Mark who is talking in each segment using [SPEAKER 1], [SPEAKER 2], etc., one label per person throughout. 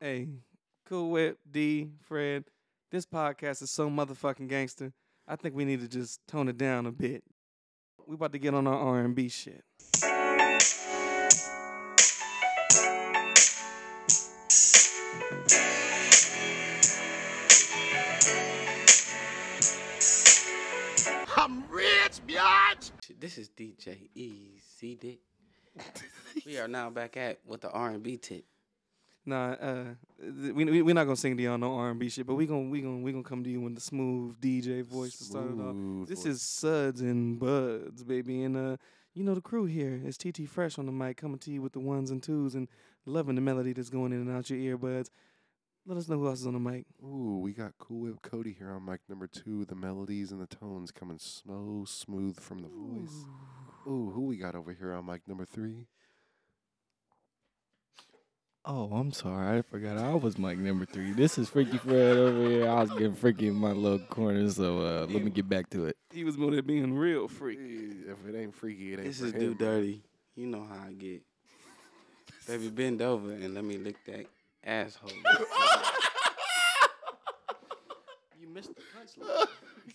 [SPEAKER 1] Hey, Cool Whip, D, Fred, this podcast is so motherfucking gangster. I think we need to just tone it down a bit. We about to get on our R and B shit.
[SPEAKER 2] I'm rich, bitch.
[SPEAKER 3] This is DJ Easy Dick. we are now back at with the R and B tip.
[SPEAKER 1] Nah, uh, th- we we we're not gonna sing to y'all no R and B shit, but we gonna we gonna we gonna come to you with the smooth DJ voice to start it off.
[SPEAKER 2] Smooth
[SPEAKER 1] This
[SPEAKER 2] voice.
[SPEAKER 1] is Suds and Buds, baby, and uh, you know the crew here. It's TT Fresh on the mic, coming to you with the ones and twos and loving the melody that's going in and out your earbuds. Let us know who else is on the mic.
[SPEAKER 2] Ooh, we got Cool Whip Cody here on mic number two. The melodies and the tones coming so smooth from the voice. Ooh, who we got over here on mic number three?
[SPEAKER 4] Oh, I'm sorry. I forgot I was mic number three. This is Freaky Fred over here. I was getting freaky in my little corner, so uh, let me get back to it.
[SPEAKER 1] He was more than being real
[SPEAKER 2] Eh,
[SPEAKER 1] freaky.
[SPEAKER 2] If it ain't freaky, it ain't
[SPEAKER 3] This
[SPEAKER 2] for
[SPEAKER 3] is
[SPEAKER 2] him.
[SPEAKER 3] Do Dirty. You know how I get. Baby, bend over and let me lick that asshole. you missed the punchline.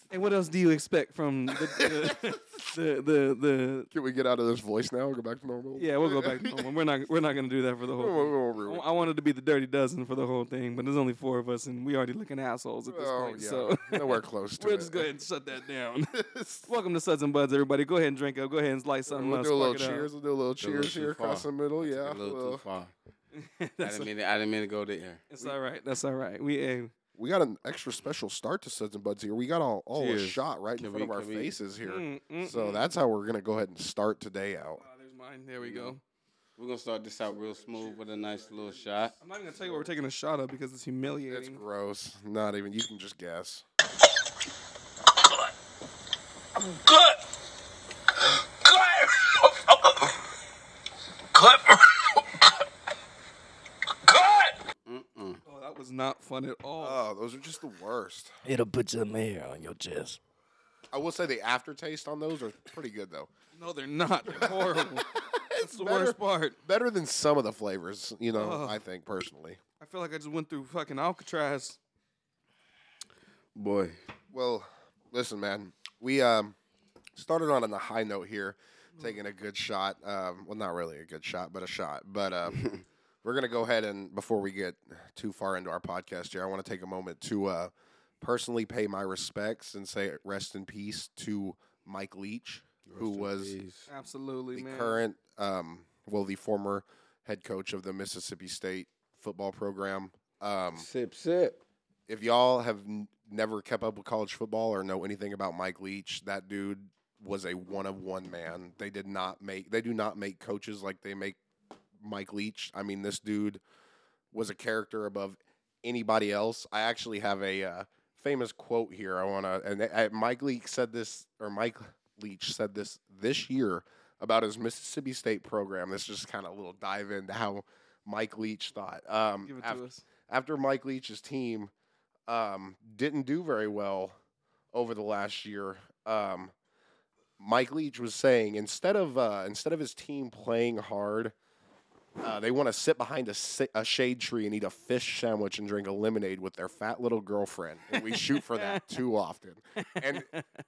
[SPEAKER 1] And what else do you expect from the the the, the, the
[SPEAKER 2] Can we get out of this voice now? and Go back to normal.
[SPEAKER 1] yeah? We'll go back to normal. We're not we're not gonna do that for the whole. Thing. I wa-
[SPEAKER 2] oh,
[SPEAKER 1] I wanted to be the dirty dozen for the whole thing, but there's only four of us, and we already looking assholes at this point.
[SPEAKER 2] Oh, yeah.
[SPEAKER 1] So
[SPEAKER 2] Nowhere close to
[SPEAKER 1] we'll
[SPEAKER 2] it.
[SPEAKER 1] just go ahead and shut that down. Welcome to Suds and Buds, everybody. Go ahead and drink up. Go ahead and light something uh,
[SPEAKER 2] we'll
[SPEAKER 1] up.
[SPEAKER 2] do a little
[SPEAKER 1] spark it up.
[SPEAKER 2] cheers. We'll do a little
[SPEAKER 3] little
[SPEAKER 2] cheers
[SPEAKER 3] too
[SPEAKER 2] here across the
[SPEAKER 3] far.
[SPEAKER 2] middle. Yeah.
[SPEAKER 3] a
[SPEAKER 2] Uh,
[SPEAKER 3] little
[SPEAKER 2] well,
[SPEAKER 3] too far. I
[SPEAKER 1] That's
[SPEAKER 3] didn't mean to, I didn't mean to go there.
[SPEAKER 1] It's all right. That's all right. We eh,
[SPEAKER 2] We got an extra special start to Suds and Buds here. We got all, all a
[SPEAKER 3] Cheers.
[SPEAKER 2] shot right in
[SPEAKER 3] Can
[SPEAKER 2] front
[SPEAKER 3] we-
[SPEAKER 2] of our
[SPEAKER 3] can we-
[SPEAKER 2] faces here.
[SPEAKER 1] mm, mm,
[SPEAKER 2] So oh,
[SPEAKER 1] mm.
[SPEAKER 2] that's how we're gonna go ahead and start today out.
[SPEAKER 1] Ah, there's mine. There we go.
[SPEAKER 3] We're gonna start this out real smooth with a nice little shot.
[SPEAKER 1] I'm not even gonna tell you what we're taking a shot of because it's humiliating.
[SPEAKER 2] It's gross. Not even. You can just guess.
[SPEAKER 5] Good. Good. Good. Good.
[SPEAKER 1] oh, that was not fun at all.
[SPEAKER 2] Oh, those are just the worst.
[SPEAKER 4] It'll put some air on your chest.
[SPEAKER 2] I will say the aftertaste on those are pretty good though.
[SPEAKER 1] No, they're not. They're horrible. That's the worst part.
[SPEAKER 2] Better than some of the flavors, you know.
[SPEAKER 1] Ugh.
[SPEAKER 2] I think personally.
[SPEAKER 1] I feel like I just went through fucking Alcatraz.
[SPEAKER 3] Boy,
[SPEAKER 2] Well, listen, man. We um started on on a high note here, taking a good shot. Um, well, not really a good shot, but a shot. But um, we're gonna go ahead and before we get too far into our podcast here, I want to take a moment to uh, personally pay my respects and say rest in peace to Mike Leach, who was
[SPEAKER 1] Absolutely,
[SPEAKER 2] the
[SPEAKER 1] man.
[SPEAKER 2] current, um, well, the former head coach of the Mississippi State football program. Um,
[SPEAKER 3] sip sip.
[SPEAKER 2] if y'all have n- never kept up with college football or know anything about Mike Leach, that dude was a one of one man. They did not make they do not make coaches like they make Mike Leach. I mean, this dude was a character above anybody else. I actually have a uh, famous quote here. I want to and uh, Mike Leach said this or Mike Leach said this this year about his Mississippi State program. This is just kind of a little dive into how Mike Leach thought. Um,
[SPEAKER 1] Give it
[SPEAKER 2] af-
[SPEAKER 1] to us.
[SPEAKER 2] after Mike Leach's team um, didn't do very well over the last year, um, Mike Leach was saying instead of uh, instead of his team playing hard, uh, they want to sit behind a, si- a shade tree and eat a fish sandwich and drink a lemonade with their fat little girlfriend. And we shoot for that too often. And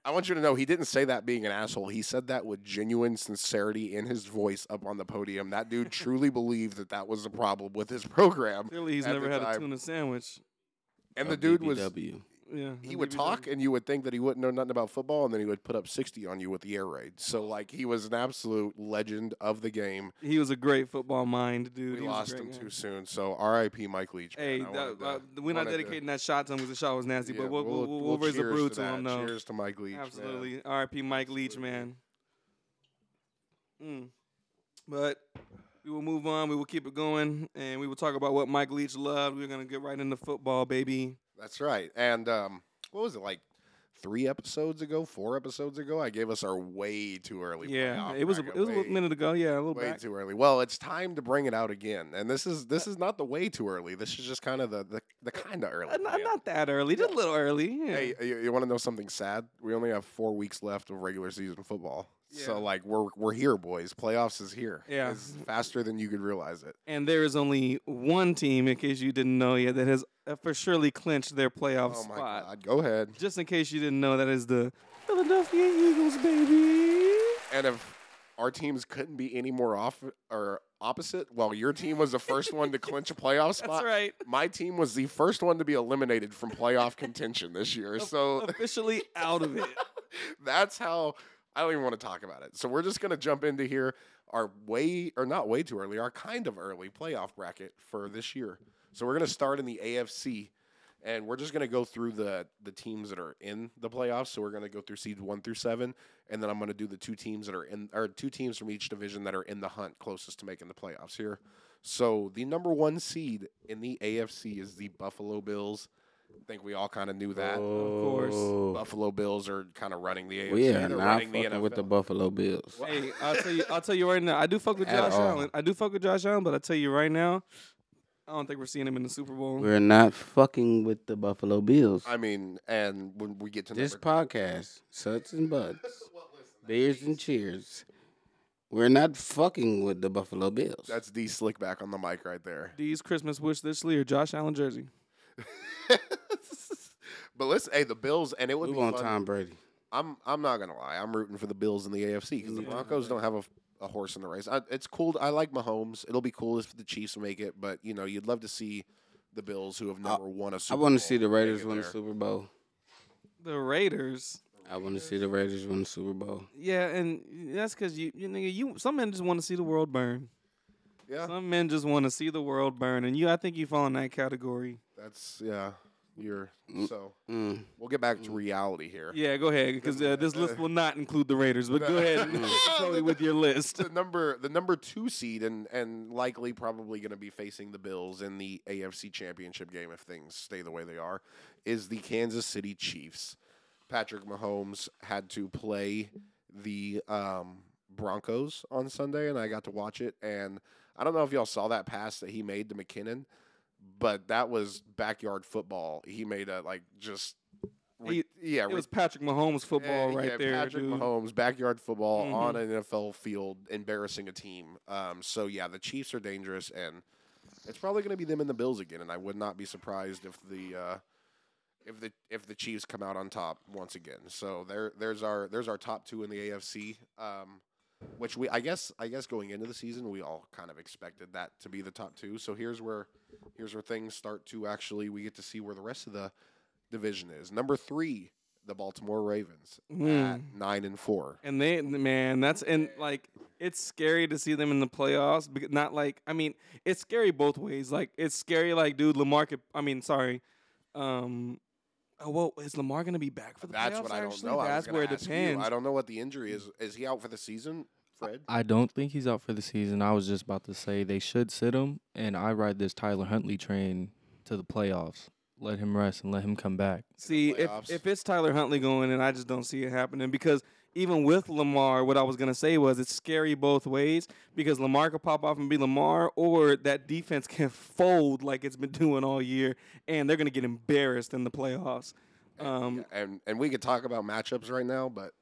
[SPEAKER 2] I want you to know he didn't say that being an asshole. He said that with genuine sincerity in his voice up on the podium. That dude truly believed that that was the problem with his program.
[SPEAKER 1] Clearly, he's
[SPEAKER 2] at the
[SPEAKER 1] never had a
[SPEAKER 2] time.
[SPEAKER 1] tuna sandwich.
[SPEAKER 2] And the dude was
[SPEAKER 1] Yeah,
[SPEAKER 2] he would talk and you would think that he wouldn't know nothing about football and then he would put up 60 on you with the air raid. So like he was an absolute legend of the game.
[SPEAKER 1] He was a great football mind, dude.
[SPEAKER 2] We
[SPEAKER 1] He was a
[SPEAKER 2] lost
[SPEAKER 1] great
[SPEAKER 2] him
[SPEAKER 1] guy.
[SPEAKER 2] too soon. So RIP Mike Leach. man.
[SPEAKER 1] Hey,
[SPEAKER 2] I
[SPEAKER 1] that,
[SPEAKER 2] wanted
[SPEAKER 1] uh,
[SPEAKER 2] to-
[SPEAKER 1] we're not
[SPEAKER 2] wanted to-
[SPEAKER 1] dedicating that shot to him because the shot was nasty,
[SPEAKER 2] yeah,
[SPEAKER 1] but we'll, we'll, we'll, we'll raise a
[SPEAKER 2] cheers
[SPEAKER 1] brew
[SPEAKER 2] to
[SPEAKER 1] to him,
[SPEAKER 2] that.
[SPEAKER 1] though.
[SPEAKER 2] Cheers to Mike Leach. man.
[SPEAKER 1] Absolutely. R.P. Mike Leach, man. Mm. But we will move on. We will keep it going, and we will talk about what Mike Leach loved. We're gonna get right into football, baby.
[SPEAKER 2] That's right. And um, what was it like? Three episodes ago, four episodes ago, I gave us our way too early.
[SPEAKER 1] yeah,
[SPEAKER 2] playoff
[SPEAKER 1] it was a,
[SPEAKER 2] bracket.
[SPEAKER 1] it was a
[SPEAKER 2] Way-
[SPEAKER 1] little minute ago. Yeah, a little
[SPEAKER 2] way
[SPEAKER 1] back.
[SPEAKER 2] too early. Well, it's time to bring it out again, and this is this is not the way too early. This is just kind of the the, the kind of early.
[SPEAKER 1] Uh, not,
[SPEAKER 2] man.
[SPEAKER 1] not that early, just a little early. Yeah.
[SPEAKER 2] uh, Hey, you, you want to know something sad? We only have four weeks left of regular season football. So like we're we're here, boys. Playoffs is here.
[SPEAKER 1] Yeah.
[SPEAKER 2] It's faster than you could realize it.
[SPEAKER 1] And there is only one team, in case you didn't know yet, that has uh, for surely clinched their playoff
[SPEAKER 2] oh my
[SPEAKER 1] spot.
[SPEAKER 2] god. Go ahead.
[SPEAKER 1] Just in case you didn't know, that is the Philadelphia Eagles, baby.
[SPEAKER 2] And if our teams couldn't be any more off or opposite, well, your team was the first one to clinch a playoff spot.
[SPEAKER 1] That's right.
[SPEAKER 2] My team was the first one to be eliminated from playoff contention this year. So
[SPEAKER 1] Officially out of it.
[SPEAKER 2] that's how I don't even want to talk about it. So we're just going to jump into here our way or not way too early, our kind of early playoff bracket for this year. So we're going to start in the AFC and we're just going to go through the the teams that are in the playoffs. So we're going to go through seeds 1 through 7 and then I'm going to do the two teams that are in or two teams from each division that are in the hunt closest to making the playoffs here. So the number 1 seed in the AFC is the Buffalo Bills. I think we all kind of knew that.
[SPEAKER 1] course.
[SPEAKER 3] Oh,
[SPEAKER 2] Buffalo Bills are kind of running the AFC.
[SPEAKER 3] we are
[SPEAKER 2] They're
[SPEAKER 3] not
[SPEAKER 2] running
[SPEAKER 3] fucking with the
[SPEAKER 2] NFL.
[SPEAKER 3] Buffalo Bills.
[SPEAKER 1] Hey, I'll tell you. I'll tell you right now. I do fuck with
[SPEAKER 2] At
[SPEAKER 1] Josh
[SPEAKER 3] all.
[SPEAKER 1] Allen. I do fuck with Josh Allen, but I tell you right now, I don't think we're seeing him in the Super Bowl.
[SPEAKER 3] We're not fucking with the Buffalo Bills.
[SPEAKER 2] I mean, and when we get to
[SPEAKER 3] This
[SPEAKER 2] number,
[SPEAKER 3] podcast, Suds and Buds, Beers and Cheers, we're not fucking with the Buffalo Bills.
[SPEAKER 2] that's D Slick back on the mic right there.
[SPEAKER 1] These Christmas wish this year, Josh Allen jersey.
[SPEAKER 2] but listen, hey, the Bills, and it would
[SPEAKER 3] we
[SPEAKER 2] be
[SPEAKER 3] want
[SPEAKER 2] fun-
[SPEAKER 3] Tom Brady.
[SPEAKER 2] I'm I'm not gonna lie, I'm rooting for the Bills in the AFC because the
[SPEAKER 1] Yeah.
[SPEAKER 2] Broncos don't have a, a horse in the race. I, it's cool. I like Mahomes. It'll be cool if the Chiefs make it, but you know, you'd love to see the Bills who have never won a Super
[SPEAKER 3] I want
[SPEAKER 2] Bowl,
[SPEAKER 3] to see the
[SPEAKER 2] make
[SPEAKER 3] Raiders
[SPEAKER 2] it
[SPEAKER 3] win the
[SPEAKER 2] there.
[SPEAKER 3] Super Bowl.
[SPEAKER 1] The Raiders.
[SPEAKER 3] I want to see the Raiders win the Super Bowl.
[SPEAKER 1] Yeah, and that's because you, you, nigga, you. Some men just want to see the world burn.
[SPEAKER 2] Yeah,
[SPEAKER 1] Some men just want to see the world burn, and you, I think you fall in that category.
[SPEAKER 2] that's yeah. You're so
[SPEAKER 3] Mm.
[SPEAKER 2] we'll get back to reality here.
[SPEAKER 1] Yeah, go ahead, because uh, this list will not include the Raiders. But go ahead, and Cody, with your list.
[SPEAKER 2] the number the number two seed and and likely probably going to be facing the Bills in the AFC Championship game if things stay the way they are is the Kansas City Chiefs. Patrick Mahomes had to play the um, Broncos on Sunday, and I got to watch it. And I don't know if y'all saw that pass that he made to McKinnon, but that was backyard football. He made a like just. Re- yeah,
[SPEAKER 1] It was Patrick Mahomes football
[SPEAKER 2] yeah,
[SPEAKER 1] right
[SPEAKER 2] yeah,
[SPEAKER 1] there,
[SPEAKER 2] Patrick
[SPEAKER 1] dude.
[SPEAKER 2] Mahomes, backyard football
[SPEAKER 1] Mhm.
[SPEAKER 2] on an NFL field, embarrassing a team. Um, so yeah, the Chiefs are dangerous, and it's probably going to be them and the Bills again. And I would not be surprised if the uh, if the if the Chiefs come out on top once again. So there there's our there's our top two in the AFC. Um, which we I guess I guess going into the season we all kind of expected that to be the top two. So here's where here's where things start to actually we get to see where the rest of the division is. Number three, the Baltimore Ravens at
[SPEAKER 1] Mm.
[SPEAKER 2] nine and four.
[SPEAKER 1] And they, man, that's and like it's scary to see them in the playoffs. Because not like I mean, it's scary both ways. Like it's scary, like dude, Lamar. Could, I mean, sorry. Um, oh, well, is Lamar gonna be back for the
[SPEAKER 2] That's
[SPEAKER 1] playoffs?
[SPEAKER 2] what I don't
[SPEAKER 1] actually?
[SPEAKER 2] know. I was
[SPEAKER 1] That's
[SPEAKER 2] gonna
[SPEAKER 1] where it
[SPEAKER 2] ask you.
[SPEAKER 1] depends. Hmm.
[SPEAKER 2] I don't know what the injury is. Is he out for the season, Fred?
[SPEAKER 4] I don't think he's out for the season. I was just about to say they should sit him, and I ride this Tyler Huntley train to the playoffs. Let him rest and let him come back.
[SPEAKER 1] See, if,
[SPEAKER 2] playoffs.
[SPEAKER 1] if it's Tyler Huntley going, and I just don't see it happening because even with Lamar, what I was gonna say was it's scary both ways because Lamar could pop off and be Lamar, or that defense can fold like it's been doing all year, and they're gonna get embarrassed in the playoffs. Um,
[SPEAKER 2] Yeah, and and we could talk about matchups right now, but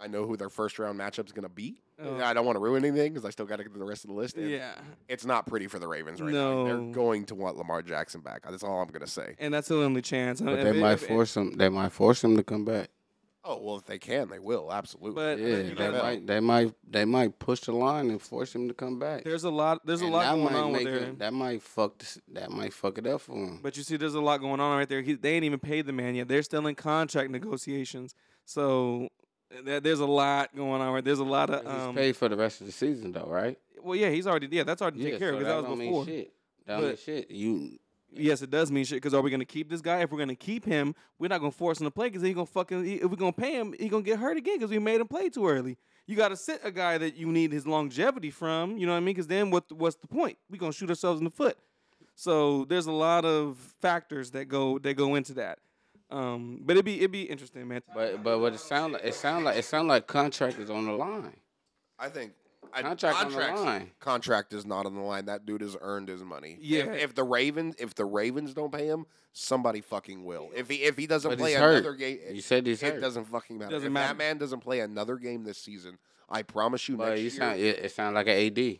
[SPEAKER 2] I know who their first round matchup's going to be.
[SPEAKER 1] Oh.
[SPEAKER 2] I don't want to ruin anything because I still got to get to the rest of the list. in.
[SPEAKER 1] yeah.
[SPEAKER 2] it's not pretty for the Ravens right now. They're
[SPEAKER 1] No.
[SPEAKER 2] going to want Lamar Jackson back. That's all I'm gonna say.
[SPEAKER 1] and that's the only chance.
[SPEAKER 3] But they might force him. They might force him to come back.
[SPEAKER 2] Oh well, if they can, they will absolutely.
[SPEAKER 1] But-
[SPEAKER 3] Yeah,
[SPEAKER 1] you
[SPEAKER 3] they
[SPEAKER 1] never know.
[SPEAKER 3] might. They might. They might push the line and force him to come back.
[SPEAKER 1] There's a lot. There's a
[SPEAKER 3] And
[SPEAKER 1] lot going
[SPEAKER 3] might
[SPEAKER 1] on with
[SPEAKER 3] make
[SPEAKER 1] there.
[SPEAKER 3] it- That might fuck. This, that might fuck it up for him.
[SPEAKER 1] But you see, there's a lot going on right there. He, they ain't even paid the man yet. They're still in contract negotiations. So th- there's a lot going on right. There's a lot of
[SPEAKER 3] He's
[SPEAKER 1] um.
[SPEAKER 3] paid for the rest of the season though, right?
[SPEAKER 1] Well, yeah, he's already. Yeah, that's already taken care of
[SPEAKER 3] so
[SPEAKER 1] because that,
[SPEAKER 3] don't
[SPEAKER 1] was
[SPEAKER 3] mean
[SPEAKER 1] before.
[SPEAKER 3] Shit. That don't mean
[SPEAKER 1] But-
[SPEAKER 3] shit. You
[SPEAKER 1] Yes, it does mean shit. Because are we gonna keep this guy? If we're gonna keep him, we're not gonna force him to play. Because he's gonna fucking. He, if we're gonna pay him, he's gonna get hurt again. Because we made him play too early. You gotta sit a guy that you need his longevity from. You know what I mean? Because then what? What's the point? We gonna shoot ourselves in the foot. So there's a lot of factors that go that go into that. Um, but it'd be it'd be interesting, man.
[SPEAKER 3] But but what it sound like it sound like it sound like contract is on the line.
[SPEAKER 2] I think I,
[SPEAKER 3] Contract on the
[SPEAKER 2] contracts-
[SPEAKER 3] line.
[SPEAKER 2] Contract is not on the line. That dude has earned his money.
[SPEAKER 1] Yeah.
[SPEAKER 2] If, if the Ravens, if the Ravens don't pay him, somebody fucking will. If he if he doesn't
[SPEAKER 3] But
[SPEAKER 2] play
[SPEAKER 3] he's hurt.
[SPEAKER 2] another game,
[SPEAKER 3] You said he's
[SPEAKER 2] it
[SPEAKER 3] hurt.
[SPEAKER 2] doesn't fucking matter.
[SPEAKER 1] Doesn't
[SPEAKER 2] if
[SPEAKER 1] matter.
[SPEAKER 2] that man doesn't play another game this season, I promise you,
[SPEAKER 3] But
[SPEAKER 2] next
[SPEAKER 3] you
[SPEAKER 2] year,
[SPEAKER 3] sound it, it sound like an AD.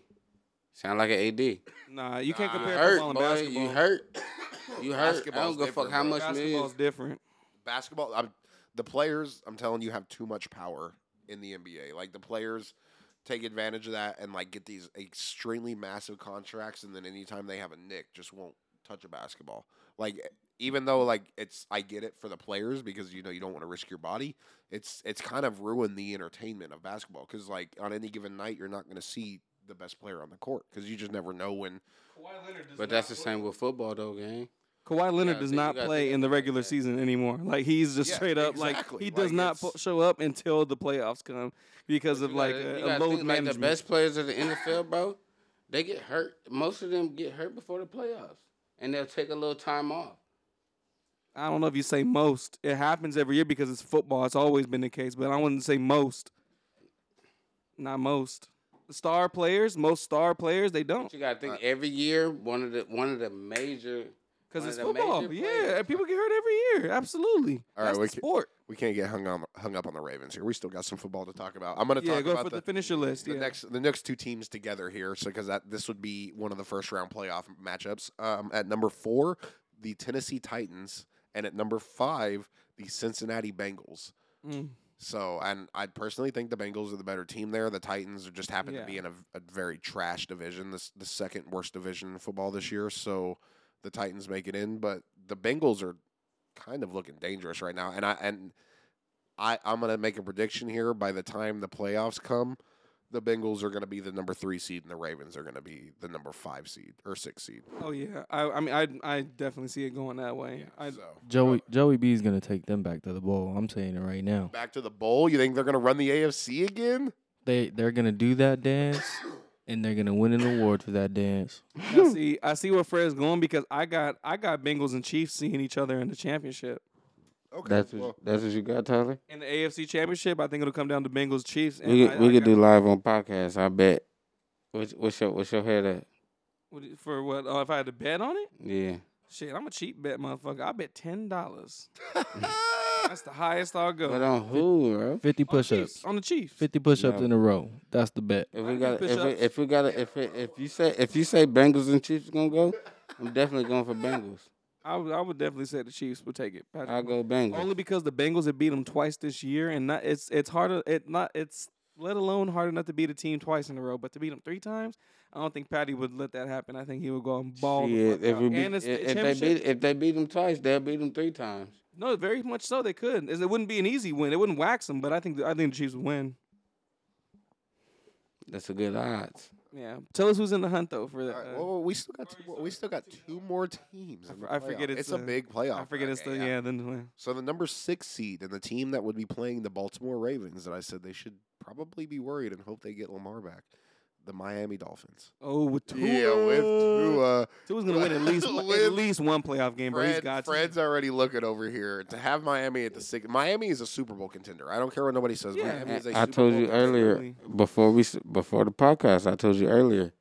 [SPEAKER 3] Sound like an AD.
[SPEAKER 1] Nah, you can't
[SPEAKER 2] Nah,
[SPEAKER 1] compare
[SPEAKER 3] Hurt,
[SPEAKER 1] football and
[SPEAKER 3] boy.
[SPEAKER 1] basketball.
[SPEAKER 3] You hurt. You hurt. I
[SPEAKER 2] Basketball's
[SPEAKER 3] don't give a fuck
[SPEAKER 2] different,
[SPEAKER 3] how
[SPEAKER 2] bro.
[SPEAKER 3] much it
[SPEAKER 1] Basketball's
[SPEAKER 3] is.
[SPEAKER 1] different.
[SPEAKER 2] basketball, I'm, the players, I'm telling you, have too much power in the NBA. Like the players take advantage of that and like get these extremely massive contracts, and then anytime they have a nick, just won't touch a basketball. Like even though like it's I get it for the players because you know you don't want to risk your body. It's it's kind of ruined the entertainment of basketball because like on any given night, you're not going to see the best player on the court because you just never know when
[SPEAKER 3] But that's the same with football though, gang.
[SPEAKER 1] Kawhi Leonard does
[SPEAKER 3] gotta think- you
[SPEAKER 1] not
[SPEAKER 3] gotta
[SPEAKER 1] play
[SPEAKER 3] think
[SPEAKER 1] in the
[SPEAKER 3] about
[SPEAKER 1] regular
[SPEAKER 3] that.
[SPEAKER 1] season anymore. Like he's just
[SPEAKER 2] Yeah,
[SPEAKER 1] straight up like
[SPEAKER 2] exactly.
[SPEAKER 1] he does
[SPEAKER 2] Like,
[SPEAKER 1] not
[SPEAKER 2] it's-
[SPEAKER 1] po- show up until the playoffs come because of
[SPEAKER 3] You
[SPEAKER 1] like
[SPEAKER 3] gotta- you
[SPEAKER 1] a, a
[SPEAKER 3] gotta
[SPEAKER 1] load
[SPEAKER 3] think, like
[SPEAKER 1] management.
[SPEAKER 3] the best players of the NFL, bro. They get hurt. Most of them get hurt before the playoffs, and they'll take a little time off.
[SPEAKER 1] I don't know if you say most. It happens every year because it's football. It's always been the case, but I wouldn't say most. Not most. Star players, most star players, they don't
[SPEAKER 3] But you gotta think every year one of the one of the major
[SPEAKER 1] because
[SPEAKER 3] one
[SPEAKER 1] it's
[SPEAKER 3] of the
[SPEAKER 1] football.
[SPEAKER 3] major
[SPEAKER 1] Yeah,
[SPEAKER 3] players-
[SPEAKER 1] and people get hurt every year. Absolutely.
[SPEAKER 2] All right,
[SPEAKER 1] That's
[SPEAKER 2] we
[SPEAKER 1] the
[SPEAKER 2] can-
[SPEAKER 1] sport.
[SPEAKER 2] we can't get hung on hung up on the Ravens here. We still got some football to talk about. I'm going to
[SPEAKER 1] Yeah,
[SPEAKER 2] talk
[SPEAKER 1] go
[SPEAKER 2] about
[SPEAKER 1] for the, finisher list.
[SPEAKER 2] the
[SPEAKER 1] yeah.
[SPEAKER 2] next the next two teams together here. So because that this would be one of the first round playoff matchups. Um, at number four, the Tennessee Titans, and at number five, the Cincinnati Bengals.
[SPEAKER 1] Mm.
[SPEAKER 2] So and I personally think the Bengals are the better team there. The Titans are just happen
[SPEAKER 1] Yeah.
[SPEAKER 2] to be in a, a very trash division, this the second worst division in football this year. So the Titans make it in, but the Bengals are kind of looking dangerous right now. And I and I I'm gonna make a prediction here. By the time the playoffs come, the Bengals are gonna be the number three seed, and the Ravens are gonna be the number five seed or six seed.
[SPEAKER 1] Oh yeah, I, I mean, I, I definitely see it going that way. I,
[SPEAKER 2] so uh,
[SPEAKER 4] Joey Joey B's gonna take them back to the bowl. I'm saying it right now.
[SPEAKER 2] back to the bowl. You think they're gonna run the AFC again?
[SPEAKER 4] They they're gonna do that dance, and they're gonna win an award for that dance.
[SPEAKER 3] Hmm.
[SPEAKER 1] I see, I see where Fred's going because I got, I got Bengals and Chiefs seeing each other in the championship.
[SPEAKER 2] Okay,
[SPEAKER 3] That's
[SPEAKER 2] well,
[SPEAKER 3] what, that's what you got, Tyler.
[SPEAKER 1] In the AFC championship, I think it'll come down to Bengals Chiefs. and
[SPEAKER 3] We
[SPEAKER 1] I-
[SPEAKER 3] could, we
[SPEAKER 1] I
[SPEAKER 3] could
[SPEAKER 1] got-
[SPEAKER 3] do live on podcast. I bet. What's, what's your what's your head at?
[SPEAKER 1] What it- for what? Oh, if I had to bet on it,
[SPEAKER 3] Yeah.
[SPEAKER 1] shit, I'm a cheap bet, motherfucker. I bet ten dollars. That's the highest I'll go.
[SPEAKER 3] But uh, on who, bro?
[SPEAKER 4] Fifty
[SPEAKER 1] On the
[SPEAKER 4] push
[SPEAKER 1] Chiefs,
[SPEAKER 4] ups.
[SPEAKER 1] on the Chiefs.
[SPEAKER 4] Fifty push ups
[SPEAKER 3] No.
[SPEAKER 4] in a row. That's the bet.
[SPEAKER 3] If
[SPEAKER 1] I
[SPEAKER 3] we
[SPEAKER 1] do
[SPEAKER 3] got if we,
[SPEAKER 1] push-ups.
[SPEAKER 3] if we got if it, if you say if you say Bengals and Chiefs gonna go, I'm definitely going for Bengals.
[SPEAKER 1] I would, I would definitely say the Chiefs would take it. Patrick
[SPEAKER 3] I'll go Bengals.
[SPEAKER 1] Only because the Bengals have beat them twice this year, and not, it's it's harder. It not it's let alone hard enough to beat a team twice in a row, but to beat them three times, I don't think Patty would let that happen. I think he would go out and ball. the
[SPEAKER 3] Shit,
[SPEAKER 1] fuck
[SPEAKER 3] if,
[SPEAKER 1] out.
[SPEAKER 3] we beat,
[SPEAKER 1] And it's
[SPEAKER 3] if,
[SPEAKER 1] the
[SPEAKER 3] if they
[SPEAKER 1] championship.
[SPEAKER 3] beat if they beat them twice, they'll beat them three times.
[SPEAKER 1] no, very much so they could. It's- It wouldn't be an easy win. It wouldn't wax them, but I think I think the Chiefs would win.
[SPEAKER 3] That's a good odds.
[SPEAKER 1] Yeah, tell us who's in the hunt though for that.
[SPEAKER 2] all right,
[SPEAKER 1] uh,
[SPEAKER 2] well, we still got two, more- we still got two more teams.
[SPEAKER 1] I
[SPEAKER 2] in
[SPEAKER 1] for-
[SPEAKER 2] the
[SPEAKER 1] I forget
[SPEAKER 2] playoff.
[SPEAKER 1] it's
[SPEAKER 2] it's a
[SPEAKER 1] the-
[SPEAKER 2] big playoff.
[SPEAKER 1] I forget it's the
[SPEAKER 2] bracket,
[SPEAKER 1] yeah. then when-
[SPEAKER 2] So the number six seed and the team that would be playing the Baltimore Ravens that I said they should probably be worried and hope they get Lamar back, the Miami Dolphins.
[SPEAKER 1] oh with Tua.
[SPEAKER 2] Tua.
[SPEAKER 1] Tua's gonna win at least at
[SPEAKER 2] With
[SPEAKER 1] least one playoff game, bro. He's
[SPEAKER 2] Fred,
[SPEAKER 1] got to.
[SPEAKER 2] Fred's already looking over here to have Miami at the six. Miami is a Super Bowl contender. I don't care what nobody says.
[SPEAKER 1] Yeah.
[SPEAKER 2] Miami is a
[SPEAKER 3] I
[SPEAKER 2] Super
[SPEAKER 3] told
[SPEAKER 2] Bowl
[SPEAKER 3] you
[SPEAKER 2] contender.
[SPEAKER 3] earlier before we s- before the podcast. I told you earlier.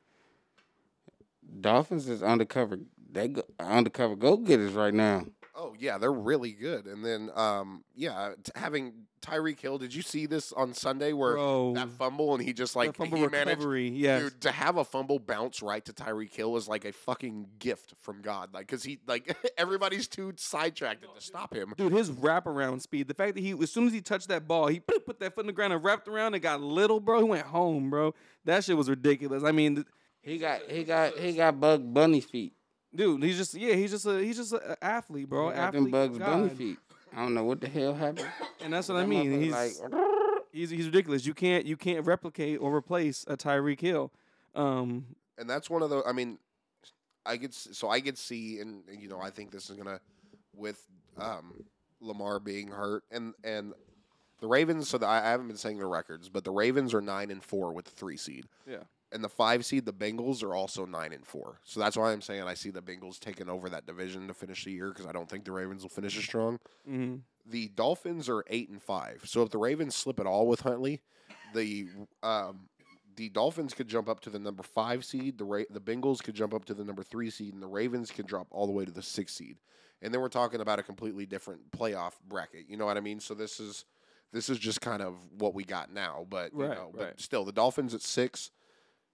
[SPEAKER 3] Dolphins is undercover. They go, undercover go getters right now.
[SPEAKER 2] Oh yeah, they're really good. And then um yeah, t- having Tyreek Hill. Did you see this on Sunday where
[SPEAKER 1] Bro,
[SPEAKER 2] that fumble and he just like
[SPEAKER 1] the fumble
[SPEAKER 2] he managed
[SPEAKER 1] recovery. Yes.
[SPEAKER 2] Dude, to have a fumble bounce right to Tyreek Hill is like a fucking gift from God. Like, cause he like everybody's too sidetracked to stop him.
[SPEAKER 1] Dude, his wraparound speed, the fact that he, as soon as he touched that ball, he put put that foot in the ground and wrapped around and got little, bro. He went home, bro. That shit was ridiculous. I mean, th-
[SPEAKER 3] He got he got he got Bug Bunny feet.
[SPEAKER 1] dude, he's just, yeah, he's just a, he's just a, a athlete, bro.
[SPEAKER 3] He got
[SPEAKER 1] athlete,
[SPEAKER 3] them Bugs Bunny
[SPEAKER 1] God.
[SPEAKER 3] feet. I don't know what the hell happened.
[SPEAKER 1] And that's what I
[SPEAKER 3] That
[SPEAKER 1] mean.
[SPEAKER 3] motherfucker
[SPEAKER 1] He's,
[SPEAKER 3] like
[SPEAKER 1] he's he's ridiculous. You can't you can't replicate or replace a Tyreek Hill. Um,
[SPEAKER 2] and that's one of the. I mean, I could s- so I could see, and and, you know, I think this is gonna with um, Lamar being hurt and and the Ravens. So the, I I haven't been saying the records, but the Ravens are nine and four with the three seed.
[SPEAKER 1] Yeah.
[SPEAKER 2] And the five seed, the Bengals are also nine and four. So that's why I'm saying I see the Bengals taking over that division to finish the year because I don't think the Ravens will finish as strong.
[SPEAKER 1] mhm.
[SPEAKER 2] The Dolphins are eight and five. So if the Ravens slip at all with Huntley, the um, the Dolphins could jump up to the number five seed. The Ra- the Bengals could jump up to the number three seed, and the Ravens could drop all the way to the sixth seed. And then we're talking about a completely different playoff bracket. You know what I mean? So this is This is just kind of what we got now, but you
[SPEAKER 1] Right,
[SPEAKER 2] know,
[SPEAKER 1] right.
[SPEAKER 2] but still the Dolphins at six,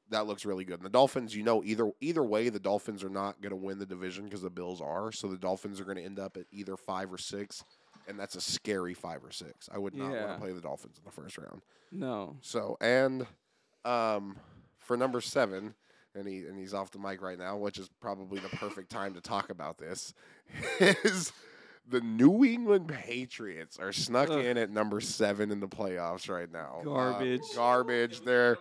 [SPEAKER 2] that looks really good. And the Dolphins, you know, either either way, the Dolphins are not going to win the division because the Bills are. So the Dolphins are going to end up at either five or six, and that's a scary five or six. I would not
[SPEAKER 1] Yeah.
[SPEAKER 2] want to play the Dolphins in the first round.
[SPEAKER 1] No.
[SPEAKER 2] So and um, for number seven, and he and he's off the mic right now, which is probably the perfect time to talk about this. Is the New England Patriots are snuck
[SPEAKER 1] Ugh.
[SPEAKER 2] in at number seven in the playoffs right now? Uh,
[SPEAKER 1] Garbage.
[SPEAKER 2] garbage. They're.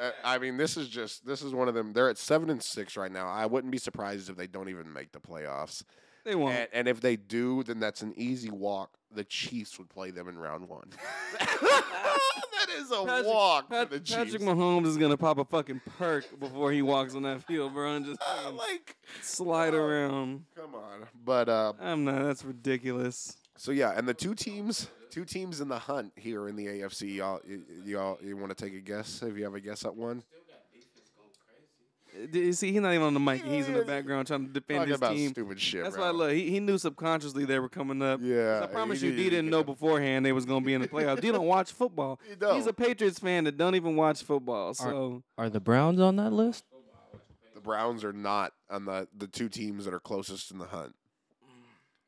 [SPEAKER 2] uh, I mean, this is just this is one of them. They're at seven and six right now. I wouldn't be surprised if they don't even make the playoffs.
[SPEAKER 1] They won't.
[SPEAKER 2] And, and if they do, then that's an easy walk. The Chiefs would play them in round one. that is a
[SPEAKER 1] Patrick-
[SPEAKER 2] walk.
[SPEAKER 1] Pat-
[SPEAKER 2] for the
[SPEAKER 1] Patrick
[SPEAKER 2] Chiefs.
[SPEAKER 1] Mahomes is gonna pop a fucking perk before he walks on that field, bro, and just
[SPEAKER 2] Uh,
[SPEAKER 1] fucking
[SPEAKER 2] like,
[SPEAKER 1] slide around.
[SPEAKER 2] come on. But uh,
[SPEAKER 1] I'm not. That's ridiculous.
[SPEAKER 2] so yeah, and the two teams, two teams in the hunt here in the AFC. Y'all, y- y- y'all, you want to take a guess? If you have a guess at
[SPEAKER 1] Uh,
[SPEAKER 2] one,
[SPEAKER 1] d- See, he's not even on the mic. He's in the background trying to defend
[SPEAKER 2] talking
[SPEAKER 1] his
[SPEAKER 2] about
[SPEAKER 1] team.
[SPEAKER 2] stupid shit.
[SPEAKER 1] That's
[SPEAKER 2] bro.
[SPEAKER 1] why, look, he, he knew subconsciously they were coming up. 'Cause
[SPEAKER 2] Yeah,
[SPEAKER 1] I promise
[SPEAKER 2] he
[SPEAKER 1] you,
[SPEAKER 2] did.
[SPEAKER 1] he didn't know beforehand they was gonna be in the playoffs. he don't watch football.
[SPEAKER 2] He don't.
[SPEAKER 1] He's a Patriots fan that don't even watch football. So
[SPEAKER 4] Are the Browns on that list?
[SPEAKER 2] The Browns are not on the the two teams that are closest in the hunt.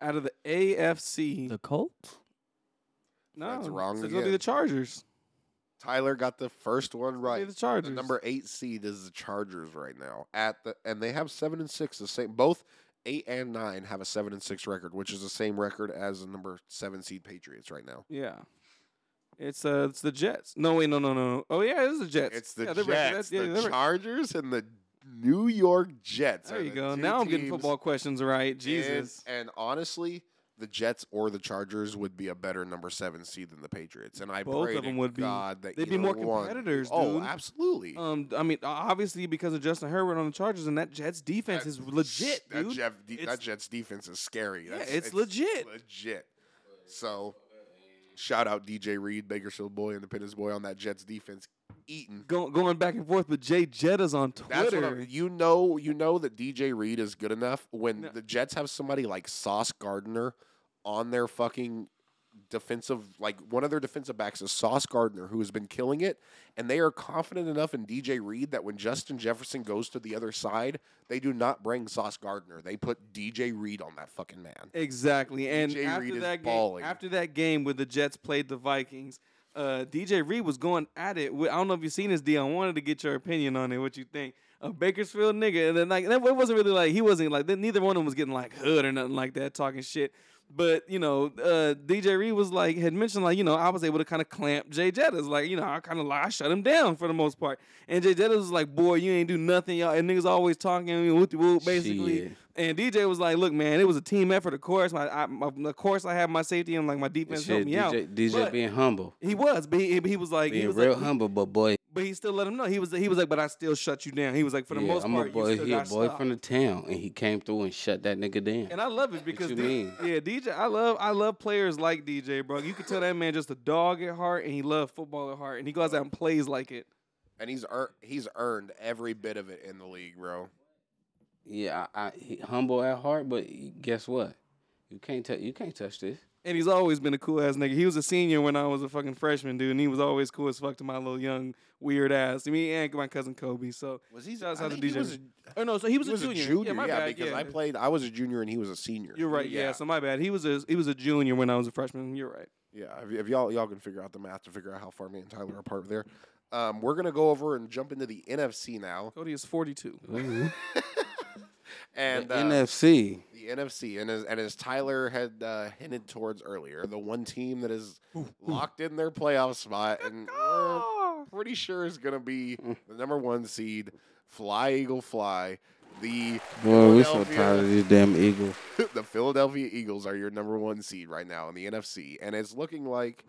[SPEAKER 1] out of the AFC,
[SPEAKER 4] The Colts?
[SPEAKER 1] no,
[SPEAKER 2] that's wrong
[SPEAKER 1] so It's gonna be
[SPEAKER 2] again.
[SPEAKER 1] the Chargers.
[SPEAKER 2] Tyler got the first one
[SPEAKER 1] Right.
[SPEAKER 2] right.
[SPEAKER 1] the Chargers.
[SPEAKER 2] The number eight seed is the Chargers right now at the and they have seven and six the same both eight and nine have a seven and six record which is the same record as the number seven seed Patriots right now.
[SPEAKER 1] Yeah. It's uh, it's the Jets. No, wait, no, no, no. Oh yeah, it is the Jets.
[SPEAKER 2] It's the
[SPEAKER 1] yeah, they're
[SPEAKER 2] Jets,
[SPEAKER 1] right. That's- yeah,
[SPEAKER 2] the
[SPEAKER 1] they're right.
[SPEAKER 2] Chargers, and the New York Jets.
[SPEAKER 1] There
[SPEAKER 2] are
[SPEAKER 1] you
[SPEAKER 2] the
[SPEAKER 1] go.
[SPEAKER 2] two
[SPEAKER 1] Now I'm getting
[SPEAKER 2] teams
[SPEAKER 1] football questions right.
[SPEAKER 2] in-
[SPEAKER 1] Jesus.
[SPEAKER 2] and honestly. The Jets or the Chargers would be a better number seven seed than the Patriots, and I
[SPEAKER 1] Both
[SPEAKER 2] pray
[SPEAKER 1] of
[SPEAKER 2] to
[SPEAKER 1] them would be.
[SPEAKER 2] God that
[SPEAKER 1] They'd be
[SPEAKER 2] either
[SPEAKER 1] more
[SPEAKER 2] one-
[SPEAKER 1] competitors,
[SPEAKER 2] Oh,
[SPEAKER 1] dude.
[SPEAKER 2] absolutely.
[SPEAKER 1] Um, I mean, o- obviously because of Justin Herbert on the Chargers and that Jets defense
[SPEAKER 2] That-
[SPEAKER 1] is legit,
[SPEAKER 2] That,
[SPEAKER 1] dude.
[SPEAKER 2] Jeff de-
[SPEAKER 1] It's-
[SPEAKER 2] that Jets defense is scary. That's,
[SPEAKER 1] it's legit.
[SPEAKER 2] Legit. So, shout out DJ Reed, Bakersfield boy, Independence boy on that Jets defense eating.
[SPEAKER 1] Go- going back and forth with Jay Jetta's on
[SPEAKER 2] That's what
[SPEAKER 1] Twitter.
[SPEAKER 2] I'm, you know. You know that DJ Reed is good enough when
[SPEAKER 1] No.
[SPEAKER 2] the Jets have somebody like Sauce Gardner on their fucking defensive, like one of their defensive backs is Sauce Gardner, who has been killing it, and they are confident enough in DJ Reed that when Justin Jefferson goes to the other side, they do not bring Sauce Gardner. They put DJ Reed on that fucking man.
[SPEAKER 1] Exactly. And
[SPEAKER 2] DJ
[SPEAKER 1] after
[SPEAKER 2] Reed is
[SPEAKER 1] that game,
[SPEAKER 2] balling.
[SPEAKER 1] after that game where the Jets played the Vikings, uh, DJ Reed was going at it. With, I don't know if you've seen this deal. I wanted to get your opinion on it. What you think? A Bakersfield nigga, and then like that- it wasn't really like he wasn't like neither one of them was getting like hood or nothing like that talking shit. But you know, uh, DJ Reed was like had mentioned like you know I was able to kind of clamp Jay Jettas like you know I kind of I shut him down for the most part. And Jay Jettas was like, boy, you ain't do nothing, y'all. And niggas always talking, whoop de whoop, basically.
[SPEAKER 3] Shit.
[SPEAKER 1] And DJ was like, "Look, man, it was a team effort. Of course, my, I, my of course I have my safety and like my defense helped
[SPEAKER 3] Shit,
[SPEAKER 1] me
[SPEAKER 3] DJ,
[SPEAKER 1] out.
[SPEAKER 3] DJ
[SPEAKER 1] but
[SPEAKER 3] being humble,
[SPEAKER 1] he was, but he, but he was like, he
[SPEAKER 3] being
[SPEAKER 1] was
[SPEAKER 3] real
[SPEAKER 1] like,
[SPEAKER 3] humble, but boy,
[SPEAKER 1] but he still let him know he was. He was like, but I still shut you down. He was like, for the
[SPEAKER 3] yeah,
[SPEAKER 1] most
[SPEAKER 3] I'm
[SPEAKER 1] part,
[SPEAKER 3] a boy.
[SPEAKER 1] you still
[SPEAKER 3] He a
[SPEAKER 1] got
[SPEAKER 3] boy
[SPEAKER 1] stopped.
[SPEAKER 3] from the town, and he came through and shut that nigga down.
[SPEAKER 1] And I love it because
[SPEAKER 3] you
[SPEAKER 1] D-
[SPEAKER 3] mean?
[SPEAKER 1] yeah, DJ. I love I love players like DJ, bro. You can tell that man just a dog at heart, and he loves football at heart, and he goes out and plays like it.
[SPEAKER 2] And he's ear- he's earned every bit of it in the league, bro.
[SPEAKER 3] yeah, I, I, he humble at heart, but guess what? You can't touch. You can't touch this.
[SPEAKER 1] And he's always been a cool ass nigga. He was a senior when I was a fucking freshman, dude, and he was always cool as fuck to my little young weird ass. Me and my cousin Kobe. So
[SPEAKER 2] Was he?
[SPEAKER 1] Shouts
[SPEAKER 2] I
[SPEAKER 1] out to
[SPEAKER 2] think he
[SPEAKER 1] DJ.
[SPEAKER 2] was a-
[SPEAKER 1] Oh no, so he was,
[SPEAKER 2] he was
[SPEAKER 1] a junior. Yeah, my bad.
[SPEAKER 2] because
[SPEAKER 1] yeah.
[SPEAKER 2] I played. I was a junior and he was a senior.
[SPEAKER 1] You're right. Yeah. so my bad. He was a he was a junior when I was a freshman. You're right.
[SPEAKER 2] Yeah, if, if y'all y'all can figure out the math to figure out how far me and Tyler are apart there, um, we're gonna go over and jump into the NFC now,
[SPEAKER 1] Cody is 42.
[SPEAKER 2] and
[SPEAKER 3] the
[SPEAKER 2] uh,
[SPEAKER 3] NFC.
[SPEAKER 2] the NFC, and as and as Tyler had uh, hinted towards earlier, the one team that is locked in their playoff spot, and we're pretty sure is gonna be the number one seed, Fly Eagle Fly. The
[SPEAKER 3] Boy, we so
[SPEAKER 2] Philadelphia-
[SPEAKER 3] tired of these damn Eagles.
[SPEAKER 2] the Philadelphia Eagles are your number one seed right now in the NFC, and it's looking like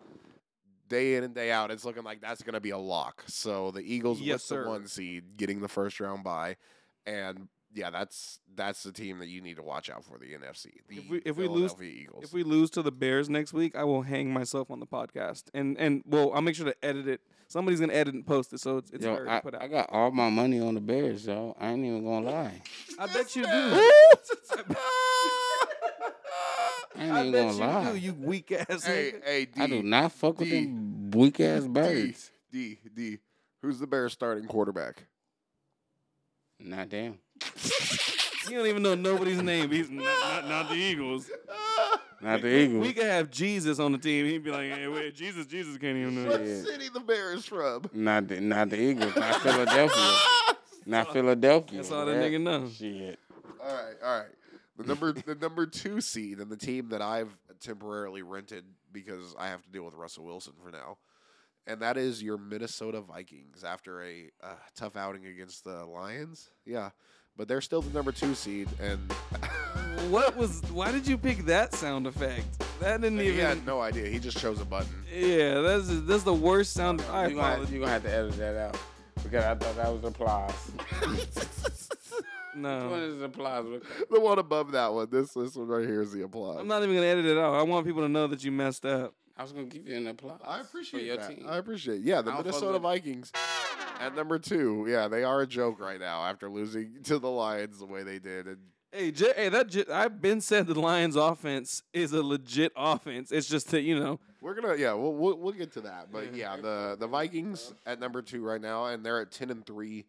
[SPEAKER 2] day in and day out, it's looking like that's going to be a lock. So the Eagles
[SPEAKER 1] Yes,
[SPEAKER 2] with
[SPEAKER 1] sir.
[SPEAKER 2] the one seed getting the first round bye, and yeah, that's that's the team that you need to watch out for the NFC. The
[SPEAKER 1] If we- if we lose-
[SPEAKER 2] Philadelphia Eagles,
[SPEAKER 1] If we lose to the Bears next week, I will hang myself on the podcast. And and well, I'll make sure to edit it. Somebody's gonna edit and post it, so it's it's
[SPEAKER 3] Yo,
[SPEAKER 1] already
[SPEAKER 3] I,
[SPEAKER 1] put out.
[SPEAKER 3] I got all my money on the Bears, yo. I ain't even gonna lie.
[SPEAKER 1] I bet you do.
[SPEAKER 3] I ain't
[SPEAKER 1] I
[SPEAKER 3] even
[SPEAKER 1] bet
[SPEAKER 3] gonna
[SPEAKER 1] you
[SPEAKER 3] lie.
[SPEAKER 1] do, you weak ass.
[SPEAKER 2] Hey,
[SPEAKER 1] nigga.
[SPEAKER 2] hey, D,
[SPEAKER 3] I do not fuck with
[SPEAKER 2] D,
[SPEAKER 3] them weak ass birds.
[SPEAKER 2] D, D, who's the Bears starting quarterback?
[SPEAKER 3] Not damn.
[SPEAKER 1] You don't even know nobody's name. He's not, not, not the Eagles.
[SPEAKER 3] Not the Eagles.
[SPEAKER 1] We could have Jesus on the team. He'd be like, hey, wait, Jesus, Jesus can't even know.
[SPEAKER 2] What
[SPEAKER 3] Yeah.
[SPEAKER 2] city the Bears from?
[SPEAKER 3] Not the, not the Eagles. Not Philadelphia. Not Philadelphia.
[SPEAKER 1] That's all that
[SPEAKER 3] bruh.
[SPEAKER 1] nigga know.
[SPEAKER 3] Shit.
[SPEAKER 2] All right, all right. The number the number two seed and the team that I've temporarily rented because I have to deal with Russell Wilson for now, and that is your Minnesota Vikings after a uh, tough outing against the Lions. Yeah, but they're still the number two seed, and
[SPEAKER 1] What was? Why did you pick that sound effect? That didn't
[SPEAKER 2] he
[SPEAKER 1] even. Yeah,
[SPEAKER 2] had no idea. He just chose a button.
[SPEAKER 1] that's that's the worst sound. I
[SPEAKER 3] You're gonna,
[SPEAKER 1] apologize.
[SPEAKER 3] have, you gonna have to edit that out because I thought that was applause.
[SPEAKER 2] Oh.
[SPEAKER 3] Which one
[SPEAKER 1] No,
[SPEAKER 3] is applause?
[SPEAKER 2] The one above that one. This this one right here is the applause.
[SPEAKER 1] I'm not even gonna edit it out. I want people to know that you messed up.
[SPEAKER 3] I was gonna give you an applause.
[SPEAKER 2] I
[SPEAKER 3] for
[SPEAKER 2] appreciate
[SPEAKER 3] your
[SPEAKER 2] that.
[SPEAKER 3] team.
[SPEAKER 2] I appreciate. Yeah, the
[SPEAKER 3] I don't fuck
[SPEAKER 2] Minnesota
[SPEAKER 3] with-
[SPEAKER 2] Vikings at number two. Yeah, they are a joke right now after losing to the Lions the way they did. And
[SPEAKER 1] Hey, J- hey, that J- I've been said the Lions' offense is a legit offense. It's just that you know
[SPEAKER 2] we're gonna yeah, we'll we'll, we'll get to that. But yeah, the the Vikings at number two right now, and they're at ten and three.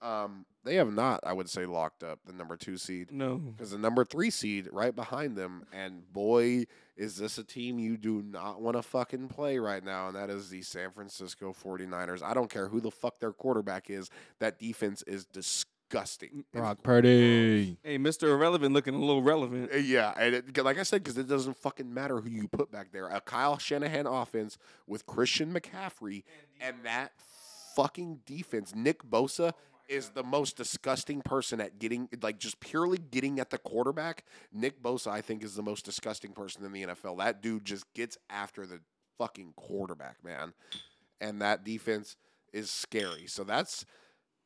[SPEAKER 2] Um, they have not, I would say, locked up the number two seed.
[SPEAKER 1] no.
[SPEAKER 2] Because the number three seed right behind them, and boy, is this a team you do not want to fucking play right now, and that is the San Francisco 49ers. I don't care who the fuck their quarterback is, that defense is disgusting. It's-
[SPEAKER 4] Brock Purdy.
[SPEAKER 1] Hey, Mr. Irrelevant looking a little relevant.
[SPEAKER 2] Uh, Yeah, and it, 'cause like I said, because it doesn't fucking matter who you put back there. A Kyle Shanahan offense with Christian McCaffrey and that fucking defense. Nick Bosa is the most disgusting person at getting, like, just purely getting at the quarterback. Nick Bosa, I think, is the most disgusting person in the NFL. That dude just gets after the fucking quarterback, man. And that defense is scary. So that's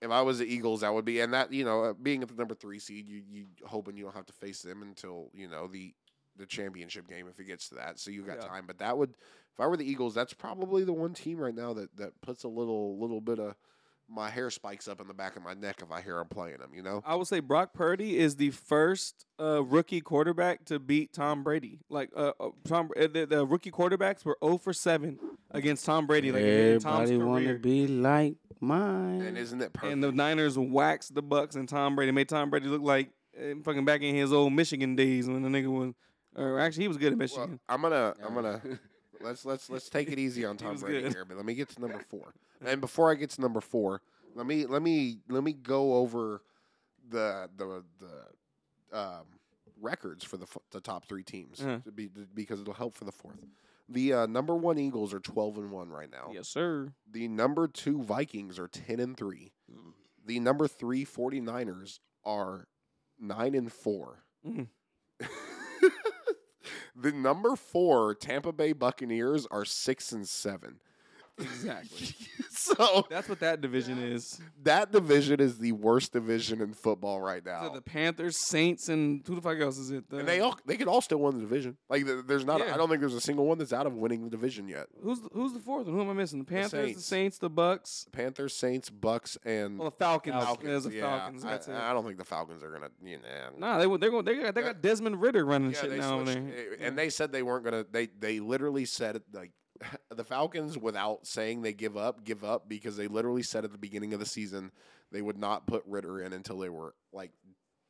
[SPEAKER 2] if I was the Eagles, that would be, and that you know, uh, being at the number three seed, you you hoping you don't have to face them until you know the the championship game if it gets to that. So you got
[SPEAKER 1] Yeah.
[SPEAKER 2] time, but that would, if I were the Eagles, that's probably the one team right now that that puts a little little bit of my hair spikes up in the back of my neck if I hear them playing them. You know,
[SPEAKER 1] I would say Brock Purdy is the first uh, rookie quarterback to beat Tom Brady. Like uh, uh, Tom, uh, the, the rookie quarterbacks were 0 for 7 against Tom Brady. Like in Tom's
[SPEAKER 3] Everybody wanna
[SPEAKER 1] career.
[SPEAKER 3] be like mine.
[SPEAKER 2] and isn't it perfect?
[SPEAKER 1] and the Niners waxed the Bucks and Tom Brady made Tom Brady look like uh, fucking back in his old Michigan days when the nigga was, or actually he was good at
[SPEAKER 2] Well,
[SPEAKER 1] Michigan.
[SPEAKER 2] I'm gonna I'm gonna let's let's let's take it easy on Tom
[SPEAKER 1] was
[SPEAKER 2] Brady
[SPEAKER 1] good.
[SPEAKER 2] here, but let me get to number four. And before I get to number four, let me let me let me go over the the the um, records for the f- the top three teams
[SPEAKER 1] Uh-huh.
[SPEAKER 2] to be, because it'll help for the fourth. The uh, number one Eagles are twelve and one right now.
[SPEAKER 1] yes, sir.
[SPEAKER 2] The number two Vikings are 10 and 3.
[SPEAKER 1] Mm.
[SPEAKER 2] The number three 49ers are 9 and 4.
[SPEAKER 1] Mm.
[SPEAKER 2] the number four Tampa Bay Buccaneers are 6 and 7.
[SPEAKER 1] Exactly.
[SPEAKER 2] So
[SPEAKER 1] That's what that division is.
[SPEAKER 2] that division is the worst division in football right
[SPEAKER 1] So
[SPEAKER 2] now.
[SPEAKER 1] the Panthers, Saints, and who the fuck else is it? The,
[SPEAKER 2] Oh. and they all they could all still win the division. Like th- there's not I
[SPEAKER 1] Yeah.
[SPEAKER 2] I don't think there's a single one that's out of winning the division yet.
[SPEAKER 1] who's the, who's the fourth one? Who am I missing? The Panthers, the Saints,
[SPEAKER 2] Saints.
[SPEAKER 1] the, Bucks.
[SPEAKER 2] Panthers, Saints, Bucks and
[SPEAKER 1] Well, the Falcons.
[SPEAKER 2] Falcons.
[SPEAKER 1] There's the
[SPEAKER 2] Yeah,
[SPEAKER 1] Falcons.
[SPEAKER 2] I,
[SPEAKER 1] That's it.
[SPEAKER 2] I don't think the Falcons are gonna you know,
[SPEAKER 1] Nah, they they they got they got Desmond Ritter running shit now
[SPEAKER 2] Uh, switched.
[SPEAKER 1] over there.
[SPEAKER 2] Uh, And they said they weren't gonna. They they literally said it like the Falcons without saying they give up, give up because they literally said at the beginning of the season they would not put Ritter in until they were like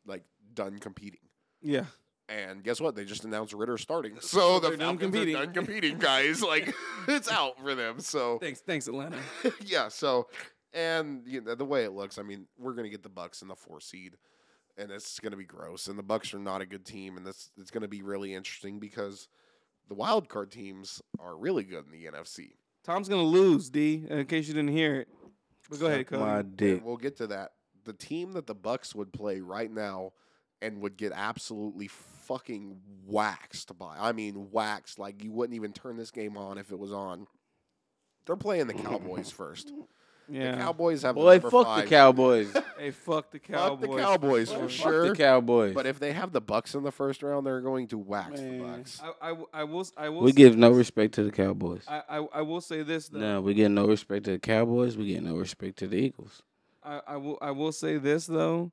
[SPEAKER 2] like done competing.
[SPEAKER 1] yeah,
[SPEAKER 2] And guess what? They just announced Ritter starting, so the
[SPEAKER 1] they're done
[SPEAKER 2] Falcons
[SPEAKER 1] competing.
[SPEAKER 2] competing. are done competing, guys. Like it's out for them. So
[SPEAKER 1] thanks thanks Atlanta.
[SPEAKER 2] yeah. So, and you know, the way it looks, I mean, we're gonna get the Bucks in the four seed, and it's gonna be gross. And the Bucks are not a good team, and that's it's gonna be really interesting because the wild card teams are really good in the NFC.
[SPEAKER 1] Tom's gonna lose, D. In case you didn't hear it, but go ahead,
[SPEAKER 3] Suck my
[SPEAKER 1] Cody.
[SPEAKER 2] And
[SPEAKER 3] dick.
[SPEAKER 2] we'll get to that. The team that the Bucks would play right now and would get absolutely fucking waxed by. I mean, waxed like you wouldn't even turn this game on if it was on. They're playing the Cowboys first. The
[SPEAKER 1] Yeah.
[SPEAKER 2] Cowboys have the
[SPEAKER 3] Boy,
[SPEAKER 2] number
[SPEAKER 3] fuck the
[SPEAKER 2] five
[SPEAKER 3] Cowboys.
[SPEAKER 1] Hey, fuck the
[SPEAKER 2] Fuck
[SPEAKER 1] Cowboys.
[SPEAKER 2] the Cowboys for
[SPEAKER 3] fuck
[SPEAKER 2] sure.
[SPEAKER 3] the Cowboys.
[SPEAKER 2] But if they have the Bucks in the first round, they're going to wax
[SPEAKER 3] Man.
[SPEAKER 2] the Bucks.
[SPEAKER 1] I, I, w- I will s- I will.
[SPEAKER 3] we
[SPEAKER 1] say
[SPEAKER 3] give no
[SPEAKER 1] this.
[SPEAKER 3] respect to the Cowboys.
[SPEAKER 1] I, I I will say this though.
[SPEAKER 3] No, we get no respect to the Cowboys. We get no respect to the Eagles.
[SPEAKER 1] I, I will I will say this though.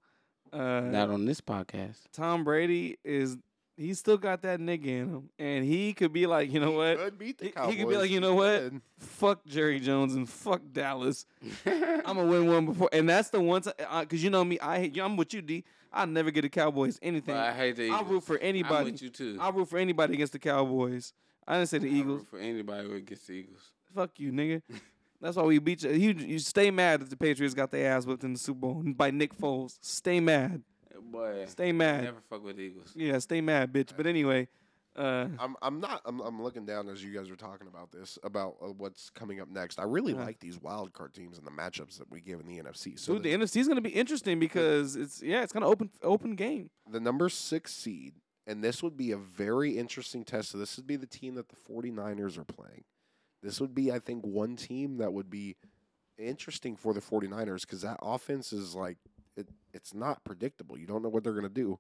[SPEAKER 1] Uh,
[SPEAKER 3] Not on this podcast.
[SPEAKER 1] Tom Brady is he's still got that nigga in him, and he could be like, you know what?
[SPEAKER 2] Could beat the
[SPEAKER 1] He-
[SPEAKER 2] Cowboys.
[SPEAKER 1] he could be like, you know what?
[SPEAKER 2] Could.
[SPEAKER 1] fuck Jerry Jones and fuck Dallas. I'm gonna win one before, and that's the one time because you know me. I hate- I'm with you, D. I never get the Cowboys anything.
[SPEAKER 6] But I
[SPEAKER 1] I,
[SPEAKER 6] hate the Eagles.
[SPEAKER 1] root for
[SPEAKER 6] I'm
[SPEAKER 1] anybody.
[SPEAKER 6] with you too.
[SPEAKER 1] I root for anybody against the Cowboys. I didn't say the
[SPEAKER 6] I
[SPEAKER 1] Eagles.
[SPEAKER 6] root for anybody who gets the Eagles.
[SPEAKER 1] Fuck you, nigga. That's why we beat you. You, you stay mad that the Patriots got their ass whipped in the Super Bowl by Nick Foles. Stay mad.
[SPEAKER 6] Boy,
[SPEAKER 1] Stay mad.
[SPEAKER 6] never fuck with the Eagles.
[SPEAKER 1] Yeah, stay mad, bitch. But anyway, uh,
[SPEAKER 2] I'm I'm not I'm I'm looking down as you guys were talking about this about uh, what's coming up next. I really
[SPEAKER 1] Yeah.
[SPEAKER 2] like these wild card teams and the matchups that we give in the NFC. So
[SPEAKER 1] dude, the
[SPEAKER 2] the,
[SPEAKER 1] NFC is gonna be interesting because it's yeah, it's gonna open open game.
[SPEAKER 2] the number 6 seed and this would be a very interesting test. So this would be the team that the 49ers are playing. This would be I think one team that would be interesting for the 49ers cuz that offense is like it, it's not predictable. You don't know what they're going to do.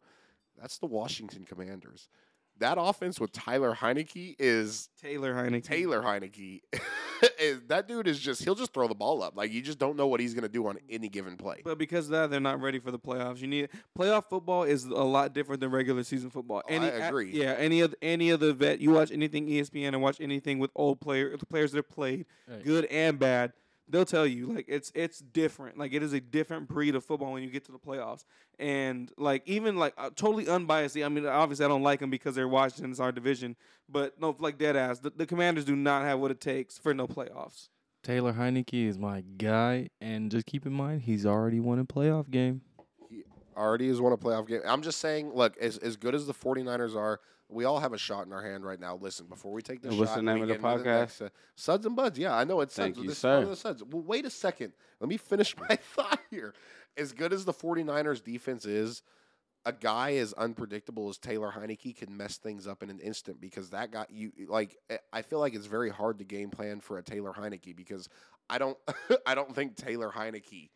[SPEAKER 2] That's the Washington Commanders. That offense with Tyler Heineke is
[SPEAKER 1] Taylor Heineken.
[SPEAKER 2] Taylor Heineke, is, that dude is just he'll just throw the ball up. Like you just don't know what he's gonna do on any given play.
[SPEAKER 1] But because of that, they're not ready for the playoffs. You need playoff football is a lot different than regular season football.
[SPEAKER 2] Oh, I
[SPEAKER 1] a-
[SPEAKER 2] agree.
[SPEAKER 1] yeah, any of any of the vet you watch anything E ESPN and watch anything with old player the players that have played,
[SPEAKER 4] Right.
[SPEAKER 1] good and bad, they'll tell you like it's it's different. Like it is a different breed of football when you get to the playoffs. And like even like uh, totally unbiased. I mean, obviously I don't like them because they're Washington, it's our division. But no, like dead ass, the, the Commanders do not have what it takes for no playoffs.
[SPEAKER 4] Taylor Heineke is my guy, and just keep in mind he's already won a playoff game.
[SPEAKER 2] Already has won a playoff game. I'm just saying, look, as, as good as the 49ers are, we all have a shot in our hand right now. Listen, before we take this
[SPEAKER 6] What's
[SPEAKER 2] shot
[SPEAKER 6] the
[SPEAKER 2] and
[SPEAKER 6] name
[SPEAKER 2] we
[SPEAKER 6] of the
[SPEAKER 2] get into
[SPEAKER 6] podcast?
[SPEAKER 2] next, uh, Suds and Buds. Yeah, I know it's
[SPEAKER 6] Thank
[SPEAKER 2] Suds.
[SPEAKER 6] you,
[SPEAKER 2] this is part of
[SPEAKER 6] sir.
[SPEAKER 2] the Suds. Well, wait a second. Let me finish my thought here. As good as the 49ers defense is, a guy as unpredictable as Taylor Heineke can mess things up in an instant because that got you like I- I feel like it's very hard to game plan for a Taylor Heineke because I don't I don't think Taylor Heineke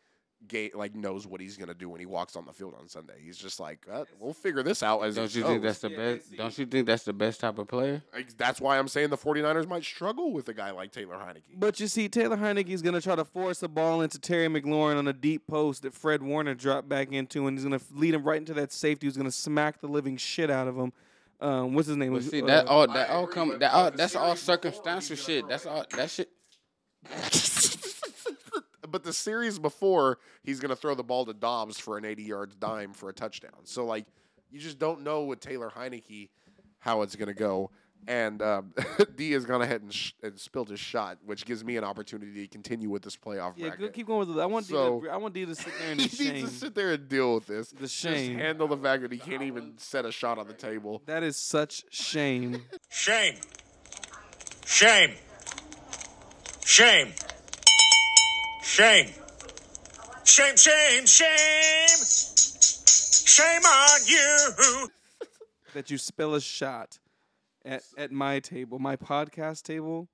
[SPEAKER 2] ga like knows what he's gonna do when he walks on the field on Sunday. He's just like uh, we'll figure this out as
[SPEAKER 6] Don't
[SPEAKER 2] it
[SPEAKER 6] you think that's
[SPEAKER 2] goes."
[SPEAKER 6] the
[SPEAKER 1] Yeah, I
[SPEAKER 6] best?
[SPEAKER 1] see.
[SPEAKER 6] Don't you think that's the best type of player?
[SPEAKER 2] Like, that's why I'm saying the 49ers might struggle with a guy like Taylor Heineke.
[SPEAKER 1] But you see, Taylor Heineke is going to try to force a ball into Terry McLaurin on a deep post that Fred Warner dropped back into, and he's going to lead him right into that safety. Who's going to smack the living shit out of him. Um, what's his name?
[SPEAKER 6] But
[SPEAKER 1] Who-
[SPEAKER 6] see
[SPEAKER 1] uh,
[SPEAKER 6] that all
[SPEAKER 2] I
[SPEAKER 6] that all
[SPEAKER 2] agree,
[SPEAKER 6] come
[SPEAKER 2] but
[SPEAKER 6] that
[SPEAKER 2] for
[SPEAKER 6] all,
[SPEAKER 2] the
[SPEAKER 6] that's all
[SPEAKER 2] series before,
[SPEAKER 6] circumstantial
[SPEAKER 2] he's
[SPEAKER 6] shit.
[SPEAKER 2] gonna
[SPEAKER 6] That's all that shit.
[SPEAKER 2] but the series before, he's going to throw the ball to Dobbs for an 80 yard dime for a touchdown. So, like, you just don't know with Taylor Heineke how it's going to go. And um, D has gone ahead and, sh- and spilled his shot, which gives me an opportunity to continue with this playoff
[SPEAKER 1] yeah, go,
[SPEAKER 2] bracket.
[SPEAKER 1] keep going with it. I want
[SPEAKER 2] So-
[SPEAKER 1] D to, I want D to sit there in
[SPEAKER 2] he
[SPEAKER 1] the
[SPEAKER 2] needs
[SPEAKER 1] shame.
[SPEAKER 2] to sit there and deal with this.
[SPEAKER 1] The
[SPEAKER 2] Just
[SPEAKER 1] shame.
[SPEAKER 2] handle the fact that he can't even set a shot on the table.
[SPEAKER 1] That is such shame.
[SPEAKER 5] Shame. Shame. Shame. Shame. Shame, shame, shame. Shame on you.
[SPEAKER 1] that you spell a shot at, at my table, my podcast table.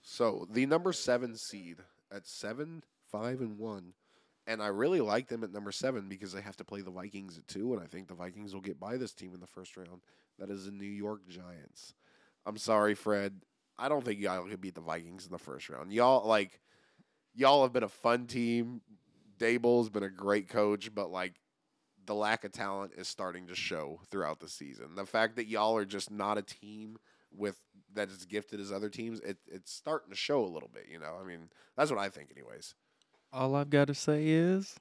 [SPEAKER 2] So the number seven seed at seven, five, and one, and I really like them at number seven because they have to play the Vikings at two, and I think the Vikings will get by this team in the first round. That is the New York Giants. I'm sorry, Fred. I don't think y'all could beat the Vikings in the first round. Y'all like, y'all have been a fun team. Dable's been a great coach, but like, the lack of talent is starting to show throughout the season. The fact that y'all are just not a team with that is gifted as other teams, it, it's starting to show a little bit. You know, I mean, that's what I think, anyways.
[SPEAKER 4] All I've got to say is,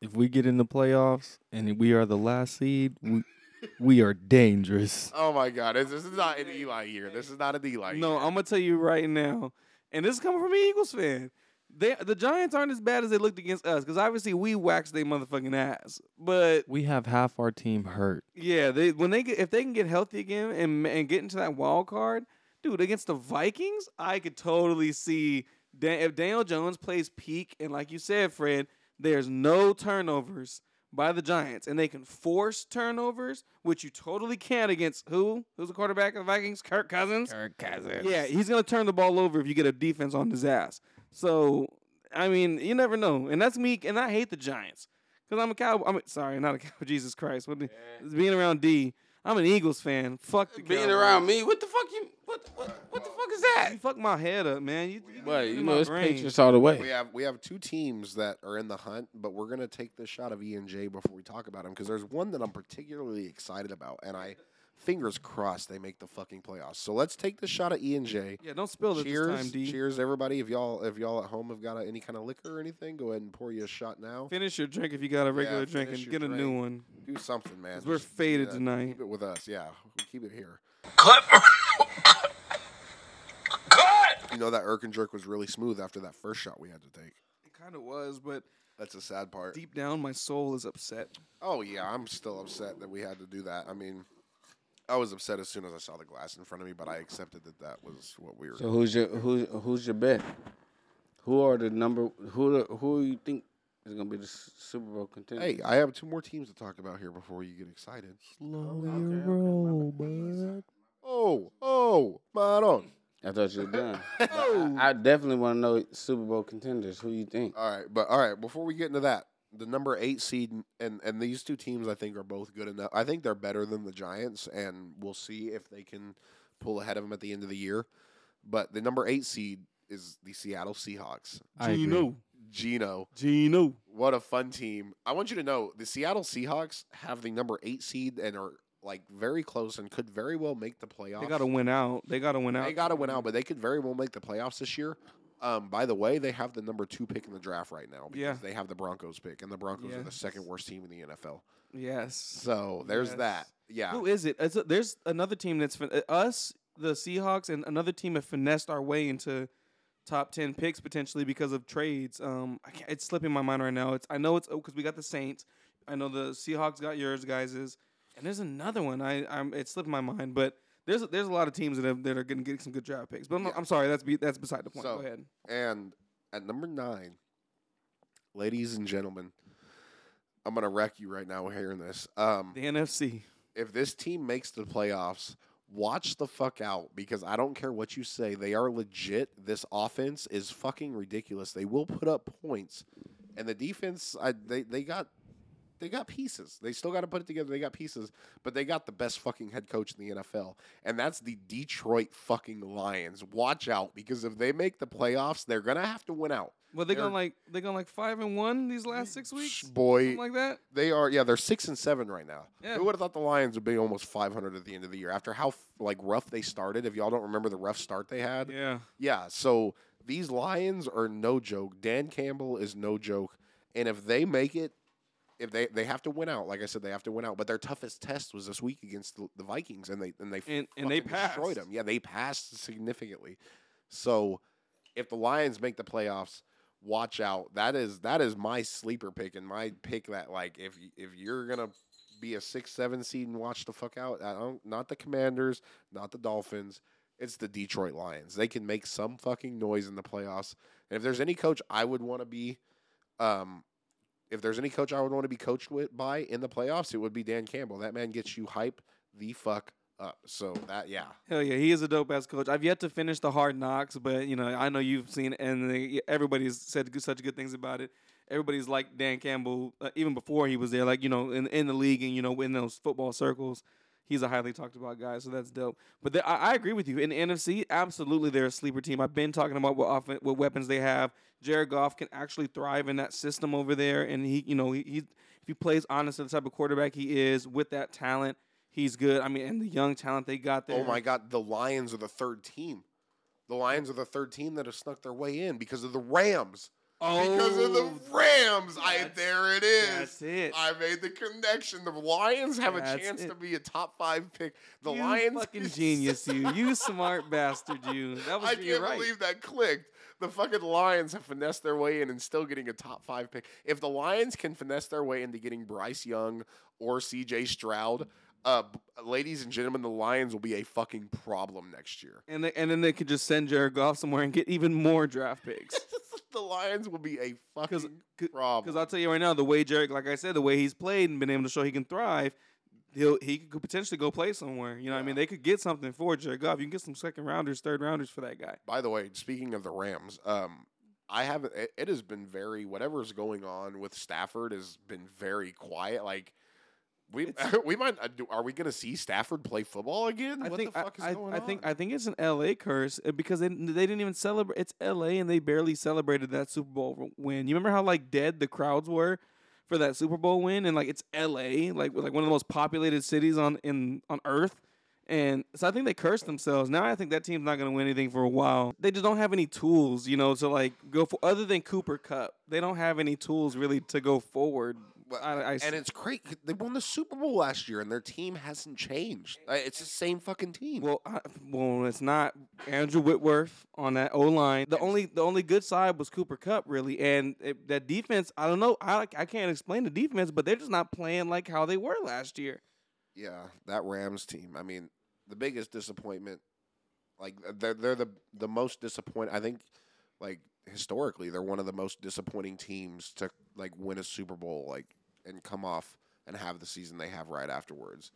[SPEAKER 4] if we get in the playoffs and we are the last seed, we, we are dangerous.
[SPEAKER 2] Oh my God, this, this is not an Eli year. This is not an Eli. year.
[SPEAKER 1] No, I'm gonna tell you right now, and this is coming from an Eagles fan. They the Giants aren't as bad as they looked against us because obviously we waxed their motherfucking ass. But
[SPEAKER 4] We have half our team hurt.
[SPEAKER 1] yeah, they when they get if they can get healthy again and and get into that wild card, dude, against the Vikings, I could totally see Dan, if Daniel Jones plays peak and like you said, Fred, there's no turnovers by the Giants and they can force turnovers, which you totally can't against who? Who's the quarterback of the Vikings? Kirk Cousins.
[SPEAKER 3] Kirk Cousins.
[SPEAKER 1] Yeah, he's gonna turn the ball over if you get a defense on his ass. So I mean, you never know, and that's me. And I hate the Giants because I'm a cow. I'm sorry, not a cow. Jesus Christ, what the, being around D. I'm an Eagles fan. Fuck the
[SPEAKER 6] Being
[SPEAKER 1] Cowboys.
[SPEAKER 6] around me, what the fuck you? What what, what the fuck is
[SPEAKER 1] that? You fuck my head up, man. You, you,
[SPEAKER 6] But
[SPEAKER 1] in
[SPEAKER 6] you
[SPEAKER 1] my
[SPEAKER 6] know it's
[SPEAKER 1] brain.
[SPEAKER 6] Patriots all the
[SPEAKER 2] We
[SPEAKER 6] way.
[SPEAKER 2] have we have two teams that are in the hunt, but we're gonna take this shot of E and J before we talk about them because there's one that I'm particularly excited about, and I fingers crossed they make the fucking playoffs. So let's take the shot of E and J.
[SPEAKER 1] Yeah, don't spill it this
[SPEAKER 2] Cheers,
[SPEAKER 1] time, D.
[SPEAKER 2] cheers, everybody! If y'all if y'all at home have got a, any kind of liquor or anything, go ahead and pour you a shot now.
[SPEAKER 1] Finish your drink if you got a regular
[SPEAKER 2] Yeah,
[SPEAKER 1] drink
[SPEAKER 2] finish
[SPEAKER 1] and
[SPEAKER 2] your
[SPEAKER 1] get a new
[SPEAKER 2] drink.
[SPEAKER 1] one.
[SPEAKER 2] Do something, man.
[SPEAKER 1] 'Cause we're
[SPEAKER 2] Just,
[SPEAKER 1] faded
[SPEAKER 2] yeah,
[SPEAKER 1] tonight.
[SPEAKER 2] Keep it with us, yeah. We keep it here. Cut. Cut. You know that Irk and Jerk was really smooth after that first shot we had to take.
[SPEAKER 1] It kind of was, but
[SPEAKER 2] That's the sad part.
[SPEAKER 1] deep down, my soul is upset.
[SPEAKER 2] Oh yeah, I'm still upset that we had to do that. I mean, I was upset as soon as I saw the glass in front of me, but I accepted that that was what we were.
[SPEAKER 6] So who's your who's who's your bet? Who are the number who the- who you think is gonna be the S- Super Bowl contender?
[SPEAKER 2] hey, I have two more teams to talk about here before you get excited.
[SPEAKER 4] Slow your roll, bud.
[SPEAKER 2] Oh, oh, Maron.
[SPEAKER 6] I thought you were done. But I, I definitely want to know Super Bowl contenders. Who you think?
[SPEAKER 2] All right, but all right. Before we get into that, the number eight seed and- and and these two teams, I think, are both good enough. I think they're better than the Giants, and we'll see if they can pull ahead of them at the end of the year. But the number eight seed is the Seattle Seahawks.
[SPEAKER 4] I agree.
[SPEAKER 2] Gino.
[SPEAKER 1] Gino.
[SPEAKER 2] What a fun team. I want you to know the Seattle Seahawks have the number eight seed and are like very close and could very well make the playoffs.
[SPEAKER 1] They got to win out. They got to win out.
[SPEAKER 2] They gotta win out, but they could very well make the playoffs this year. Um, by the way, they have the number two pick in the draft right now because
[SPEAKER 1] Yeah.
[SPEAKER 2] they have the Broncos pick, and the Broncos are the
[SPEAKER 1] Yes.
[SPEAKER 2] second worst team in the NFL.
[SPEAKER 1] Yes.
[SPEAKER 2] So there's
[SPEAKER 1] Yes.
[SPEAKER 2] that. Yeah.
[SPEAKER 1] Who is it? It's a- there's another team that's fin- uh, us, the Seahawks, and another team have finessed our way into top ten picks potentially because of trades. Um, I can't, it's slipping my mind right now. It's I know it's because we got the Saints. I know the Seahawks got yours, guys's, and there's another one. I I'm it's slipping my mind, but. There's, there's a lot of teams that, have, that are going to get some good draft picks, but I'm,
[SPEAKER 2] Yeah.
[SPEAKER 1] I'm sorry, that's be, that's beside the point.
[SPEAKER 2] So-
[SPEAKER 1] Go ahead.
[SPEAKER 2] And at number nine, ladies and gentlemen, I'm gonna wreck you right now hearing this. Um,
[SPEAKER 1] The NFC.
[SPEAKER 2] if this team makes the playoffs, watch the fuck out because I don't care what you say. They are legit. This offense is fucking ridiculous. They will put up points. And the defense, I they, they got they got pieces. They still got to put it together. They got pieces, but they got the best fucking head coach in the NFL, and that's the Detroit fucking Lions. Watch out because if they make the playoffs, they're gonna have to win out.
[SPEAKER 1] Well, they're
[SPEAKER 2] They're-
[SPEAKER 1] going like they're going like five and one these last six weeks,
[SPEAKER 2] Boy,
[SPEAKER 1] something like that.
[SPEAKER 2] They are, yeah, they're six and seven right now.
[SPEAKER 1] Yeah.
[SPEAKER 2] Who would have thought the Lions would be almost 500 at the end of the year after how f- like rough they started? If y'all don't remember the rough start they had,
[SPEAKER 1] Yeah,
[SPEAKER 2] Yeah, so these Lions are no joke. Dan Campbell is no joke, and if they make it, if they they have to win out, like I said, they have to win out. But their toughest test was this week against the, the Vikings, and they and they
[SPEAKER 1] and and they
[SPEAKER 2] fucking destroyed
[SPEAKER 1] passed.
[SPEAKER 2] them. Yeah, they passed significantly. So if the Lions make the playoffs, watch out. That is that is my sleeper pick and my pick that like if y- if you're gonna be a six seven seed and watch the fuck out. I don't not the Commanders, not the Dolphins. It's the Detroit Lions. They can make some fucking noise in the playoffs. And if there's any coach I would want to be, um, if there's any coach I would want to be coached with by in the playoffs, it would be Dan Campbell. That man gets you hype the fuck up. So that yeah,
[SPEAKER 1] Hell yeah, he is a dope ass coach. I've yet to finish the Hard Knocks, but you know I know you've seen it, and they, everybody's said good, such good things about it. Everybody's like Dan Campbell, uh, even before he was there, like you know in in the league and you know in those football circles, he's a highly talked about guy. So that's dope. But the, I, I agree with you in the NFC, absolutely they're a sleeper team. I've been talking about what offen- what weapons they have. Jared Goff can actually thrive in that system over there, and he you know he, he if he plays honest to the type of quarterback he is with that talent. He's good. I mean, and the young talent they got there.
[SPEAKER 2] Oh my God, the Lions are the third team. The Lions are the third team that have snuck their way in because of the Rams. because of the Rams. I
[SPEAKER 1] that's-
[SPEAKER 2] there it is.
[SPEAKER 1] Oh, that's it.
[SPEAKER 2] I made the connection. The Lions have a
[SPEAKER 1] That's
[SPEAKER 2] chance
[SPEAKER 1] it.
[SPEAKER 2] to be a top five pick. The
[SPEAKER 1] you
[SPEAKER 2] Lions
[SPEAKER 1] fucking genius, you, you smart bastard, you. That was
[SPEAKER 2] I
[SPEAKER 1] you're
[SPEAKER 2] can't
[SPEAKER 1] right.
[SPEAKER 2] believe that clicked. The fucking Lions have finessed their way in and still getting a top five pick. If the Lions can finesse their way into getting Bryce Young or CJ Stroud, uh, b- ladies and gentlemen, the Lions will be a fucking problem next year.
[SPEAKER 1] and they, and then they could just send Jared Goff somewhere and get even more draft picks.
[SPEAKER 2] the Lions will be a fucking
[SPEAKER 1] c-
[SPEAKER 2] problem.
[SPEAKER 1] Because I'll tell you right now, the way Jared, like I said, the way he's played and been able to show he can thrive, he'll he could potentially go play somewhere. You know, what I mean, they could get something for Jared Goff. You can get some second rounders, third rounders for that guy.
[SPEAKER 2] By the way, speaking of the Rams, um, I haven't. It, it has been very whatever's going on with Stafford has been very quiet. Like We we might uh, do, are we going to see Stafford play football again?
[SPEAKER 1] I
[SPEAKER 2] what
[SPEAKER 1] think
[SPEAKER 2] the fuck
[SPEAKER 1] I,
[SPEAKER 2] is
[SPEAKER 1] I-
[SPEAKER 2] going
[SPEAKER 1] I
[SPEAKER 2] on?
[SPEAKER 1] think I think it's an LA curse uh, because they, didn't- they didn't even celebrate. It's LA and they barely celebrated that Super Bowl win. You remember how like dead the crowds were for that Super Bowl win, and like it's LA, like like one of the most populated cities on in on Earth. And so I think they cursed themselves. Now I think that team's not going to win anything for a while. They just don't have any tools, you know, to like go for other than Cooper Cup. They don't have any tools really to go forward.
[SPEAKER 2] Well,
[SPEAKER 1] I, I,
[SPEAKER 2] and it's great. They won the Super Bowl last year, and their team hasn't changed. Uh, It's the same fucking team.
[SPEAKER 1] Well, I, well, it's not Andrew Whitworth on that O line. The only the only good side was Cooper Cup, really, and it, that defense. I don't know. I I can't explain the defense, but they're just not playing like how they were last year.
[SPEAKER 2] yeah, that Rams team. I mean, the biggest disappointment. Like they're they're the the most disappointing. I think, like historically, they're one of the most disappointing teams to like win a Super Bowl, like and come off and have the season they have right afterwards.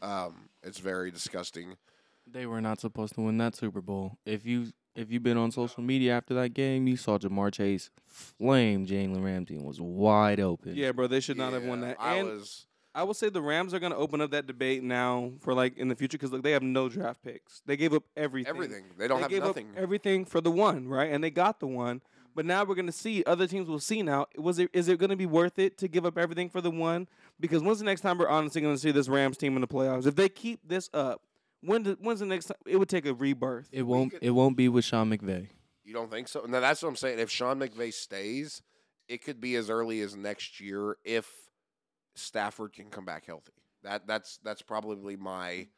[SPEAKER 2] Um, it's very disgusting.
[SPEAKER 4] They were not supposed to win that Super Bowl. If you if you've been on social media after that game, you saw Jamar Chase flame Jalen Ramsey and was wide open.
[SPEAKER 1] Yeah, bro, they should not have won
[SPEAKER 2] Yeah,
[SPEAKER 1] that.
[SPEAKER 2] I
[SPEAKER 1] and
[SPEAKER 2] was
[SPEAKER 1] I will say the Rams are going to open up that debate now for like in the future because look, they have no draft picks. They gave up everything.
[SPEAKER 2] everything. They don't
[SPEAKER 1] they
[SPEAKER 2] have
[SPEAKER 1] gave
[SPEAKER 2] nothing.
[SPEAKER 1] up everything for the one, right? And they got the one. But now we're gonna see other teams will see now. Was it is it gonna be worth it to give up everything for the one? Because when's the next time we're honestly gonna see this Rams team in the playoffs? If they keep this up, when do, when's the next time it would take a rebirth?
[SPEAKER 4] It won't it won't be with Sean McVay.
[SPEAKER 2] You don't think so? No, that's what I'm saying. If Sean McVay stays, it could be as early as next year if Stafford can come back healthy. That that's that's probably my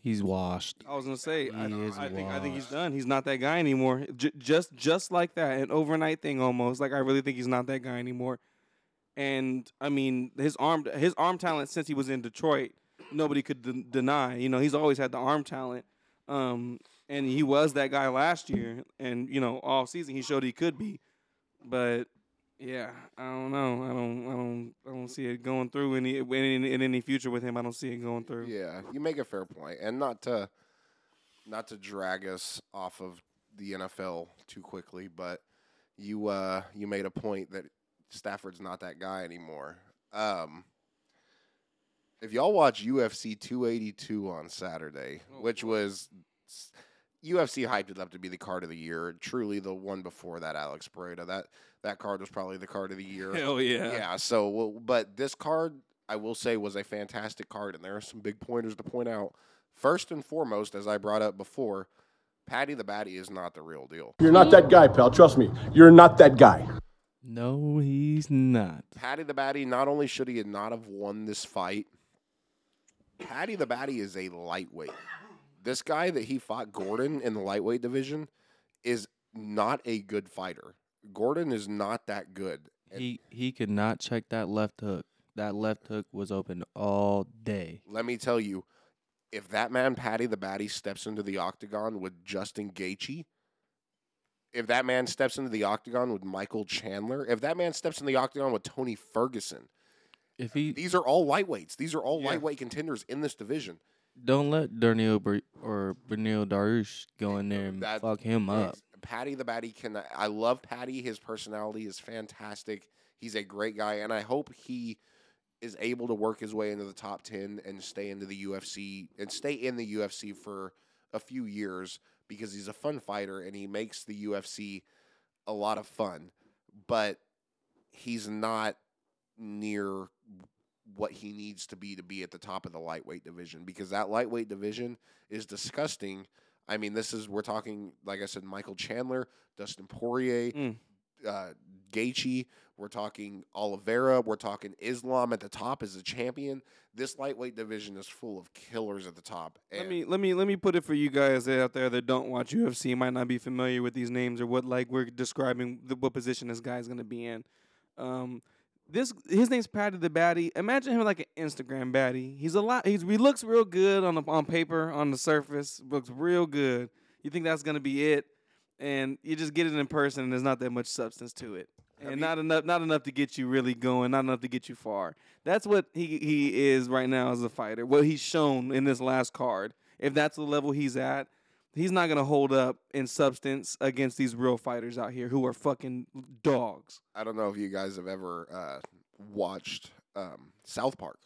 [SPEAKER 4] He's washed.
[SPEAKER 1] I was gonna say I,
[SPEAKER 4] He
[SPEAKER 1] don't-
[SPEAKER 4] is
[SPEAKER 1] I think I think he's
[SPEAKER 4] washed.
[SPEAKER 1] done. He's not that guy anymore. J- just just like that, an overnight thing almost. Like I really think he's not that guy anymore. And I mean his arm his arm talent since he was in Detroit, nobody could den- deny. You know he's always had the arm talent, um, and he was that guy last year. And you know all season he showed he could be, but. Yeah, I don't know. I don't. I don't. I don't see it going through any in, in, in any future with him. I don't see it going through.
[SPEAKER 2] yeah. You make a fair point, and not to not to drag us off of the NFL too quickly, but you uh you made a point that Stafford's not that guy anymore. Um, if y'all watch UFC 282 on Saturday, which was s- UFC hyped it up to be the card of the year. Truly, the one before that, Alex Pereira. That that card was probably the card of the year.
[SPEAKER 1] Hell yeah.
[SPEAKER 2] Yeah. So, well, but this card, I will say, was a fantastic card, and there are some big pointers to point out. First and foremost, as I brought up before, Patty the Batty is not the real deal.
[SPEAKER 7] You're not that guy, pal. Trust me. You're not that guy.
[SPEAKER 4] No, he's not.
[SPEAKER 2] Patty the Batty, not only should he not have won this fight, Patty the Batty is a lightweight. This guy that he fought, Gordon, in the lightweight division, is not a good fighter. Gordon is not that good. And
[SPEAKER 4] He he could not check that left hook. That left hook was open all day.
[SPEAKER 2] let me tell you, if that man Patty the Batty steps into the octagon with Justin Gaethje, if that man steps into the octagon with Michael Chandler, if that man steps in the octagon with Tony Ferguson,
[SPEAKER 4] If he
[SPEAKER 2] these are all lightweights. These are all lightweight contenders in this division.
[SPEAKER 4] don't let Darnell Br- or Benil Darush go in there and
[SPEAKER 2] That-
[SPEAKER 4] fuck him up.
[SPEAKER 2] Yes. Patty the Batty can. I love Patty. His personality is fantastic. He's a great guy, and I hope he is able to work his way into the top ten and stay into the UFC and stay in the UFC for a few years because he's a fun fighter and he makes the UFC a lot of fun. But he's not near what he needs to be to be at the top of the lightweight division because that lightweight division is disgusting I mean, this is we're talking like I said, Michael Chandler, Dustin Poirier,
[SPEAKER 1] Mm.
[SPEAKER 2] uh, Gaethje. We're talking Oliveira. We're talking Islam at the top as a champion. This lightweight division is full of killers at the top. And
[SPEAKER 1] Let me let me let me put it for you guys that out there that don't watch UFC might not be familiar with these names or what like we're describing the, what position this guy's gonna be in. Um, this his name's Patty the Batty. Imagine him like an Instagram baddie. He's a lot. He's he looks real good on the, on paper on the surface. Looks real good. You think that's gonna be it, and you just get it in person and there's not that much substance to it. And not enough, not enough to get you really going, not enough to get you far. That's what he he is right now as a fighter. What he's shown in this last card. If that's the level he's at, he's not gonna hold up in substance against these real fighters out here who are fucking dogs.
[SPEAKER 2] I don't know if you guys have ever uh, watched um, South Park.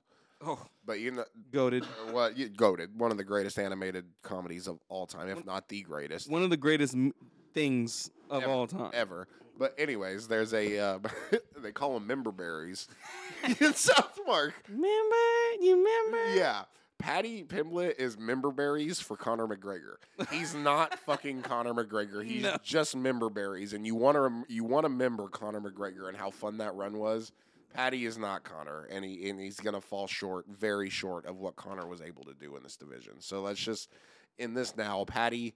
[SPEAKER 1] Oh,
[SPEAKER 2] But you know
[SPEAKER 1] goaded.
[SPEAKER 2] what? You goaded. One of the greatest animated comedies of all time, if not the greatest.
[SPEAKER 1] One of the greatest m- things of
[SPEAKER 2] Ever.
[SPEAKER 1] all time.
[SPEAKER 2] ever. But anyways, there's a uh, they call them member berries in South Park.
[SPEAKER 1] Remember? You remember?
[SPEAKER 2] Yeah, Patty Pimblett is member berries for Conor McGregor. He's not fucking Conor McGregor. He's
[SPEAKER 1] No.
[SPEAKER 2] just member berries, and you want to you want to member Conor McGregor and how fun that run was. Patty is not Connor, and he and he's gonna fall short, very short of what Connor was able to do in this division. So let's just in this now, Patty.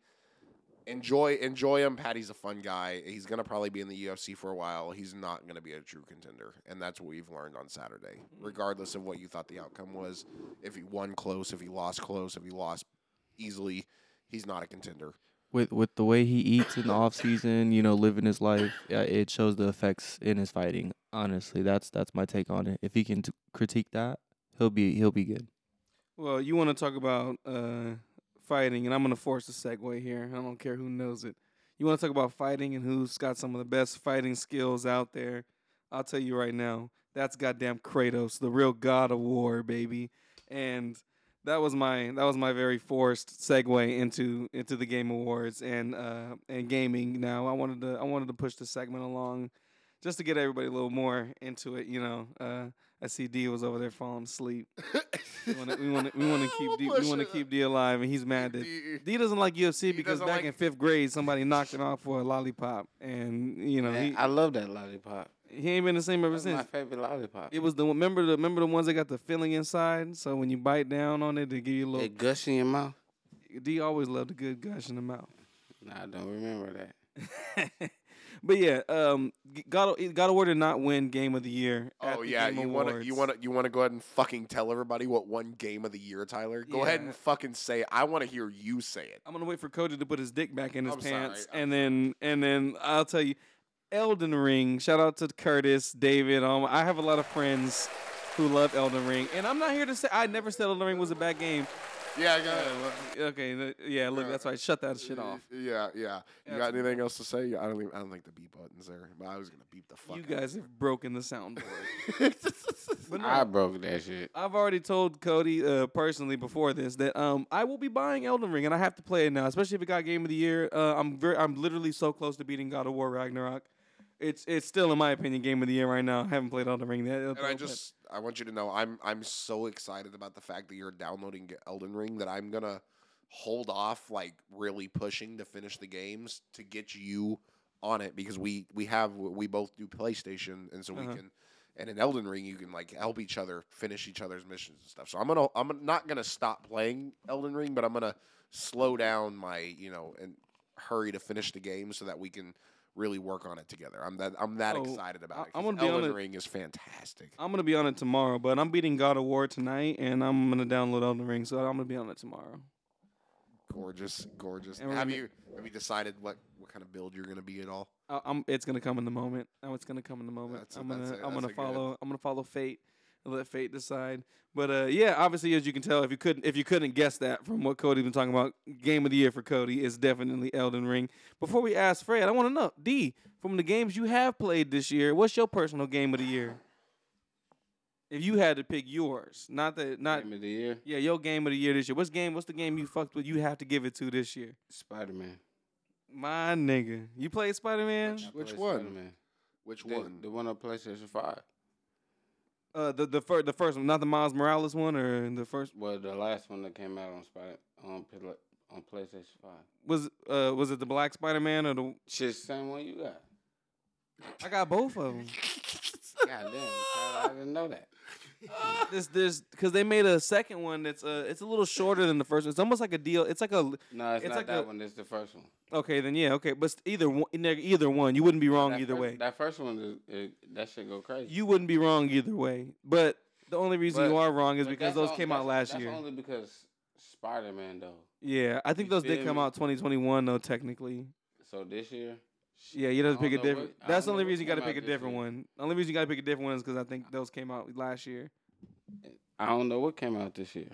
[SPEAKER 2] Enjoy, enjoy him. Patty's a fun guy. He's gonna probably be in the UFC for a while. He's not gonna be a true contender, and that's what we've learned on Saturday.
[SPEAKER 1] Mm-hmm.
[SPEAKER 2] Regardless of what you thought the outcome was, if he won close, if he lost close, if he lost easily, he's not a contender.
[SPEAKER 4] With with the way he eats in the off season, you know, living his life, yeah, it shows the effects in his fighting. Honestly, that's that's my take on it. If he can t- critique that, he'll be he'll be good.
[SPEAKER 1] Well, you want to talk about uh, fighting, and I'm going to force a segue here. I don't care who knows it. You want to talk about fighting and who's got some of the best fighting skills out there? I'll tell you right now, that's goddamn Kratos, the real god of war, baby. And that was my that was my very forced segue into into the Game Awards and uh, and gaming. Now I wanted to I wanted to push the segment along just to get everybody a little more into it. You know, uh, I see D was over there falling asleep. We want to we want to we want to keep D, we want to keep D alive, and he's mad that
[SPEAKER 2] D-
[SPEAKER 1] D doesn't like UFC because
[SPEAKER 2] doesn't
[SPEAKER 1] back
[SPEAKER 2] like-
[SPEAKER 1] in fifth grade somebody knocked him out for a lollipop, and
[SPEAKER 2] Uh,
[SPEAKER 1] you know
[SPEAKER 6] Man,
[SPEAKER 1] he,
[SPEAKER 6] I love that lollipop.
[SPEAKER 1] he ain't been the same ever
[SPEAKER 6] That's my
[SPEAKER 1] since.
[SPEAKER 6] favorite lollipop.
[SPEAKER 1] It was the remember the remember the ones that got the filling inside, so when you bite down on it, they give you a little.
[SPEAKER 6] It gush in your mouth.
[SPEAKER 1] D always loved a good gush in the mouth.
[SPEAKER 6] Nah, I don't remember that.
[SPEAKER 1] but yeah, um, G- God, God Award did not win Game of the Year. at
[SPEAKER 2] Oh
[SPEAKER 1] the
[SPEAKER 2] yeah,
[SPEAKER 1] Game
[SPEAKER 2] you want to
[SPEAKER 1] Awards.
[SPEAKER 2] you want to you want to go ahead and fucking tell everybody what one game of the year, Tyler. Go ahead
[SPEAKER 1] Yeah.
[SPEAKER 2] and fucking say. it. I want to hear you say it.
[SPEAKER 1] I'm gonna wait for Cody to put his dick back in his
[SPEAKER 2] I'm sorry,
[SPEAKER 1] pants,
[SPEAKER 2] I'm
[SPEAKER 1] and then and then I'll tell you, Elden Ring. Shout out to Curtis, David. Um, I have a lot of friends who love Elden Ring, and I'm not here to say I never said Elden Ring was a bad game.
[SPEAKER 2] Yeah, go ahead.
[SPEAKER 1] Okay, th- yeah, look, that's right. Shut that shit off.
[SPEAKER 2] Yeah, yeah. You got anything else to say? I don't even. I don't think the beep button's there. But I was gonna beep the fuck.
[SPEAKER 1] You
[SPEAKER 2] out
[SPEAKER 1] guys have broken the soundboard. But no,
[SPEAKER 6] I broke that shit.
[SPEAKER 1] I've already told Cody uh, personally before this that um I will be buying Elden Ring and I have to play it now, especially if it got Game of the Year. Uh, I'm very I'm literally so close to beating God of War Ragnarok. It's it's still in my opinion Game of the Year right now. I haven't played Elden Ring yet.
[SPEAKER 2] And I just I want you to know I'm I'm so excited about the fact that you're downloading Elden Ring that I'm gonna hold off like really pushing to finish the games to get you on it because we we have we both do PlayStation and so
[SPEAKER 1] Uh-huh.
[SPEAKER 2] we can and in Elden Ring you can like help each other finish each other's missions and stuff. So I'm gonna I'm not gonna stop playing Elden Ring, but I'm gonna slow down my you know and hurry to finish the game so that we can really work on it together. I'm that I'm that
[SPEAKER 1] Oh,
[SPEAKER 2] excited about
[SPEAKER 1] I-
[SPEAKER 2] it.
[SPEAKER 1] I'm
[SPEAKER 2] 'cause
[SPEAKER 1] gonna be
[SPEAKER 2] Elden
[SPEAKER 1] honest-
[SPEAKER 2] Ring is fantastic.
[SPEAKER 1] I'm gonna be on it tomorrow, but I'm beating God of War tonight and I'm gonna download Elden Ring, so I'm gonna be on it tomorrow.
[SPEAKER 2] Gorgeous, gorgeous.
[SPEAKER 1] And we're
[SPEAKER 2] have
[SPEAKER 1] gonna-
[SPEAKER 2] you have you decided what what kind of build you're gonna be at all?
[SPEAKER 1] I, I'm it's gonna come in the moment. Oh, it's gonna come in the moment.
[SPEAKER 2] That's a-
[SPEAKER 1] I'm gonna
[SPEAKER 2] that's a-
[SPEAKER 1] I'm
[SPEAKER 2] that's
[SPEAKER 1] gonna
[SPEAKER 2] a good-
[SPEAKER 1] follow I'm gonna follow fate. and Let fate decide. But uh, yeah, obviously as you can tell, if you couldn't if you couldn't guess that from what Cody's been talking about, game of the year for Cody is definitely Elden Ring. Before we ask Fred, I wanna know, D, from the games you have played this year, what's your personal game of the year? If you had to pick yours. Not that not
[SPEAKER 6] Game of the year,
[SPEAKER 1] yeah, your game of the year this year. What's game what's the game you fucked with you have to give it to this year?
[SPEAKER 6] Spider Man.
[SPEAKER 1] My nigga. You played Spider Man?
[SPEAKER 2] Which one?
[SPEAKER 6] Spider-Man.
[SPEAKER 2] Which
[SPEAKER 6] The,
[SPEAKER 2] one?
[SPEAKER 6] the one on PlayStation Five.
[SPEAKER 1] Uh, the the first the first one, not the Miles Morales one, or the first
[SPEAKER 6] Well, the last one that came out on Spider on Pil- on PlayStation Five.
[SPEAKER 1] was uh was it the Black Spider Man or the
[SPEAKER 6] Shit, same one you got.
[SPEAKER 1] I got both of them.
[SPEAKER 6] God damn, Tyler, I didn't know that.
[SPEAKER 1] this this because they made a second one that's uh it's a little shorter than the first. one. It's almost like a deal. It's like a
[SPEAKER 6] No, it's,
[SPEAKER 1] It's
[SPEAKER 6] not
[SPEAKER 1] like
[SPEAKER 6] that
[SPEAKER 1] a-
[SPEAKER 6] one. It's the first one.
[SPEAKER 1] okay then yeah okay, but st- either one nigga, either one you wouldn't be wrong
[SPEAKER 6] That
[SPEAKER 1] either
[SPEAKER 6] first-
[SPEAKER 1] way.
[SPEAKER 6] That first one, is, it, that shit go crazy.
[SPEAKER 1] You wouldn't be wrong either way. But the only reason you
[SPEAKER 6] But-
[SPEAKER 1] are wrong is
[SPEAKER 6] But
[SPEAKER 1] because
[SPEAKER 6] that's
[SPEAKER 1] those
[SPEAKER 6] on-
[SPEAKER 1] came out
[SPEAKER 6] that's-
[SPEAKER 1] last
[SPEAKER 6] that's
[SPEAKER 1] year.
[SPEAKER 6] only because Spider Man though.
[SPEAKER 1] yeah, I think
[SPEAKER 6] You
[SPEAKER 1] those did
[SPEAKER 6] feel
[SPEAKER 1] come
[SPEAKER 6] me?
[SPEAKER 1] out 2021 though technically.
[SPEAKER 6] So this year. shit,
[SPEAKER 1] Yeah, you got to
[SPEAKER 6] I
[SPEAKER 1] pick
[SPEAKER 6] don't
[SPEAKER 1] a
[SPEAKER 6] know
[SPEAKER 1] different.
[SPEAKER 6] what- I
[SPEAKER 1] that's
[SPEAKER 6] don't know
[SPEAKER 1] the only
[SPEAKER 6] what
[SPEAKER 1] reason you got to
[SPEAKER 6] came out
[SPEAKER 1] pick a
[SPEAKER 6] this
[SPEAKER 1] different
[SPEAKER 6] year.
[SPEAKER 1] one. The only reason you got to pick a different one is because I think those came out last year.
[SPEAKER 6] I don't know what came out this year.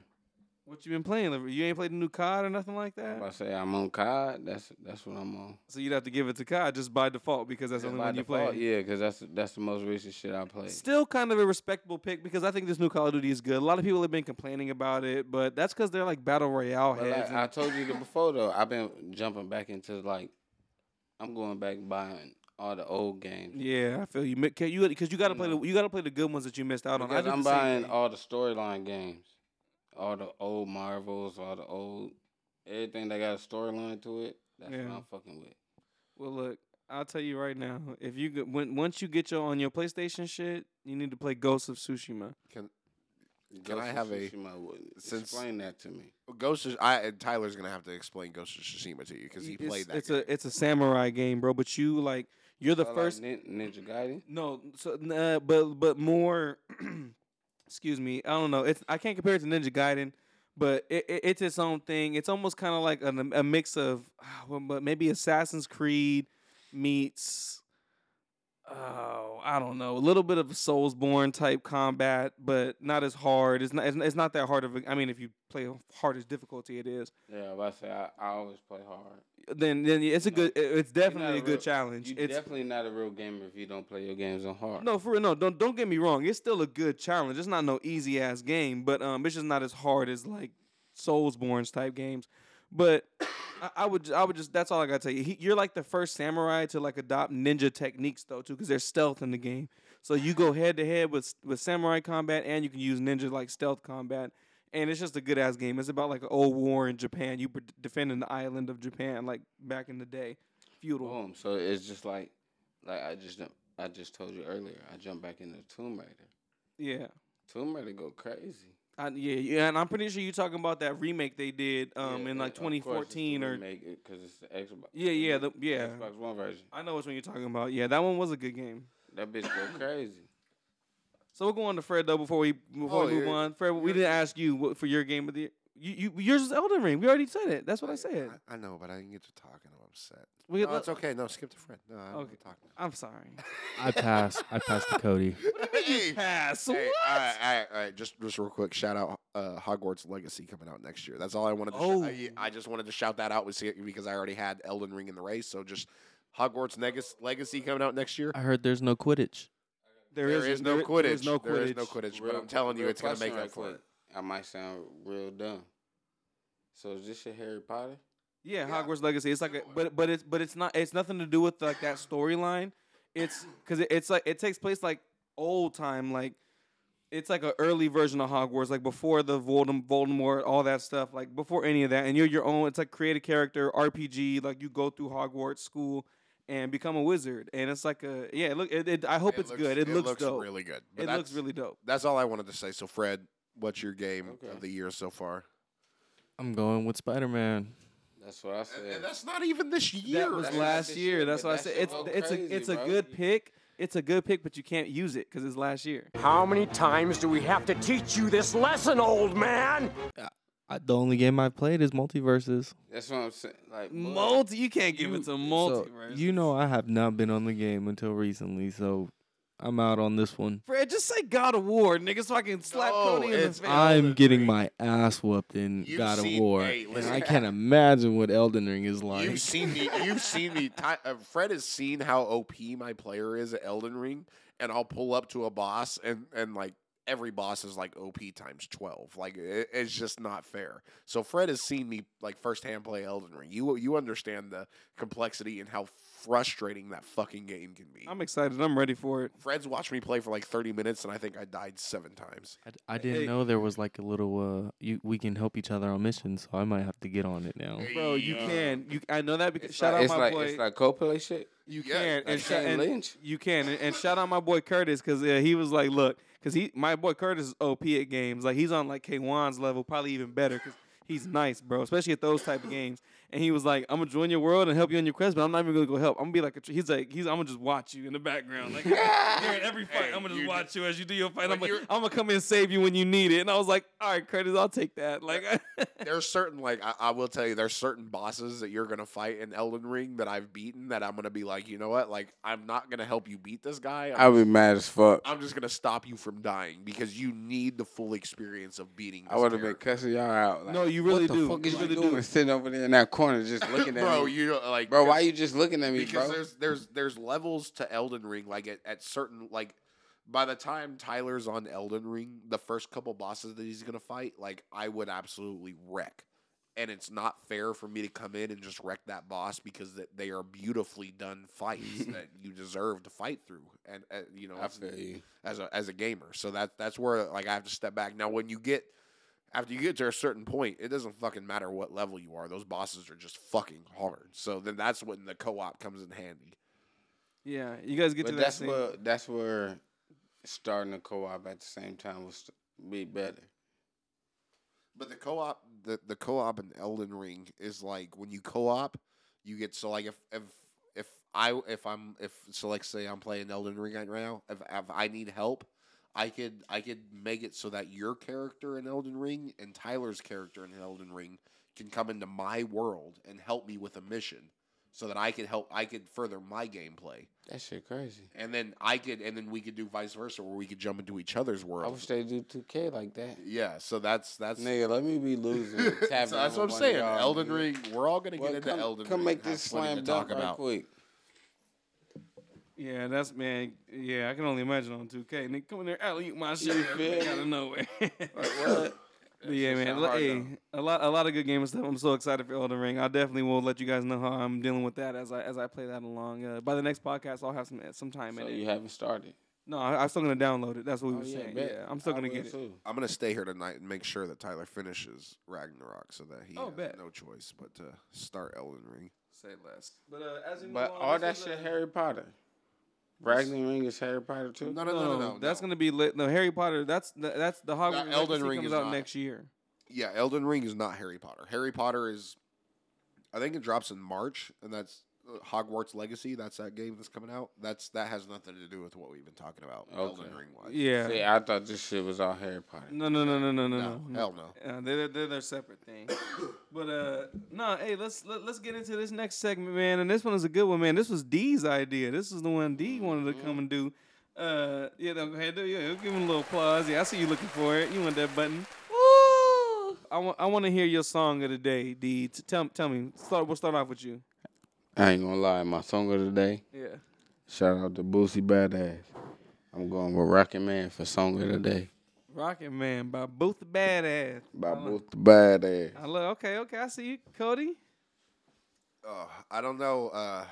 [SPEAKER 1] What you been playing? Liver? You ain't played the new COD or nothing like
[SPEAKER 3] If I
[SPEAKER 1] that.
[SPEAKER 3] say I'm on COD, that's that's what I'm on.
[SPEAKER 1] So you'd have to give it to COD just by default because that's the only
[SPEAKER 3] By
[SPEAKER 1] one you
[SPEAKER 3] default,
[SPEAKER 1] play.
[SPEAKER 3] Yeah, because that's that's the most recent shit I played.
[SPEAKER 1] Still kind of a respectable pick because I think this new Call of Duty is good. A lot of people have been complaining about it, but that's because they're like battle royale
[SPEAKER 3] But like
[SPEAKER 1] heads.
[SPEAKER 3] I told you the before though, I've been jumping back into like I'm going back buying all the old games.
[SPEAKER 1] yeah, I feel you. Mi- 'cause You because you gotta play the you gotta play the good ones that you missed out on. I
[SPEAKER 3] Because
[SPEAKER 1] did
[SPEAKER 3] I'm
[SPEAKER 1] the same
[SPEAKER 3] buying
[SPEAKER 1] thing.
[SPEAKER 3] all the storyline games, all the old Marvels, all the old everything that got a storyline to it. That's
[SPEAKER 1] Yeah.
[SPEAKER 3] what I'm fucking with.
[SPEAKER 1] Well, look, I'll tell you right now. If you go- when once you get your on your PlayStation shit, you need to play Ghost of Tsushima.
[SPEAKER 2] Can
[SPEAKER 3] Ghost
[SPEAKER 2] I
[SPEAKER 3] of
[SPEAKER 2] have a-
[SPEAKER 3] Tsushima would-
[SPEAKER 2] since-
[SPEAKER 3] explain that to me?
[SPEAKER 2] Ghost? Of, I Tyler's gonna have to explain Ghost of Tsushima to you because he
[SPEAKER 1] it's,
[SPEAKER 2] played that.
[SPEAKER 1] It's
[SPEAKER 2] game.
[SPEAKER 1] a it's a samurai game, bro. But you like you're the
[SPEAKER 3] So, like,
[SPEAKER 1] first.
[SPEAKER 3] Nin- Ninja Gaiden.
[SPEAKER 1] No, so uh, but but more. excuse me. I don't know. It's I can't compare it to Ninja Gaiden, but it, it, it's its own thing. It's almost kind of like an, a mix of, ah, well, but maybe Assassin's Creed meets. Oh, I don't know. A little bit of Soulsborne type combat, but not as hard. It's not. It's, it's not that hard of. A, I mean, if you play hard as difficulty, it is.
[SPEAKER 3] Yeah, but I say I, I always play hard.
[SPEAKER 1] Then then it's a
[SPEAKER 3] No.
[SPEAKER 1] good. it- It's
[SPEAKER 3] You're
[SPEAKER 1] definitely
[SPEAKER 3] not
[SPEAKER 1] a good
[SPEAKER 3] real-
[SPEAKER 1] challenge.
[SPEAKER 3] You're
[SPEAKER 1] It's
[SPEAKER 3] definitely not a real gamer if you don't play your games on hard.
[SPEAKER 1] No, for real, no. Don't don't get me wrong. It's still a good challenge. It's not no easy ass game, but um, it's just not as hard as like Soulsborne's type games. But I, I would I would just that's all I gotta tell you. He, you're like the first samurai to like adopt ninja techniques though too, because there's stealth in the game. So you go head to head with with samurai combat, and you can use ninja like stealth combat. And it's just a good ass game. It's about like an old war in Japan. You pre- defending the island of Japan like back in the day, feudal.
[SPEAKER 3] Boom. So it's just like, like I just done- I just told you earlier. I jumped back into Tomb Raider.
[SPEAKER 1] Yeah.
[SPEAKER 3] Tomb Raider go crazy.
[SPEAKER 1] I, yeah, yeah, and I'm pretty sure you're talking about that remake they did um in like 2014 or
[SPEAKER 3] because uh, it's the Xbox.
[SPEAKER 1] Yeah, yeah, the-
[SPEAKER 3] remake,
[SPEAKER 1] yeah.
[SPEAKER 3] Xbox One version.
[SPEAKER 1] I know which one you're talking about. Yeah, that one was a good game.
[SPEAKER 3] That bitch go crazy.
[SPEAKER 1] So we'll go on to Fred though before we before
[SPEAKER 2] Oh,
[SPEAKER 1] we move
[SPEAKER 2] yeah.
[SPEAKER 1] on. Fred, we didn't ask you what, for your game of the year. You, you yours is Elden Ring. We already said it. That's what I said.
[SPEAKER 2] I, I know, but I didn't get to talk, and I'm upset.
[SPEAKER 1] We-
[SPEAKER 2] No, it's okay. No, skip to Fred. No, I'm
[SPEAKER 1] Okay.
[SPEAKER 2] okay. talking.
[SPEAKER 1] I'm sorry.
[SPEAKER 4] I passed. I passed to Cody.
[SPEAKER 2] Hey,
[SPEAKER 1] Pass.
[SPEAKER 2] hey,
[SPEAKER 1] What?
[SPEAKER 2] all right, all right, all right. Just, just real quick, shout out uh, Hogwarts Legacy coming out next year. That's all I wanted. to
[SPEAKER 1] Oh.
[SPEAKER 2] oh. I, I just wanted to shout that out was here because I already had Elden Ring in the race. So just Hogwarts Negas- Legacy coming out next year.
[SPEAKER 4] I heard there's no Quidditch.
[SPEAKER 2] there is no Quidditch.
[SPEAKER 1] There is no Quidditch.
[SPEAKER 2] There is no Quidditch. But
[SPEAKER 3] Real
[SPEAKER 2] I'm telling you,
[SPEAKER 3] real
[SPEAKER 2] it's gonna
[SPEAKER 3] question
[SPEAKER 2] make up
[SPEAKER 3] right
[SPEAKER 2] for
[SPEAKER 3] quick.
[SPEAKER 2] it.
[SPEAKER 3] I might sound real dumb. So is this shit Harry Potter?
[SPEAKER 1] Yeah, Hogwarts Legacy. It's like, a, but but it's but it's not. It's nothing to do with like that storyline. It's because it, it's like it takes place like old time. Like it's like an early version of Hogwarts, like before the Voldem- Voldemort, all that stuff. Like before any of that, and you're your own. It's like create a character RPG. Like you go through Hogwarts school and become a wizard, and it's like a yeah. Look, it, it, I hope it's
[SPEAKER 2] looks-
[SPEAKER 1] good. It, looks,
[SPEAKER 2] looks
[SPEAKER 1] dope.
[SPEAKER 2] really good. but
[SPEAKER 1] it looks
[SPEAKER 2] that's-
[SPEAKER 1] really dope.
[SPEAKER 2] That's all I wanted to say. So Fred, what's your game
[SPEAKER 3] Okay.
[SPEAKER 2] of the year so far?
[SPEAKER 4] I'm going with Spider Man.
[SPEAKER 3] That's what I said.
[SPEAKER 2] And that's not even this year.
[SPEAKER 1] That was
[SPEAKER 3] That's not
[SPEAKER 1] last
[SPEAKER 3] this
[SPEAKER 1] year.
[SPEAKER 3] year,
[SPEAKER 1] That's
[SPEAKER 3] but
[SPEAKER 1] why I
[SPEAKER 3] that
[SPEAKER 1] said
[SPEAKER 3] shit
[SPEAKER 1] it's
[SPEAKER 3] go
[SPEAKER 1] it's
[SPEAKER 3] crazy,
[SPEAKER 1] a it's a
[SPEAKER 3] bro.
[SPEAKER 1] good pick. It's a good pick, but you can't use it because it's last year.
[SPEAKER 7] How many times do we have to teach you this lesson, old man?
[SPEAKER 4] I, the only game I've played is Multiverses.
[SPEAKER 3] that's what I'm saying. Like boy,
[SPEAKER 1] Multi, you can't give it to multi.
[SPEAKER 4] So,
[SPEAKER 1] bro.
[SPEAKER 4] you know I have not been on the game until recently, so I'm out on this one.
[SPEAKER 1] Fred, just say God of War, nigga, so I can slap
[SPEAKER 2] No,
[SPEAKER 1] Cody in the
[SPEAKER 2] it's-
[SPEAKER 1] face.
[SPEAKER 4] I'm getting my ass whooped in
[SPEAKER 2] You've
[SPEAKER 4] God of
[SPEAKER 2] seen-
[SPEAKER 4] War,
[SPEAKER 2] hey,
[SPEAKER 4] and
[SPEAKER 2] listen.
[SPEAKER 4] I can't imagine what Elden Ring is like.
[SPEAKER 2] You've seen me. You've seen me. Ty, uh, Fred has seen how OP my player is at Elden Ring, and I'll pull up to a boss, and and like every boss is like OP times twelve. Like it, it's just not fair. So Fred has seen me like firsthand play Elden Ring. You you understand the complexity and how frustrating that fucking game can be.
[SPEAKER 1] I'm excited. I'm ready for it.
[SPEAKER 2] Fred's watched me play for like thirty minutes, and I think I died seven times.
[SPEAKER 4] I, d- I didn't
[SPEAKER 1] Hey.
[SPEAKER 4] know there was like a little uh, you, we can help each other on missions, so I might have to get on it now.
[SPEAKER 1] Bro, you
[SPEAKER 2] Yeah.
[SPEAKER 1] can. You, I know that because
[SPEAKER 3] It's
[SPEAKER 1] shout
[SPEAKER 3] like,
[SPEAKER 1] out
[SPEAKER 3] it's
[SPEAKER 1] my
[SPEAKER 3] like,
[SPEAKER 1] boy.
[SPEAKER 3] It's like co-play shit.
[SPEAKER 1] you
[SPEAKER 2] Yeah,
[SPEAKER 1] can
[SPEAKER 3] like
[SPEAKER 1] and, shout
[SPEAKER 3] Kane
[SPEAKER 1] and
[SPEAKER 3] Lynch.
[SPEAKER 1] you can and, and shout out my boy Curtis because uh, he was like, look, because he my boy Curtis is OP at games. Like he's on like K1's level, probably even better because He's nice, bro, especially at those type of games. And he was like, "I'm gonna join your world and help you on your quest, but I'm not even gonna go help. I'm gonna be like, a tr-. he's like, he's I'm gonna just watch you in the background, like you're in every fight. I'm gonna just watch you as you do your fight. I'm like, I'm gonna come in and save you when you need it. And I was like, all right, Curtis, I'll take that. Like,
[SPEAKER 2] There's certain like I, I will tell you, there's certain bosses that you're gonna fight in Elden Ring that I've beaten that I'm gonna be like, you know what? Like I'm not gonna help you beat this guy.
[SPEAKER 6] I
[SPEAKER 2] I'm,
[SPEAKER 6] would be mad as fuck.
[SPEAKER 2] I'm just gonna stop you from dying because you need the full experience of beating. This
[SPEAKER 6] I would have been
[SPEAKER 2] character.
[SPEAKER 6] cussing y'all out. Like,
[SPEAKER 1] no, you really
[SPEAKER 6] what the
[SPEAKER 1] do.
[SPEAKER 6] fuck is
[SPEAKER 1] you
[SPEAKER 6] you
[SPEAKER 1] really
[SPEAKER 6] doing?
[SPEAKER 1] do.
[SPEAKER 6] Sitting over there in that corner, just looking at
[SPEAKER 2] bro.
[SPEAKER 6] me.
[SPEAKER 2] You don't- like
[SPEAKER 6] bro, why
[SPEAKER 2] because-
[SPEAKER 6] you just looking at me,
[SPEAKER 2] because
[SPEAKER 6] bro?
[SPEAKER 2] there's there's there's levels to Elden Ring. Like at, at certain like by the time Tyler's on Elden Ring, the first couple bosses that he's gonna fight, like I would absolutely wreck. And it's not fair for me to come in and just wreck that boss because that they are beautifully done fights that you deserve to fight through. And uh, you know,
[SPEAKER 6] I
[SPEAKER 2] as,
[SPEAKER 6] feel you.
[SPEAKER 2] as a as a gamer, so that that's where like I have to step back. Now, when you get after you get to a certain point, it doesn't fucking matter what level you are. Those bosses are just fucking hard. So then that's when the co-op comes in handy.
[SPEAKER 1] Yeah, you guys get to
[SPEAKER 6] But
[SPEAKER 1] that
[SPEAKER 6] that's
[SPEAKER 1] scene.
[SPEAKER 6] where that's where starting a co-op at the same time was be better.
[SPEAKER 2] But the co-op, the, the co-op in Elden Ring is like when you co-op, you get so like if if if I if I'm if so like say I'm playing Elden Ring right now, if, if I need help, I could I could make it so that your character in Elden Ring and Tyler's character in Elden Ring can come into my world and help me with a mission, so that I could help I could further my gameplay,
[SPEAKER 6] That shit crazy.
[SPEAKER 2] and then I could and then we could do vice versa where we could jump into each other's
[SPEAKER 6] I
[SPEAKER 2] world.
[SPEAKER 6] wish they do 2K like that.
[SPEAKER 2] yeah, so that's that's
[SPEAKER 6] Nigga, let me be losing.
[SPEAKER 2] so
[SPEAKER 6] tapping
[SPEAKER 2] that's
[SPEAKER 6] on
[SPEAKER 2] what I'm
[SPEAKER 6] one
[SPEAKER 2] saying.
[SPEAKER 6] yard,
[SPEAKER 2] Elden
[SPEAKER 6] nigga.
[SPEAKER 2] Ring. We're all gonna get
[SPEAKER 6] Well,
[SPEAKER 2] into
[SPEAKER 6] come,
[SPEAKER 2] Elden
[SPEAKER 6] come
[SPEAKER 2] Ring.
[SPEAKER 6] make
[SPEAKER 2] and
[SPEAKER 6] this
[SPEAKER 2] have plenty
[SPEAKER 6] slam
[SPEAKER 2] to
[SPEAKER 6] dunk
[SPEAKER 2] talk
[SPEAKER 6] right
[SPEAKER 2] about.
[SPEAKER 6] quick.
[SPEAKER 1] Yeah, that's man. Yeah, I can only imagine on 2K. Nigga, come in there, alley oop my shit
[SPEAKER 6] feel
[SPEAKER 1] out of nowhere.
[SPEAKER 6] What?
[SPEAKER 1] But yeah,
[SPEAKER 6] just
[SPEAKER 1] man.
[SPEAKER 6] not
[SPEAKER 1] li-
[SPEAKER 6] hard,
[SPEAKER 1] hey, a lot, a lot of good game and stuff. I'm so excited for Elden Ring. I definitely will let you guys know how I'm dealing with that as I as I play that along. Uh, by the next podcast, I'll have some some time
[SPEAKER 6] So
[SPEAKER 1] in it.
[SPEAKER 6] you haven't started.
[SPEAKER 1] No, I, I'm still gonna download it. That's what we were
[SPEAKER 6] Oh,
[SPEAKER 1] saying.
[SPEAKER 6] bet.
[SPEAKER 1] Yeah, I'm still
[SPEAKER 6] I
[SPEAKER 1] gonna
[SPEAKER 6] will
[SPEAKER 1] get it.
[SPEAKER 6] too.
[SPEAKER 2] I'm gonna stay here tonight and make sure that Tyler finishes Ragnarok so that he
[SPEAKER 1] Oh,
[SPEAKER 2] has
[SPEAKER 1] bet.
[SPEAKER 2] no choice but to start Elden Ring.
[SPEAKER 1] Say less. But uh, as you
[SPEAKER 6] But
[SPEAKER 1] move on,
[SPEAKER 6] all that
[SPEAKER 1] this was,
[SPEAKER 6] shit,
[SPEAKER 1] uh,
[SPEAKER 6] Harry Potter. Ragnar Ring is Harry Potter too.
[SPEAKER 2] No, no,
[SPEAKER 1] No,
[SPEAKER 2] no, no. no,
[SPEAKER 1] that's
[SPEAKER 2] no.
[SPEAKER 1] gonna be lit. No, Harry Potter. That's the, that's the Hogwarts.
[SPEAKER 2] Elden
[SPEAKER 1] Legacy
[SPEAKER 2] Ring
[SPEAKER 1] comes
[SPEAKER 2] is
[SPEAKER 1] out
[SPEAKER 2] not.
[SPEAKER 1] next year.
[SPEAKER 2] Yeah, Elden Ring is not Harry Potter. Harry Potter is, I think it drops in March, and that's uh, Hogwarts Legacy. That's that game that's coming out. That's that has nothing to do with what we've been talking about. Elden
[SPEAKER 6] Okay.
[SPEAKER 2] Ring wise.
[SPEAKER 1] Yeah.
[SPEAKER 6] See, I thought this shit was all Harry Potter.
[SPEAKER 1] No, no, no, no, no, no,
[SPEAKER 2] No,
[SPEAKER 1] no.
[SPEAKER 2] hell no.
[SPEAKER 1] Uh, they're, they're they're separate things. but uh, no, hey, let's let, let's get into this next segment, man. And this one is a good one, man. This was D's idea. This is the one D wanted to come and do. Uh, yeah, no, go ahead, do yeah, give him a little applause. Yeah, I see you looking for it. You want that button? Woo! I want I want to hear your song of the day, D. T- tell tell me. Start. We'll start off with you.
[SPEAKER 6] I ain't gonna lie, my song of the day.
[SPEAKER 1] Yeah.
[SPEAKER 6] Shout out to Boosie Badass. I'm going with Rocket Man for song of the day.
[SPEAKER 1] Rocket Man by Booth the Badass.
[SPEAKER 6] By both the badass.
[SPEAKER 1] I love. Okay, okay, I see you, Cody.
[SPEAKER 2] Oh, I don't know. Uh,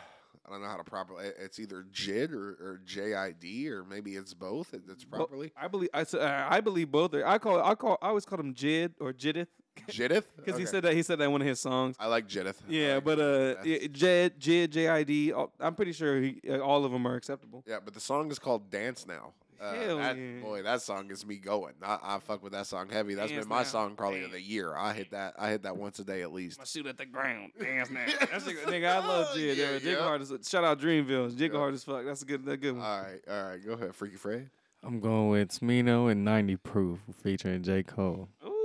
[SPEAKER 2] I don't know how to properly. it- It's either JID or, or JID or maybe it's both. It, it's
[SPEAKER 1] Bo-
[SPEAKER 2] properly
[SPEAKER 1] I believe I, s- uh, I believe both. Are, I call I call I always call him Jid or Jiddith
[SPEAKER 2] Jidith
[SPEAKER 1] because he
[SPEAKER 2] Okay.
[SPEAKER 1] said that he said that in one of his songs.
[SPEAKER 2] I like Jidith. I
[SPEAKER 1] yeah,
[SPEAKER 2] like
[SPEAKER 1] but
[SPEAKER 2] Jidith.
[SPEAKER 1] uh,
[SPEAKER 2] That's-
[SPEAKER 1] yeah, Jed Jid J I D. all- I'm pretty sure he, uh, all of them are acceptable.
[SPEAKER 2] yeah, but the song is called Dance Now. Uh,
[SPEAKER 1] Hell
[SPEAKER 2] that-
[SPEAKER 1] yeah.
[SPEAKER 2] Boy, that song gets me going. I, I fuck with that song heavy. That's
[SPEAKER 1] Dance
[SPEAKER 2] been my
[SPEAKER 1] Now.
[SPEAKER 2] song probably of the year. I hit that. I hit that once a day at least.
[SPEAKER 1] Shoot at the ground, dance now. That's a, nigga, I love Jid.
[SPEAKER 2] Oh, Yeah,
[SPEAKER 1] Yeah, Jig
[SPEAKER 2] yeah.
[SPEAKER 1] hard as shout out Dreamville. Jig
[SPEAKER 2] Yeah.
[SPEAKER 1] hard as fuck. That's a good. That's a good one.
[SPEAKER 2] All right, all right. Go ahead, Freaky Fred.
[SPEAKER 4] I'm going with Smino and 90 Proof featuring J. Cole.
[SPEAKER 1] Ooh.
[SPEAKER 2] Uh,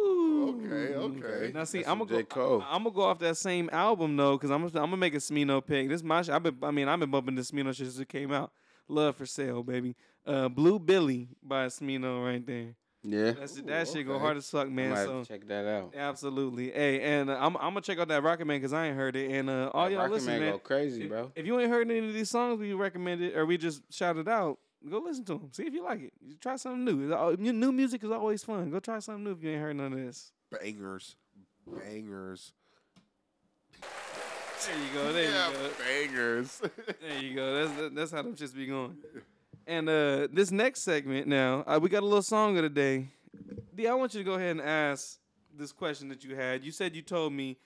[SPEAKER 2] Okay, okay.
[SPEAKER 1] Now see,
[SPEAKER 6] That's
[SPEAKER 1] I'm
[SPEAKER 6] some
[SPEAKER 1] gonna
[SPEAKER 6] J.
[SPEAKER 1] go.
[SPEAKER 6] Cole.
[SPEAKER 1] I'm gonna go off that same album though, because I'm I'm gonna make a Smino pick. This my. Sh- I've been. I mean, I've been bumping this Smino shit since it came out. Love for sale, baby. Uh, Blue Billy by Smino right there.
[SPEAKER 6] Yeah.
[SPEAKER 1] That's that shit go
[SPEAKER 2] okay.
[SPEAKER 1] hard as fuck,
[SPEAKER 6] I
[SPEAKER 1] man.
[SPEAKER 6] might have
[SPEAKER 1] So
[SPEAKER 6] to check that out.
[SPEAKER 1] absolutely. Hey, and uh, I'm I'm gonna check out that Rocket Man because I ain't heard it. And uh, all y'all
[SPEAKER 6] Rocket
[SPEAKER 1] listening,
[SPEAKER 6] Man
[SPEAKER 1] man,
[SPEAKER 6] go crazy,
[SPEAKER 1] if,
[SPEAKER 6] bro.
[SPEAKER 1] if you ain't heard any of these songs we recommended or we just shouted out, go listen to them. See if you like it. You try something new. It's all- New music is always fun. Go try something new if you ain't heard none of this.
[SPEAKER 2] Bangers, bangers.
[SPEAKER 1] There you go. There
[SPEAKER 2] yeah,
[SPEAKER 1] you go.
[SPEAKER 2] bangers.
[SPEAKER 1] There you go. That's that- that's how them shits be going. And uh, this next segment now, uh, we got a little song of the day. D, I want you to go ahead and ask this question that you had. You said you told me.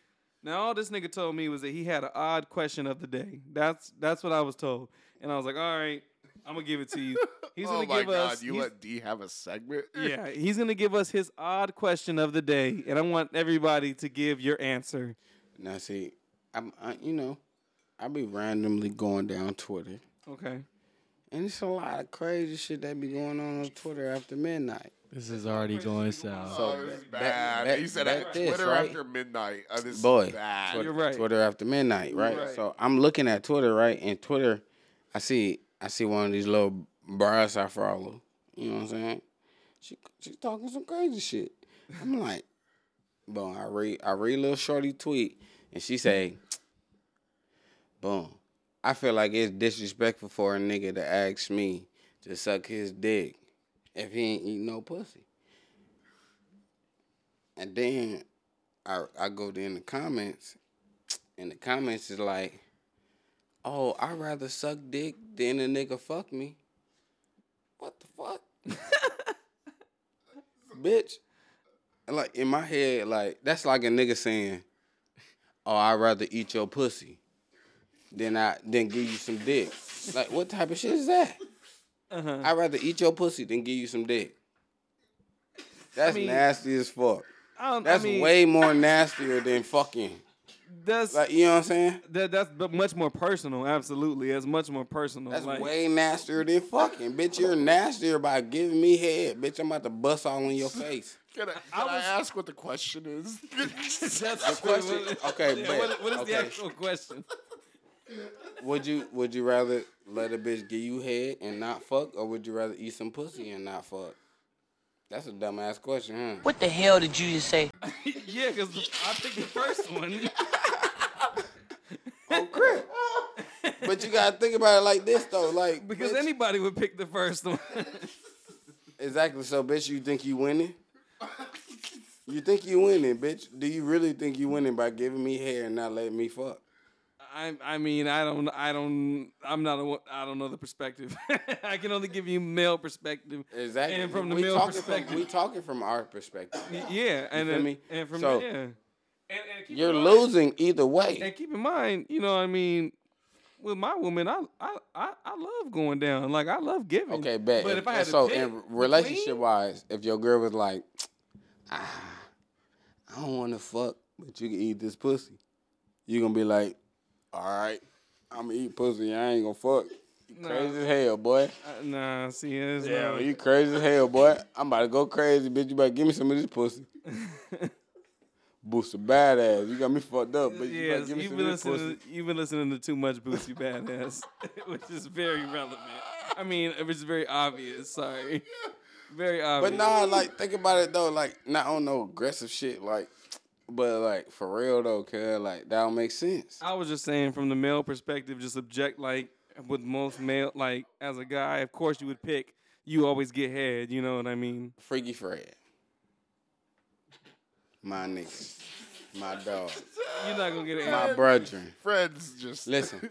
[SPEAKER 1] Now all this nigga told me was that he had an odd question of the day. That's that's what I was told, and I was like, all right, I'm gonna give it to you. He's
[SPEAKER 2] oh
[SPEAKER 1] gonna
[SPEAKER 2] my
[SPEAKER 1] give
[SPEAKER 2] god,
[SPEAKER 1] us.
[SPEAKER 2] you
[SPEAKER 1] he's-
[SPEAKER 2] let D have a segment?
[SPEAKER 1] yeah, he's gonna give us his odd question of the day, and I want everybody to give your answer.
[SPEAKER 3] Now see, I'm I, you know, I be randomly going down Twitter,
[SPEAKER 1] Okay.
[SPEAKER 3] and it's a lot of crazy shit that be going on on Twitter after midnight.
[SPEAKER 4] This is already going south.
[SPEAKER 2] Oh, this is
[SPEAKER 3] back-
[SPEAKER 2] bad.
[SPEAKER 3] back-
[SPEAKER 2] he said
[SPEAKER 3] back
[SPEAKER 2] at
[SPEAKER 3] this,
[SPEAKER 2] Twitter
[SPEAKER 3] right?
[SPEAKER 2] after midnight. Uh, this
[SPEAKER 3] Boy.
[SPEAKER 2] is bad.
[SPEAKER 1] You're right.
[SPEAKER 3] Twitter after midnight, right?
[SPEAKER 1] Right.
[SPEAKER 3] So I'm looking at Twitter, right? And Twitter, I see I see one of these little bras I follow. You know what I'm saying? She she's talking some crazy shit. I'm like, boom. I read I read little shorty tweet, and she say, boom. I feel like it's disrespectful for a nigga to ask me to suck his dick if he ain't eat no pussy. And then I I go in the comments, and the comments is like, "Oh, I'd rather suck dick than a nigga fuck me." What the fuck, bitch? Like in my head, like that's like a nigga saying, "Oh, I'd rather eat your pussy than I than give you some dick." Like what type of shit is that? I'd rather eat your pussy than give you some dick. That's
[SPEAKER 1] mean-
[SPEAKER 3] nasty as fuck.
[SPEAKER 1] I don't,
[SPEAKER 3] That's
[SPEAKER 1] I mean,
[SPEAKER 3] way more nastier than fucking.
[SPEAKER 1] That's
[SPEAKER 3] Like you know what I'm saying?
[SPEAKER 1] that, that's b- much more personal. Absolutely, that's much more personal.
[SPEAKER 3] That's
[SPEAKER 1] like,
[SPEAKER 3] way nastier than fucking. Bitch, you're nastier by giving me head. Bitch, I'm about to bust all in your face.
[SPEAKER 2] Can I, can I, ask what the question is?
[SPEAKER 3] The question, okay,
[SPEAKER 1] Yeah,
[SPEAKER 3] but
[SPEAKER 1] what, what is
[SPEAKER 3] okay.
[SPEAKER 1] the actual question?
[SPEAKER 3] would you would you rather let a bitch give you head and not fuck, or would you rather eat some pussy and not fuck? That's a dumbass question, huh?
[SPEAKER 8] What the hell did you just say?
[SPEAKER 1] yeah, because I think the first one.
[SPEAKER 3] Oh crap! but you gotta think about it like this though, like
[SPEAKER 1] Because
[SPEAKER 3] bitch,
[SPEAKER 1] anybody would pick the first one.
[SPEAKER 3] exactly. So, bitch, you think you winning? You think you winning, bitch? Do you really think you winning by giving me hair and not letting me fuck?
[SPEAKER 1] I, I mean, I don't, I don't, I'm not, a, one- I don't know the perspective. I can only give you male perspective.
[SPEAKER 3] Exactly.
[SPEAKER 1] And from the
[SPEAKER 3] We
[SPEAKER 1] male
[SPEAKER 3] talking
[SPEAKER 1] perspective.
[SPEAKER 3] From, we talking from our perspective.
[SPEAKER 1] Y- Yeah, and
[SPEAKER 3] feel
[SPEAKER 1] then-
[SPEAKER 3] me?
[SPEAKER 1] and from
[SPEAKER 3] So-
[SPEAKER 1] yeah, and, and keep
[SPEAKER 3] You're
[SPEAKER 1] in mind-
[SPEAKER 3] losing either
[SPEAKER 1] And
[SPEAKER 3] way.
[SPEAKER 1] keep in mind, you know, what I mean, with my woman, I, I, I, I love going down. Like I love giving.
[SPEAKER 3] Okay, bet.
[SPEAKER 1] But if I had to
[SPEAKER 3] so,
[SPEAKER 1] pick
[SPEAKER 3] in
[SPEAKER 1] between-
[SPEAKER 3] relationship wise, if your girl was like, ah, I don't want to fuck, but you can eat this pussy, you gonna be like, all right, I'm gonna eat pussy. I ain't gonna fuck. You crazy as hell, boy.
[SPEAKER 1] Uh, nah, see, it's
[SPEAKER 3] Yeah,
[SPEAKER 1] not-
[SPEAKER 3] you crazy as hell, boy. I'm about to go crazy, bitch. You better give me some of this pussy. Booster badass. You got me fucked up, but you better
[SPEAKER 1] Yes,
[SPEAKER 3] give me
[SPEAKER 1] you've
[SPEAKER 3] some
[SPEAKER 1] been
[SPEAKER 3] of this pussy.
[SPEAKER 1] listening. To, you've been listening to too much Boosie Badass, which is very relevant. I mean, it was very obvious. Sorry, very obvious.
[SPEAKER 3] But nah, like think about it though, like not on no aggressive shit, like, but like for real though, cause like that don't make sense.
[SPEAKER 1] I was just saying from the male perspective, just object like with most male, like as a guy, of course you would pick. You always get head. You know what I mean?
[SPEAKER 3] Freaky Fred, my nigga, my dog,
[SPEAKER 1] You're not gonna get
[SPEAKER 3] my
[SPEAKER 1] head.
[SPEAKER 3] brethren.
[SPEAKER 2] Friends just
[SPEAKER 3] Listen,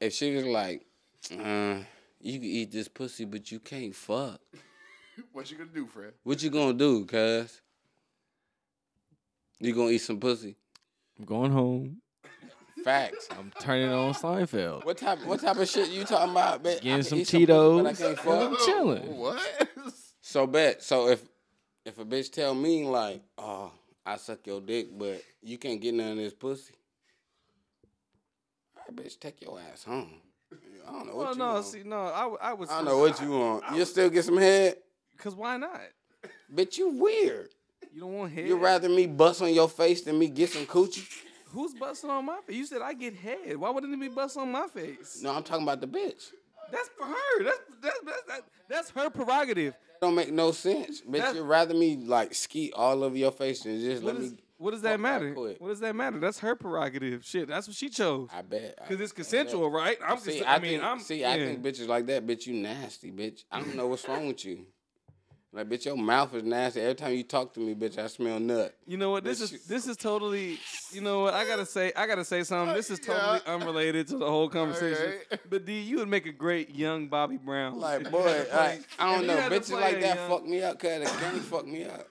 [SPEAKER 3] if she was like, uh, you can eat this pussy, but you can't fuck.
[SPEAKER 2] What you gonna do, friend?
[SPEAKER 3] What you gonna do, cuz? You gonna eat some pussy?
[SPEAKER 4] I'm going home.
[SPEAKER 3] Facts.
[SPEAKER 4] I'm turning on Seinfeld.
[SPEAKER 3] What type? What type of shit you talking about, man? I
[SPEAKER 4] Getting
[SPEAKER 3] can
[SPEAKER 4] some
[SPEAKER 3] eat pussy, but I
[SPEAKER 4] Cheetos.
[SPEAKER 3] can't fuck.
[SPEAKER 4] I'm chilling.
[SPEAKER 2] What?
[SPEAKER 3] So bet. So if if a bitch tell me like, oh, I suck your dick, but you can't get none of this pussy. All right, bitch, take your ass home. I don't know what
[SPEAKER 1] Well,
[SPEAKER 3] you
[SPEAKER 1] Oh, no,
[SPEAKER 3] want.
[SPEAKER 1] see, no, I, w- I would.
[SPEAKER 3] I don't know what you want. you still get some head,
[SPEAKER 1] Cause why not?
[SPEAKER 3] bitch. You weird.
[SPEAKER 1] You don't want head.
[SPEAKER 3] You rather me bust on your face than me get some coochie?
[SPEAKER 1] Who's busting on my face? You said I get head. Why wouldn't it be busting on my face?
[SPEAKER 3] No, I'm talking about the bitch.
[SPEAKER 1] That's for her. That's that's that's, that, that's her prerogative.
[SPEAKER 3] Don't make no sense, bitch.
[SPEAKER 1] That's-
[SPEAKER 3] You rather me like ski all over your face than just
[SPEAKER 1] What
[SPEAKER 3] let
[SPEAKER 1] is-
[SPEAKER 3] me.
[SPEAKER 1] what does
[SPEAKER 3] fuck
[SPEAKER 1] that
[SPEAKER 3] right
[SPEAKER 1] matter?
[SPEAKER 3] quick.
[SPEAKER 1] What does that matter? That's her prerogative. Shit, that's what she chose.
[SPEAKER 3] I bet. I-
[SPEAKER 1] Because it's
[SPEAKER 3] I bet.
[SPEAKER 1] consensual, right? I'm
[SPEAKER 3] See,
[SPEAKER 1] consen-
[SPEAKER 3] I,
[SPEAKER 1] I mean,
[SPEAKER 3] think,
[SPEAKER 1] I'm
[SPEAKER 3] see,
[SPEAKER 1] yeah.
[SPEAKER 3] I think bitches like that, bitch, you nasty, bitch. I don't know what's wrong with you. Like, bitch, your mouth is nasty. Every time you talk to me, bitch, I smell nut.
[SPEAKER 1] You know what? This
[SPEAKER 3] Bitch, you-
[SPEAKER 1] is this is totally. You know what? I gotta say. I gotta say something. This is totally unrelated to the whole conversation.
[SPEAKER 2] Okay.
[SPEAKER 1] But D, you would make a great young Bobby Brown.
[SPEAKER 3] Like, boy, like, I
[SPEAKER 1] if
[SPEAKER 3] don't
[SPEAKER 1] you
[SPEAKER 3] know.
[SPEAKER 1] had to
[SPEAKER 3] Bitches
[SPEAKER 1] play
[SPEAKER 3] like
[SPEAKER 1] a
[SPEAKER 3] that
[SPEAKER 1] young-
[SPEAKER 3] fuck me up, cause the gang fuck me up.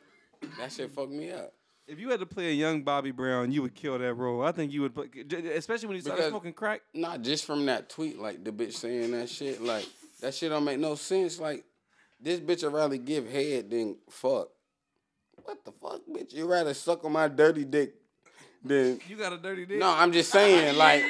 [SPEAKER 3] That shit fuck me up.
[SPEAKER 1] If you had to play a young Bobby Brown, you would kill that role. I think you would, play, especially when you started
[SPEAKER 3] Because-
[SPEAKER 1] smoking crack.
[SPEAKER 3] Not just from that tweet, like the bitch saying that shit. Like that shit don't make no sense. Like this bitch would rather give head than fuck. What the fuck, bitch? You rather suck on my dirty dick than
[SPEAKER 1] You got a dirty dick.
[SPEAKER 3] no. I'm just saying, like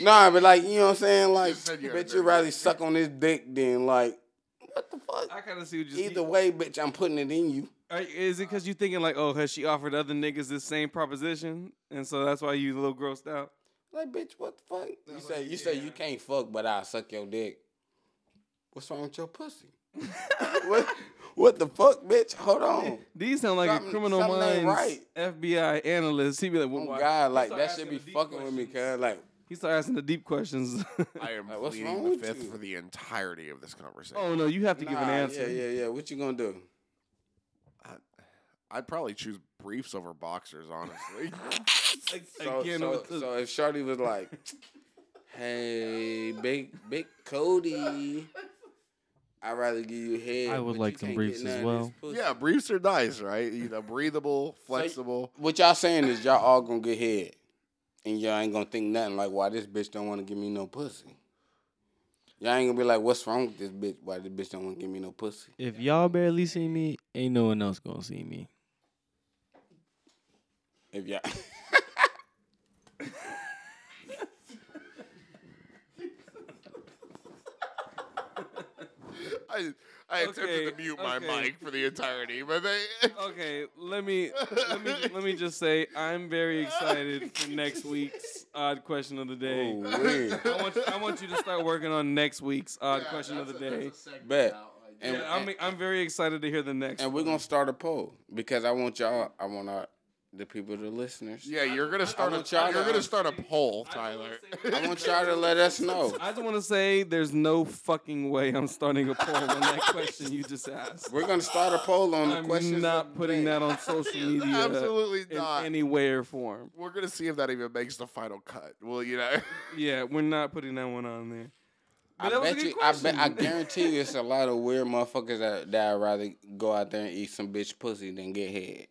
[SPEAKER 3] nah, but like you know what I'm saying. Like
[SPEAKER 2] said you had a
[SPEAKER 3] bitch,
[SPEAKER 2] dirty
[SPEAKER 3] you rather suck on this dick than like what the
[SPEAKER 1] I
[SPEAKER 3] fuck.
[SPEAKER 1] kind of see what you.
[SPEAKER 3] Either way, bitch, I'm putting it in you.
[SPEAKER 1] Are- Is it because you thinking like, oh, has she offered other niggas this same proposition, and so that's why you a little grossed out?
[SPEAKER 3] Like, bitch, what the fuck? You say you say you can't fuck, but I'll suck your dick. What's wrong with your pussy? what, what the fuck, bitch? Hold on.
[SPEAKER 1] These sound like a
[SPEAKER 3] Something-
[SPEAKER 1] criminal
[SPEAKER 3] something
[SPEAKER 1] minds
[SPEAKER 3] ain't right.
[SPEAKER 1] FBI analyst. He be like,
[SPEAKER 3] Oh
[SPEAKER 1] well, why-
[SPEAKER 3] God, like
[SPEAKER 1] start
[SPEAKER 3] that
[SPEAKER 1] asking
[SPEAKER 3] should be
[SPEAKER 1] the deep
[SPEAKER 3] fucking with me,
[SPEAKER 1] questions.
[SPEAKER 3] cuz like
[SPEAKER 1] He start asking the deep questions.
[SPEAKER 2] I am
[SPEAKER 3] Like, what's
[SPEAKER 2] pleading
[SPEAKER 3] wrong
[SPEAKER 2] the
[SPEAKER 3] with
[SPEAKER 2] fifth
[SPEAKER 3] you?
[SPEAKER 2] for the entirety of this conversation.
[SPEAKER 1] oh no, you have to give an
[SPEAKER 3] nah,
[SPEAKER 1] answer.
[SPEAKER 3] Yeah, yeah, yeah. What you gonna do?
[SPEAKER 2] I'd probably choose briefs over boxers, honestly.
[SPEAKER 3] So,
[SPEAKER 1] Again,
[SPEAKER 3] so,
[SPEAKER 1] with the-
[SPEAKER 3] so if Shorty was like, "Hey, big big Cody, I'd rather give you head."
[SPEAKER 4] I would
[SPEAKER 3] but
[SPEAKER 4] like
[SPEAKER 3] you
[SPEAKER 4] some
[SPEAKER 3] can't get
[SPEAKER 4] briefs as
[SPEAKER 3] none of
[SPEAKER 4] well.
[SPEAKER 3] this pussy."
[SPEAKER 2] yeah, briefs are nice, right? You know, breathable, flexible.
[SPEAKER 3] What y'all saying is y'all all gonna get head, and y'all ain't gonna think nothing like why this bitch don't want to give me no pussy. Y'all ain't gonna be like, what's wrong with this bitch? Why this bitch don't want to give me no pussy?
[SPEAKER 4] If y'all barely see me, ain't no one else gonna see me.
[SPEAKER 3] If y'all,
[SPEAKER 2] I, I
[SPEAKER 1] Okay,
[SPEAKER 2] attempted to mute my
[SPEAKER 1] okay.
[SPEAKER 2] mic for the entirety, but they.
[SPEAKER 1] okay, let me let me let me just say I'm very excited for next week's odd question of the day.
[SPEAKER 3] weird.
[SPEAKER 1] I want I want you to start working on next week's odd question of the
[SPEAKER 2] That's a-
[SPEAKER 1] day.
[SPEAKER 2] that's a segment
[SPEAKER 3] Bet.
[SPEAKER 2] now, like,
[SPEAKER 3] And,
[SPEAKER 1] Yeah, I'm
[SPEAKER 3] and,
[SPEAKER 1] I'm very excited to hear the next.
[SPEAKER 3] and we're
[SPEAKER 1] one.
[SPEAKER 3] gonna start a poll because I want y'all, I want our, the people, the listeners.
[SPEAKER 2] Yeah, you're gonna start a
[SPEAKER 3] want y'all
[SPEAKER 2] you're
[SPEAKER 3] to-
[SPEAKER 2] gonna start a poll, Tyler.
[SPEAKER 3] I want y'all to let us know.
[SPEAKER 1] I just want to say there's no fucking way I'm starting a poll on that question you just asked.
[SPEAKER 3] We're gonna start a poll on the
[SPEAKER 1] I'm
[SPEAKER 3] questions.
[SPEAKER 1] not putting that on social media
[SPEAKER 2] Absolutely
[SPEAKER 1] in
[SPEAKER 2] not.
[SPEAKER 1] any way or form.
[SPEAKER 2] We're gonna see if that even makes the final cut. Well, you know,
[SPEAKER 1] Yeah, we're not putting that one on there. But
[SPEAKER 3] I
[SPEAKER 1] that was a
[SPEAKER 3] bet
[SPEAKER 1] good
[SPEAKER 3] you. I bet. I
[SPEAKER 1] question.
[SPEAKER 3] guarantee you, it's a lot of weird motherfuckers that that would rather go out there and eat some bitch pussy than get head,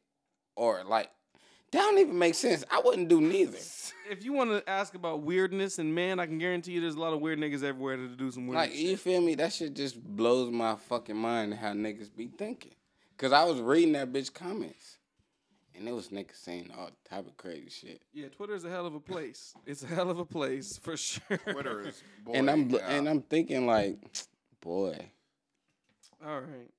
[SPEAKER 3] or like that don't even make sense. I wouldn't do neither.
[SPEAKER 1] If you want to ask about weirdness and man, I can guarantee you there's a lot of weird niggas everywhere to do some weird.
[SPEAKER 3] Like e
[SPEAKER 1] shit.
[SPEAKER 3] you feel me? That shit just blows my fucking mind how niggas be thinking. Cause I was reading that bitch comments, and it was niggas saying all type of crazy shit.
[SPEAKER 1] Yeah, Twitter's a hell of a place. It's a hell of a place for sure.
[SPEAKER 2] Twitter is boy,
[SPEAKER 3] and I'm
[SPEAKER 2] yeah.
[SPEAKER 3] and I'm thinking like, boy,
[SPEAKER 1] All right.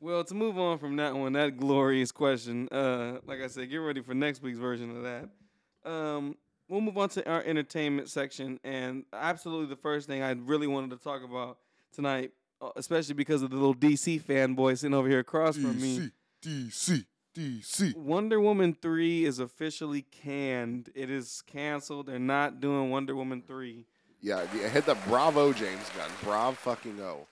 [SPEAKER 1] Well, to move on from that one, that glorious question. Uh, like I said, get ready for next week's version of that. Um, we'll move on to our entertainment section, and absolutely the first thing I really wanted to talk about tonight, uh, especially because of the little DC fanboy sitting over here across from me.
[SPEAKER 2] DC DC.
[SPEAKER 1] Wonder Woman three is officially canned. It is canceled. They're not doing Wonder Woman three.
[SPEAKER 2] Yeah, yeah, hit the Bravo James Gunn. Brav fucking O.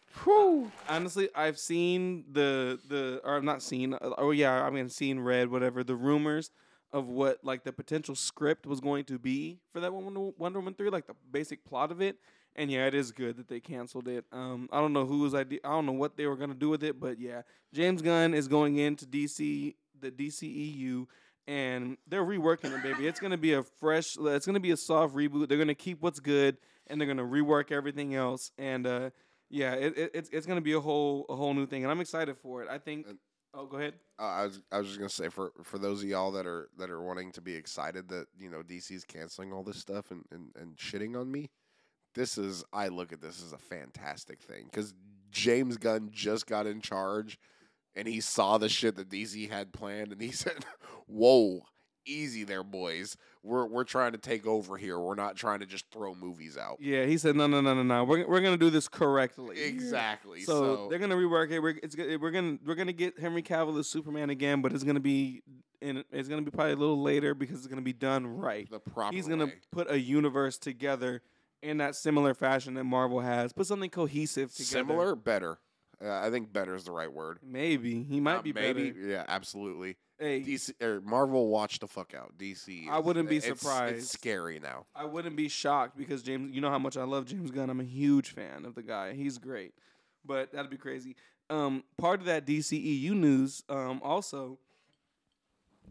[SPEAKER 1] honestly, I've seen the the or I've not seen. Oh yeah, I mean, seen read whatever the rumors of what like the potential script was going to be for that Wonder, Wonder Woman three, like the basic plot of it. And yeah, it is good that they canceled it. Um, I don't know whose idea. I don't know what they were gonna do with it, but yeah, James Gunn is going into DC, the DCEU, and they're reworking it, baby. It's gonna be a fresh. It's gonna be a soft reboot. They're gonna keep what's good, and they're gonna rework everything else. And uh, yeah, it, it, it's it's gonna be a whole a whole new thing, and I'm excited for it. I think.
[SPEAKER 2] And-
[SPEAKER 1] Oh, go ahead.
[SPEAKER 2] Uh, I was I was just gonna say for for those of y'all that are that are wanting to be excited that you know DC's canceling all this stuff and and, and shitting on me, this is I look at this as a fantastic thing because James Gunn just got in charge, and he saw the shit that DC had planned, and he said, "Whoa." Easy there, boys. We're we're trying to take over here. We're not trying to just throw movies out.
[SPEAKER 1] Yeah, he said no, no, no, no, no. We're we're gonna do this correctly.
[SPEAKER 2] Exactly.
[SPEAKER 1] So, they're gonna rework it. We're it's go- we're gonna we're gonna get Henry Cavill as Superman again, but it's gonna be and it's gonna be probably a little later because it's gonna be done right.
[SPEAKER 2] the proper
[SPEAKER 1] He's gonna
[SPEAKER 2] way.
[SPEAKER 1] put a universe together in that similar fashion that Marvel has. Put something cohesive together.
[SPEAKER 2] similar, better. Uh, I think better is the right word.
[SPEAKER 1] Maybe he might
[SPEAKER 2] Uh,
[SPEAKER 1] be better.
[SPEAKER 2] Yeah, absolutely.
[SPEAKER 1] Hey,
[SPEAKER 2] DC or Marvel, watch the fuck out. DC.
[SPEAKER 1] I
[SPEAKER 2] is-
[SPEAKER 1] wouldn't be
[SPEAKER 2] it's-
[SPEAKER 1] surprised.
[SPEAKER 2] It's scary now.
[SPEAKER 1] I wouldn't be shocked because James, you know how much I love James Gunn. I'm a huge fan of the guy. He's great. But that'd E be crazy. Um, part of that DCEU news um, also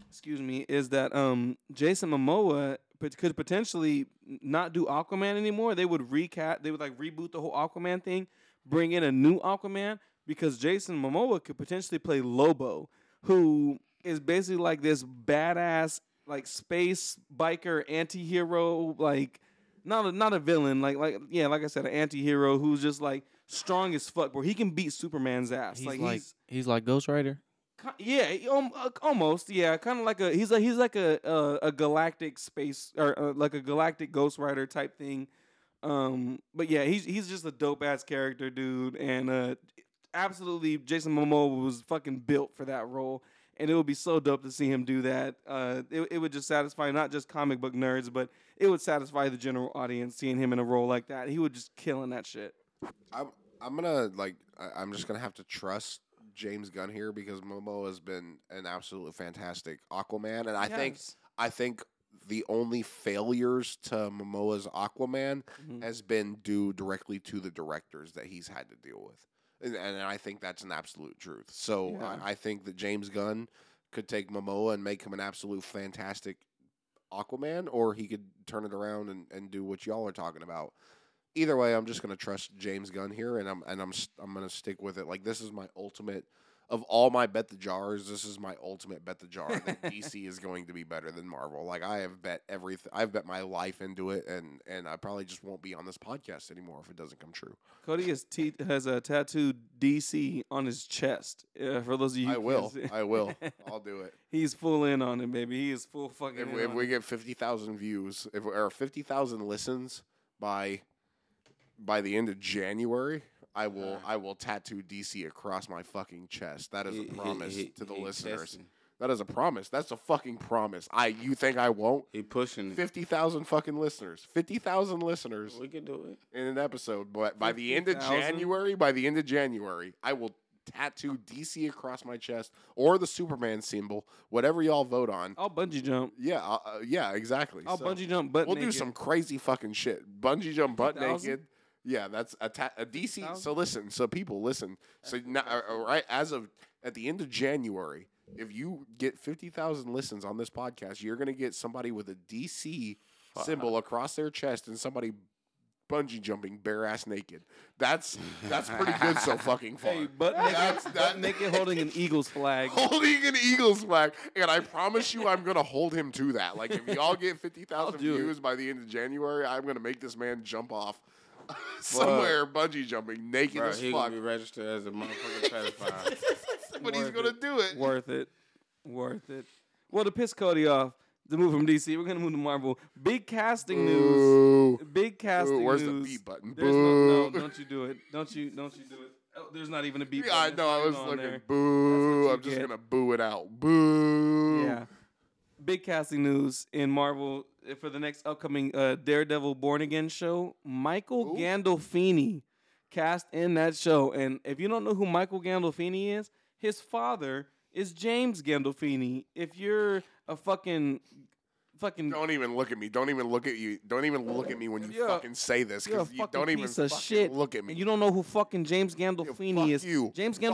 [SPEAKER 1] excuse me, is that um Jason Momoa pot- could potentially n- not do Aquaman anymore. They would recap. They would like reboot the whole Aquaman thing, bring in a new Aquaman because Jason Momoa could potentially play Lobo, who is basically like this badass like space biker anti-hero like not a, not a villain like like yeah like I said an anti-hero who's just like strong as fuck where he can beat Superman's ass
[SPEAKER 4] He's
[SPEAKER 1] like,
[SPEAKER 4] like,
[SPEAKER 1] he's
[SPEAKER 4] he's like Ghost Rider.
[SPEAKER 1] Ki- Yeah, he- um, uh, almost. Yeah, kind of like a he's like he's like a a, a galactic space or uh, like a galactic Ghost Rider type thing. Um, but yeah, he's he's just a dope ass character, dude, and uh, absolutely Jason Momoa was fucking built for that role, and it would be so dope to see him do that. Uh, it it would just satisfy not just comic book nerds, but it would satisfy the general audience seeing him in a role like that. He would just killing that shit.
[SPEAKER 2] I'm I'm gonna like I, I'm just gonna have to trust James Gunn here because Momo has been an absolutely fantastic Aquaman, and I think
[SPEAKER 1] Yes.
[SPEAKER 2] I think the only failures to Momoa's Aquaman
[SPEAKER 1] Mhm.
[SPEAKER 2] has been due directly to the directors that he's had to deal with, and, and I think that's an absolute truth. So
[SPEAKER 1] Yeah.
[SPEAKER 2] I, I think that James Gunn could take Momoa and make him an absolute fantastic Aquaman, or he could turn it around and, and do what y'all are talking about. Either way, I'm just gonna trust James Gunn here, and I'm and I'm s- I'm gonna stick with it. Like this is my ultimate of all my bet the jars. This is my ultimate bet the jar that DC is going to be better than Marvel. Like I have bet everything. I've bet my life into it, and and I probably just won't be on this podcast anymore if it doesn't come true.
[SPEAKER 1] Cody has t- has a tattooed DC on his chest. Uh, for those of you,
[SPEAKER 2] I
[SPEAKER 1] who
[SPEAKER 2] will.
[SPEAKER 1] can't see-
[SPEAKER 2] I will. I'll do it.
[SPEAKER 1] He's full in on it, baby. He is full fucking.
[SPEAKER 2] If,
[SPEAKER 1] in
[SPEAKER 2] we- if
[SPEAKER 1] on
[SPEAKER 2] we
[SPEAKER 1] it.
[SPEAKER 2] get fifty thousand views, if or fifty thousand listens by by the end of January, I
[SPEAKER 3] Uh.
[SPEAKER 2] will I will tattoo DC across my fucking chest. That is a
[SPEAKER 3] He- he-
[SPEAKER 2] promise
[SPEAKER 3] he-
[SPEAKER 2] to the
[SPEAKER 3] he
[SPEAKER 2] listeners.
[SPEAKER 3] testing.
[SPEAKER 2] That is a promise. That's a fucking promise. I you think I won't?
[SPEAKER 3] He pushing it.
[SPEAKER 2] Fifty thousand fucking listeners. Fifty thousand listeners
[SPEAKER 3] We can do it.
[SPEAKER 2] in an episode, but by the end of
[SPEAKER 1] 50,000?
[SPEAKER 2] January, by the end of January, I will tattoo DC across my chest or the Superman symbol, whatever y'all vote on.
[SPEAKER 1] I'll bungee jump.
[SPEAKER 2] Yeah, uh, uh, yeah, exactly.
[SPEAKER 1] I'll
[SPEAKER 2] So
[SPEAKER 1] bungee jump, but
[SPEAKER 2] We'll do some crazy fucking shit. Bungee jump butt
[SPEAKER 1] 50,000?
[SPEAKER 2] naked. Yeah, that's a, ta- a DC.
[SPEAKER 1] 50,000?
[SPEAKER 2] So listen, so people listen. So now, uh, uh, right as of at the end of January, if you get fifty thousand listens on this podcast, you're gonna get somebody with a DC symbol across their chest and somebody bungee jumping bare ass naked. That's that's pretty good so fucking far.
[SPEAKER 1] Hey, butt naked,
[SPEAKER 2] That's-
[SPEAKER 1] butt
[SPEAKER 2] that-
[SPEAKER 1] naked holding an Eagles flag.
[SPEAKER 2] holding an Eagles flag, and I promise you, I'm gonna hold him to that. Like if y'all get fifty thousand
[SPEAKER 1] do it.
[SPEAKER 2] views by the end of January, I'm gonna make this man jump off somewhere bungee jumping naked
[SPEAKER 3] Bro,
[SPEAKER 2] as
[SPEAKER 3] he
[SPEAKER 2] fuck.
[SPEAKER 3] gonna be registered as a motherfucking pedophile.
[SPEAKER 2] but he's
[SPEAKER 1] Worth
[SPEAKER 2] gonna
[SPEAKER 1] it.
[SPEAKER 2] do it.
[SPEAKER 1] Worth it. Worth it. Well, to piss Cody off, the move from DC, we're gonna move to Marvel. Big casting news.
[SPEAKER 2] Boo.
[SPEAKER 1] Big casting
[SPEAKER 2] Boo. Where's the
[SPEAKER 1] news.
[SPEAKER 2] B button?
[SPEAKER 1] There's no, no,
[SPEAKER 2] Boo.
[SPEAKER 1] don't you do it. Don't you don't you do it. Oh, there's not even a B
[SPEAKER 2] Yeah,
[SPEAKER 1] button.
[SPEAKER 2] I
[SPEAKER 1] It's
[SPEAKER 2] know.
[SPEAKER 1] not
[SPEAKER 2] I
[SPEAKER 1] even
[SPEAKER 2] was
[SPEAKER 1] on
[SPEAKER 2] looking
[SPEAKER 1] there.
[SPEAKER 2] boo.
[SPEAKER 1] you
[SPEAKER 2] I'm just
[SPEAKER 1] get.
[SPEAKER 2] gonna boo it out. Boo.
[SPEAKER 1] Yeah. Big casting news in Marvel uh, for the next upcoming uh, Daredevil Born Again show. Michael
[SPEAKER 2] Who?
[SPEAKER 1] Gandolfini cast in that show. And if you don't know who Michael Gandolfini is, his father is James Gandolfini. If you're a fucking fucking
[SPEAKER 2] Don't even look at me. Don't even look at you. Don't even look at me when you
[SPEAKER 1] You're a-
[SPEAKER 2] fucking say this
[SPEAKER 1] you're a
[SPEAKER 2] because you
[SPEAKER 1] fucking
[SPEAKER 2] don't even
[SPEAKER 1] piece of
[SPEAKER 2] fucking
[SPEAKER 1] shit.
[SPEAKER 2] look at me.
[SPEAKER 1] and you don't know who fucking James Gandolfini
[SPEAKER 2] fuck
[SPEAKER 1] is.
[SPEAKER 2] you.
[SPEAKER 1] James
[SPEAKER 2] Fuck you,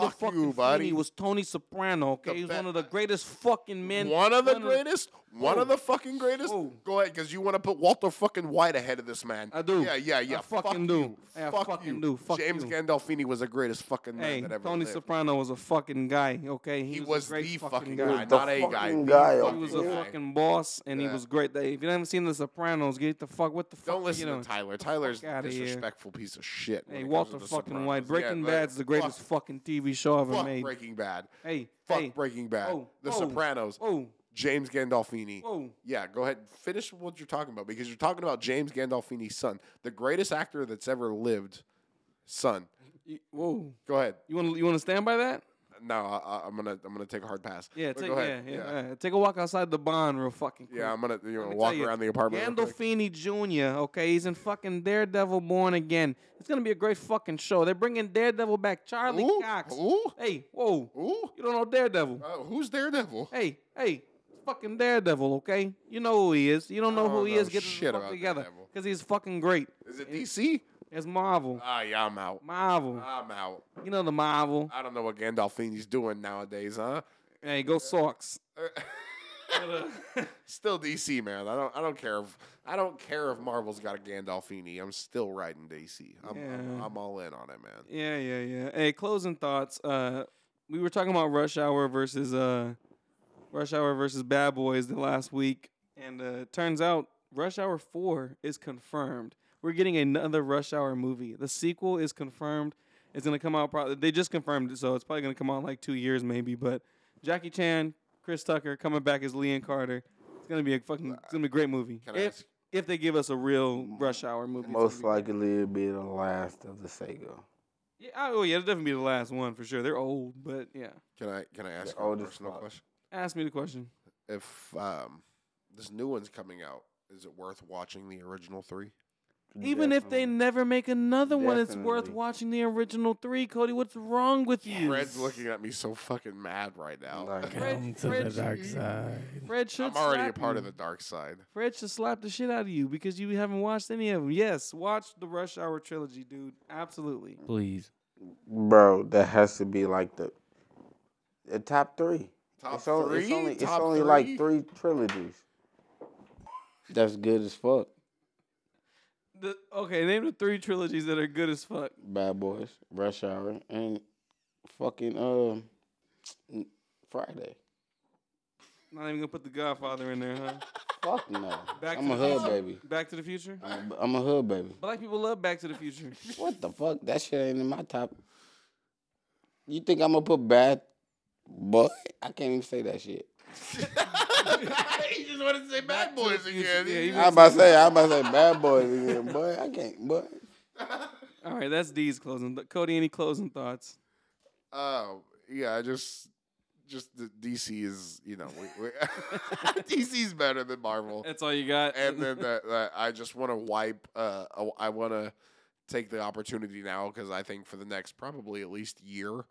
[SPEAKER 1] Gandolfini
[SPEAKER 2] buddy.
[SPEAKER 1] was Tony Soprano. Okay, he was
[SPEAKER 2] be-
[SPEAKER 1] one of the greatest fucking men.
[SPEAKER 2] one of the greatest, one of the fucking greatest.
[SPEAKER 1] Whoa.
[SPEAKER 2] Go ahead, because you want to put Walter fucking White ahead of this man.
[SPEAKER 1] I do.
[SPEAKER 2] Yeah, yeah,
[SPEAKER 1] I
[SPEAKER 2] yeah.
[SPEAKER 1] fucking
[SPEAKER 2] Fuck
[SPEAKER 1] do.
[SPEAKER 2] you.
[SPEAKER 1] I
[SPEAKER 2] fuck
[SPEAKER 1] fucking
[SPEAKER 2] you.
[SPEAKER 1] do. Fuck
[SPEAKER 2] James
[SPEAKER 1] you.
[SPEAKER 2] Gandolfini was the greatest fucking man
[SPEAKER 1] Hey,
[SPEAKER 2] that ever
[SPEAKER 1] Tony
[SPEAKER 2] lived.
[SPEAKER 1] Soprano was a fucking guy. Okay,
[SPEAKER 2] He,
[SPEAKER 1] a
[SPEAKER 2] was,
[SPEAKER 1] great
[SPEAKER 2] the fucking
[SPEAKER 1] guy.
[SPEAKER 2] guy, not a guy. the
[SPEAKER 6] guy.
[SPEAKER 1] He was a
[SPEAKER 2] guy.
[SPEAKER 1] fucking boss, and he
[SPEAKER 2] Yeah.
[SPEAKER 1] was great. They- If you haven't seen The Sopranos, get the fuck. What the fuck?
[SPEAKER 2] Don't listen
[SPEAKER 1] you know.
[SPEAKER 2] to Tyler. Tyler's a
[SPEAKER 1] outta here.
[SPEAKER 2] disrespectful piece of shit. when
[SPEAKER 1] Hey,
[SPEAKER 2] it comes
[SPEAKER 1] Walter
[SPEAKER 2] to The
[SPEAKER 1] fucking
[SPEAKER 2] Sopranos.
[SPEAKER 1] White.
[SPEAKER 2] Yeah,
[SPEAKER 1] Breaking
[SPEAKER 2] but
[SPEAKER 1] Bad's the greatest
[SPEAKER 2] Fuck,
[SPEAKER 1] fucking TV show ever
[SPEAKER 2] fuck
[SPEAKER 1] made.
[SPEAKER 2] Breaking Bad.
[SPEAKER 1] Hey,
[SPEAKER 2] Fuck
[SPEAKER 1] hey.
[SPEAKER 2] Breaking Bad.
[SPEAKER 1] Oh,
[SPEAKER 2] the
[SPEAKER 1] oh,
[SPEAKER 2] Sopranos.
[SPEAKER 1] Oh,
[SPEAKER 2] James Gandolfini.
[SPEAKER 1] Whoa.
[SPEAKER 2] Yeah, go ahead. Finish what you're talking about because you're talking about James Gandolfini's son, the greatest actor that's ever lived. Son,
[SPEAKER 1] You- whoa.
[SPEAKER 2] go ahead.
[SPEAKER 1] You want to you want to stand by that?
[SPEAKER 2] No, I, I- I'm gonna I'm gonna take a hard pass.
[SPEAKER 1] Yeah,
[SPEAKER 2] But
[SPEAKER 1] take
[SPEAKER 2] go
[SPEAKER 1] yeah,
[SPEAKER 2] ahead.
[SPEAKER 1] yeah, all right. Take a walk outside the barn real fucking quick.
[SPEAKER 2] Yeah, I'm gonna you
[SPEAKER 1] Let
[SPEAKER 2] know,
[SPEAKER 1] me
[SPEAKER 2] walk
[SPEAKER 1] tell you,
[SPEAKER 2] around the apartment. real quick.
[SPEAKER 1] Gandolfini Jr. Okay, he's in fucking Daredevil Born Again. It's gonna be a great fucking show. They're bringing Daredevil back. Charlie
[SPEAKER 2] Ooh,
[SPEAKER 1] Cox.
[SPEAKER 2] ooh,
[SPEAKER 1] Hey, whoa.
[SPEAKER 2] ooh.
[SPEAKER 1] You don't know Daredevil.
[SPEAKER 2] Uh, who's Daredevil?
[SPEAKER 1] Hey, hey, fucking Daredevil, okay? You know who he is. You don't know
[SPEAKER 2] I
[SPEAKER 1] who
[SPEAKER 2] don't
[SPEAKER 1] he
[SPEAKER 2] know
[SPEAKER 1] is. Get this
[SPEAKER 2] shit
[SPEAKER 1] fuck
[SPEAKER 2] about
[SPEAKER 1] together.
[SPEAKER 2] Daredevil.
[SPEAKER 1] Because he's fucking great.
[SPEAKER 2] Is it DC?
[SPEAKER 1] It's Marvel.
[SPEAKER 2] Ah, yeah, I'm out.
[SPEAKER 1] Marvel.
[SPEAKER 2] I'm out.
[SPEAKER 1] You know the Marvel.
[SPEAKER 2] uh, I don't know what Gandolfini's doing nowadays, huh?
[SPEAKER 1] Hey, go Sox.
[SPEAKER 2] Still DC, man. I don't. I don't care if. I don't care if Marvel's got a Gandolfini. I'm still riding DC. I'm. I'm,
[SPEAKER 1] Yeah.
[SPEAKER 2] I'm all in on it, man.
[SPEAKER 1] Yeah, yeah, yeah. Hey, closing thoughts. Uh, we were talking about Rush Hour versus uh, Rush Hour versus Bad Boys the last week, and uh, turns out Rush Hour Four is confirmed. We're getting another Rush Hour movie. The sequel is confirmed. It's gonna come out. Probably they just confirmed it, so it's probably gonna come out in like two years maybe. But Jackie Chan, Chris Tucker coming back as Leon Carter. It's gonna be a fucking. It's gonna be a great movie.
[SPEAKER 2] Can I
[SPEAKER 1] If
[SPEAKER 2] ask-
[SPEAKER 1] if they give us a real Rush Hour movie, it's gonna be
[SPEAKER 3] Most
[SPEAKER 1] great.
[SPEAKER 3] likely it'll be the last of the Sega.
[SPEAKER 1] Yeah, oh yeah, it'll definitely be the last one for sure. They're old, but yeah.
[SPEAKER 2] Can I? Can I ask you a
[SPEAKER 3] oldest
[SPEAKER 2] personal
[SPEAKER 3] fuck.
[SPEAKER 2] question?
[SPEAKER 1] Ask me the question.
[SPEAKER 2] If um, this new one's coming out, is it worth watching the original three?
[SPEAKER 1] Even if they never make another one, it's worth
[SPEAKER 3] Definitely.
[SPEAKER 1] watching the original three. Cody, what's wrong with you?
[SPEAKER 2] Fred's looking at me so fucking mad right now.
[SPEAKER 3] Like,
[SPEAKER 1] Fred, Fred, Fred should.
[SPEAKER 2] I'm already a
[SPEAKER 1] slap
[SPEAKER 2] part
[SPEAKER 1] you.
[SPEAKER 2] of the dark side.
[SPEAKER 1] Fred should slap the shit out of you because you haven't watched any of them. Yes, watch the Rush Hour trilogy, dude. Absolutely.
[SPEAKER 4] Please.
[SPEAKER 3] bro, that has to be like the the top three.
[SPEAKER 2] Top
[SPEAKER 3] it's only, It's
[SPEAKER 2] three?
[SPEAKER 3] only, it's
[SPEAKER 2] Top
[SPEAKER 3] only like
[SPEAKER 2] three?
[SPEAKER 3] three trilogies. That's good as fuck.
[SPEAKER 1] The, okay, name the three trilogies that are good as fuck.
[SPEAKER 3] Bad Boys, Rush Hour, and fucking um Friday.
[SPEAKER 1] Not even gonna put the Godfather in there, huh?
[SPEAKER 3] Fuck no.
[SPEAKER 1] Back
[SPEAKER 3] I'm
[SPEAKER 1] to
[SPEAKER 3] a
[SPEAKER 1] the
[SPEAKER 3] hood
[SPEAKER 1] future.
[SPEAKER 3] baby.
[SPEAKER 1] Back to the Future.
[SPEAKER 3] I'm a, I'm a hood baby.
[SPEAKER 1] Black people love Back to the Future.
[SPEAKER 3] What the fuck? That shit ain't in my top. You think I'm gonna put bad boy? I can't even say that shit.
[SPEAKER 2] he just wanted to say bad boys again.
[SPEAKER 1] Yeah, he
[SPEAKER 3] I'm about to say, I'm about to say bad boys again, boy. I can't, boy.
[SPEAKER 1] All right, that's D's closing. th- Cody, any closing thoughts?
[SPEAKER 2] Oh yeah, I just just the DC is you know we, we DC's better than Marvel,
[SPEAKER 1] That's all you got.
[SPEAKER 2] and then that, that I just want to wipe. Uh, I- I want to take the opportunity now because I think for the next probably at least year,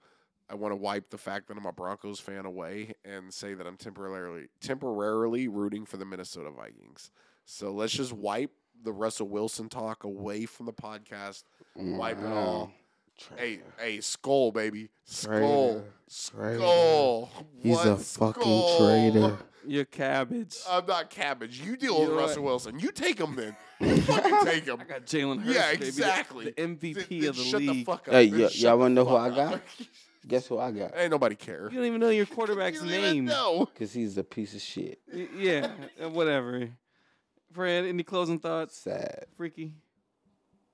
[SPEAKER 2] I want to wipe the fact that I'm a Broncos fan away and say that I'm temporarily temporarily rooting for the Minnesota Vikings. So let's just wipe the Russell Wilson talk away from the podcast. Wipe it all.
[SPEAKER 3] Mm-hmm.
[SPEAKER 2] Hey, hey, skull, baby. Skull. Skull.
[SPEAKER 3] He's a
[SPEAKER 2] What
[SPEAKER 3] fucking
[SPEAKER 2] skull?
[SPEAKER 3] traitor.
[SPEAKER 1] Your cabbage.
[SPEAKER 2] I'm not cabbage. You deal
[SPEAKER 1] You know
[SPEAKER 2] with Russell Wilson. You take him then. You fucking take him.
[SPEAKER 1] I got Jalen Hurts.
[SPEAKER 2] yeah,
[SPEAKER 1] baby, the-
[SPEAKER 2] exactly.
[SPEAKER 1] The, MVP
[SPEAKER 2] Th-
[SPEAKER 1] of
[SPEAKER 2] then
[SPEAKER 1] the
[SPEAKER 2] shut
[SPEAKER 1] league.
[SPEAKER 2] the fuck up.
[SPEAKER 3] Hey,
[SPEAKER 2] Then
[SPEAKER 3] y-
[SPEAKER 2] shut
[SPEAKER 3] y'all
[SPEAKER 2] the
[SPEAKER 3] wanna know who
[SPEAKER 2] fuck
[SPEAKER 3] I got?
[SPEAKER 2] up.
[SPEAKER 3] Guess who I got?
[SPEAKER 2] Ain't nobody care.
[SPEAKER 1] You don't even know your
[SPEAKER 2] You
[SPEAKER 1] quarterback's
[SPEAKER 2] don't even
[SPEAKER 1] name.
[SPEAKER 2] know.
[SPEAKER 3] Cause he's a piece of shit.
[SPEAKER 1] Y- Yeah, uh, whatever. Fred, any closing thoughts?
[SPEAKER 3] Sad.
[SPEAKER 1] Freaky.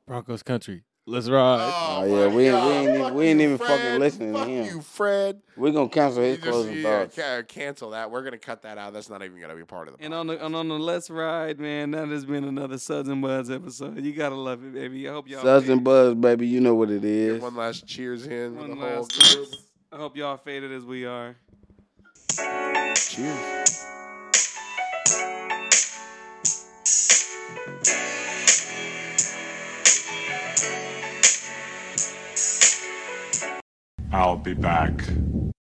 [SPEAKER 4] Broncos country. Let's ride.
[SPEAKER 3] Oh, yeah,
[SPEAKER 2] my
[SPEAKER 3] we ain't- we
[SPEAKER 2] God.
[SPEAKER 3] ain't even-
[SPEAKER 2] Fuck
[SPEAKER 3] we ain't
[SPEAKER 2] you,
[SPEAKER 3] even fucking
[SPEAKER 2] Fred.
[SPEAKER 3] listening to
[SPEAKER 2] Fuck
[SPEAKER 3] him.
[SPEAKER 2] you, Fred.
[SPEAKER 3] We're gonna cancel
[SPEAKER 2] You
[SPEAKER 3] his
[SPEAKER 2] just
[SPEAKER 3] closing
[SPEAKER 2] yeah,
[SPEAKER 3] thoughts.
[SPEAKER 2] ca- cancel that. We're gonna cut that out. That's not even gonna be part of the.
[SPEAKER 1] And
[SPEAKER 2] podcast.
[SPEAKER 1] on the and on the Let's Ride, man, that has been another Suds and Buds episode. You gotta love it, baby. I hope y'all
[SPEAKER 3] Suds
[SPEAKER 1] faded.
[SPEAKER 3] and Buzz, baby, you know what it
[SPEAKER 2] Get
[SPEAKER 3] is.
[SPEAKER 2] one last cheers in.
[SPEAKER 1] One
[SPEAKER 2] with the whole
[SPEAKER 1] last-
[SPEAKER 2] group.
[SPEAKER 1] I hope y'all faded as we are.
[SPEAKER 3] Cheers.
[SPEAKER 9] I'll be back.